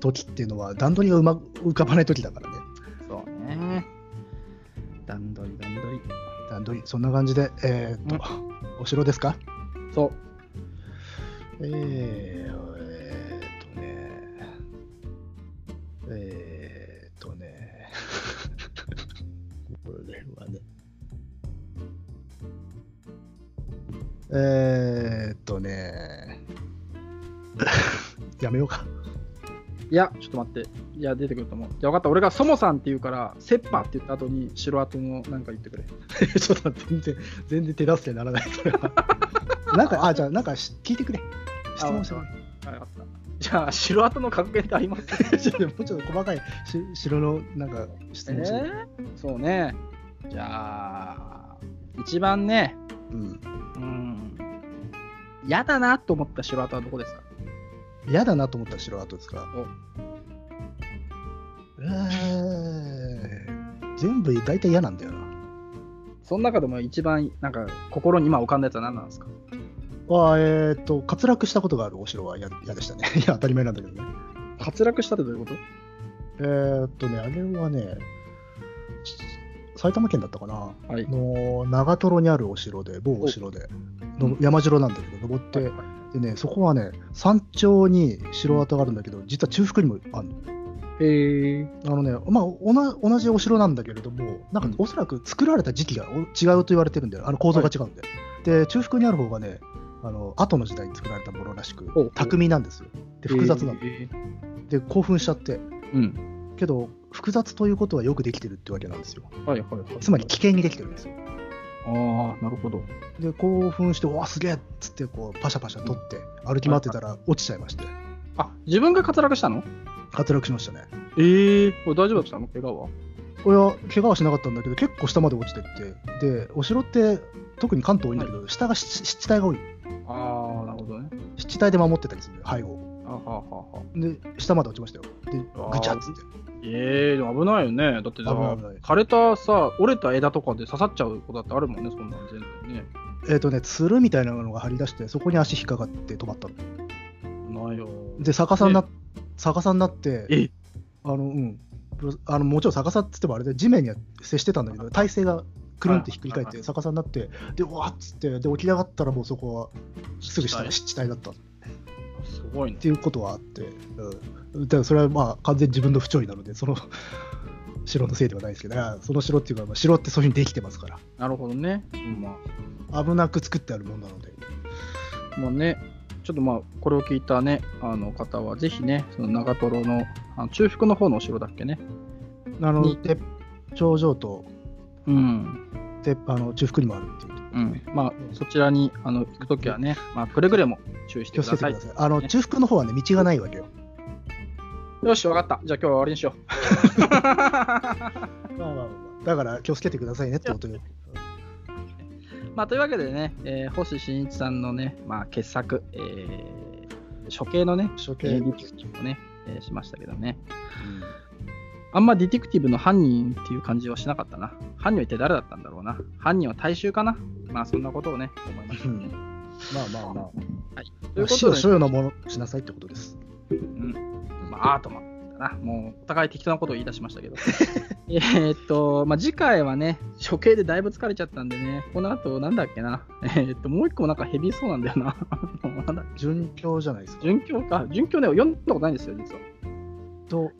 Speaker 2: 時っていうのは段取りがうま浮かばない時だからね。
Speaker 1: そうね。段取り、段取り。
Speaker 2: 段取り、そんな感じで、えーっと、お城ですか
Speaker 1: そう。
Speaker 2: えー、えーっとね、えーっとね、 *laughs* これはね、えーっとね、 *laughs* やめようか。 *laughs*
Speaker 1: いや、ちょっと待って。いや、出てくると思う。じゃあ分かった。俺がそもさんって言うから、セッパって言った後に、白後のなんか言ってくれ。
Speaker 2: ちょっと待って全然、全然手助けにならない、それは。なんか、あ、じゃあ、なんかし聞いてくれ。質問してくれ。
Speaker 1: はい、分かった。じゃあ、白後の格言ってあります
Speaker 2: ちょっともうちょっと細かいし城のなんか質問してくれ、
Speaker 1: そうね。じゃあ、一番ね、
Speaker 2: うん。
Speaker 1: うん、嫌だなと思った白後はどこですか
Speaker 2: 嫌だなと思った城跡ですか。えー、全部大体嫌なんだよな。
Speaker 1: その中でも一番、なんか、心に今浮かんだやつは何なんですか
Speaker 2: あーえっ、と、滑落したことがあるお城は嫌嫌でした *laughs* ね。いや、当たり前なんだけどね。
Speaker 1: 滑落したってどういうこと
Speaker 2: えーっとね、あれはね、埼玉県だったかな。
Speaker 1: はい。
Speaker 2: の長瀞にあるお城で、某お城で、
Speaker 1: お
Speaker 2: の山城なんだけど、登って、でね、そこはね、山頂に城跡があるんだけど、実は中腹にもあるの。
Speaker 1: えー、
Speaker 2: あのね、まあおな、同じお城なんだけれども、なんか
Speaker 1: うん
Speaker 2: おそらく作られた時期がお違うと言われてるんだよ、あの構造が違うんで。で、中腹にある方がね、あの後の時代に作られたものらし
Speaker 1: ほうほ
Speaker 2: く
Speaker 1: う、
Speaker 2: 巧みなんですよ。で、複雑なんで、
Speaker 1: えー
Speaker 2: で興奮しちゃって、
Speaker 1: うん。
Speaker 2: けど、複雑ということはよくできてるってわけなんですよ。
Speaker 1: はいはいはい。
Speaker 2: つまり、危険にできてるんですよ。
Speaker 1: ああ、なるほど。
Speaker 2: で、興奮して、わあ、すげえっつって、こう、パシャパシャ取って、歩き回ってたら落ちちゃいまして、
Speaker 1: あ、自分が滑落したの
Speaker 2: 滑落しましたね。
Speaker 1: ええこれ大丈夫だったの怪我は
Speaker 2: 俺は怪我はしなかったんだけど結構下まで落ちてってでお城って特に関東多いんだけど、下が湿湿地帯が多い
Speaker 1: ああ、なるほどね。
Speaker 2: 湿地帯で守ってたりするのよ背後を
Speaker 1: あははは
Speaker 2: で下まで落ちましたよで
Speaker 1: あー
Speaker 2: ぐちゃっつって
Speaker 1: ええでも危ないよね。だってさ、
Speaker 2: 危ない危ない
Speaker 1: 枯れたさ、折れた枝とかで刺さっちゃうことだってあるもんね、そんなん全然ね。
Speaker 2: えっ、とねつるみたいなのが張り出してそこに足引っかかって止まったの
Speaker 1: ないよ。
Speaker 2: で逆さになっ逆さになって
Speaker 1: え
Speaker 2: あのうんぶあのもちろん逆さっつってもあれで地面には接してたんだけど体勢がくるんってひっくり返っ
Speaker 1: はい
Speaker 2: て逆さになってでうわっつってで起き上がったらもうそこはすぐ
Speaker 1: 湿地
Speaker 2: 下
Speaker 1: 帯
Speaker 2: が湿地帯だった
Speaker 1: すごい
Speaker 2: っ
Speaker 1: ね。
Speaker 2: ていうことはあって、うん、だからそれはまあ完全に自分の不調理なので、その *laughs* 城のせいではないですけど、その城っていうか、まあ、城ってそういうふうにできてますか
Speaker 1: なるほどね。うん、ま
Speaker 2: ら、危なく作ってあるもんなので、
Speaker 1: あ、もうね、ちょっとまあ、これを聞いたね、あの方は、ぜひね、その長瀞の、あの中腹の方のお城だっけね。
Speaker 2: あの
Speaker 1: に
Speaker 2: て頂上と
Speaker 1: うん。
Speaker 2: てあの中腹にもあるっていう。
Speaker 1: うん。まあ、そちらに、あの、行くときはね、まあ、くれぐれも注意して
Speaker 2: 気を
Speaker 1: く
Speaker 2: つ
Speaker 1: だ
Speaker 2: けて
Speaker 1: さ
Speaker 2: く
Speaker 1: い
Speaker 2: だ。さい。あの中腹の方はね、道がないわけよ。
Speaker 1: よし、わかった。じゃあ今日は終わりにしよ *laughs*
Speaker 2: だから気をつけてくださいねってことよ。
Speaker 1: う。まあ、というわけでね、えー星新一さんのね、まあ、傑作、えー、処刑のね、
Speaker 2: 初見
Speaker 1: ディティクティブをね、えーしましたけどね。あんまディティクティブの犯人っていう感じはしなかったな。犯人は一体誰だったんだろうな。犯人は大衆かなまあ、そんなことをね、思 *laughs* いましたね。
Speaker 2: まあまあま
Speaker 1: というこ
Speaker 2: あ、死
Speaker 1: と
Speaker 2: を
Speaker 1: で、
Speaker 2: 所有のものとしなさいってことです。
Speaker 1: うん、まあ、アートマンだな。もう、お互い適当なことを言い出しましたけど。 *laughs* えーっと、まあ、次回はね、処刑でだいぶ疲れちゃったんでね、この後、なんだっけな、えーっと、もう一個もなんかヘビーそうなんだよな。 *laughs* あのなんだ
Speaker 2: 順教じゃないですか。
Speaker 1: 順教か。順教ね、読んだことないんですよ、実は。
Speaker 2: と、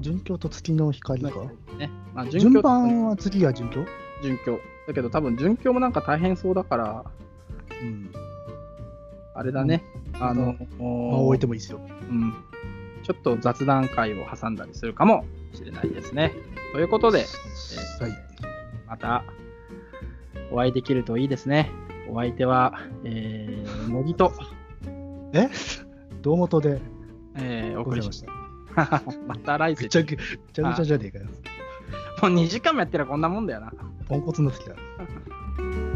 Speaker 2: 順教と月の光か。
Speaker 1: ね、まあ、順
Speaker 2: 順
Speaker 1: 教
Speaker 2: 番は次が順教
Speaker 1: 順教。だけど、多分順教もなんか大変そうだから、
Speaker 2: うん。
Speaker 1: あれだね、あの、
Speaker 2: まあ、置いてもいいですよ。
Speaker 1: うん、ちょっと雑談会を挟んだりするかもしれないですね。ということで、
Speaker 2: はい。
Speaker 1: またお会いできるといいですね。お相手は、えー、茂木と、
Speaker 2: え堂本で
Speaker 1: えー、お
Speaker 2: ご
Speaker 1: 送
Speaker 2: ざ
Speaker 1: り
Speaker 2: い
Speaker 1: しま
Speaker 2: ま
Speaker 1: し
Speaker 2: した。
Speaker 1: た。 *laughs* また来
Speaker 2: ぐ
Speaker 1: 世
Speaker 2: ち。ゃぐぐちゃぐちゃじゃねえかよ。
Speaker 1: もう2時間もやってるらこんなもんだよな。
Speaker 2: ポンコツになってきた。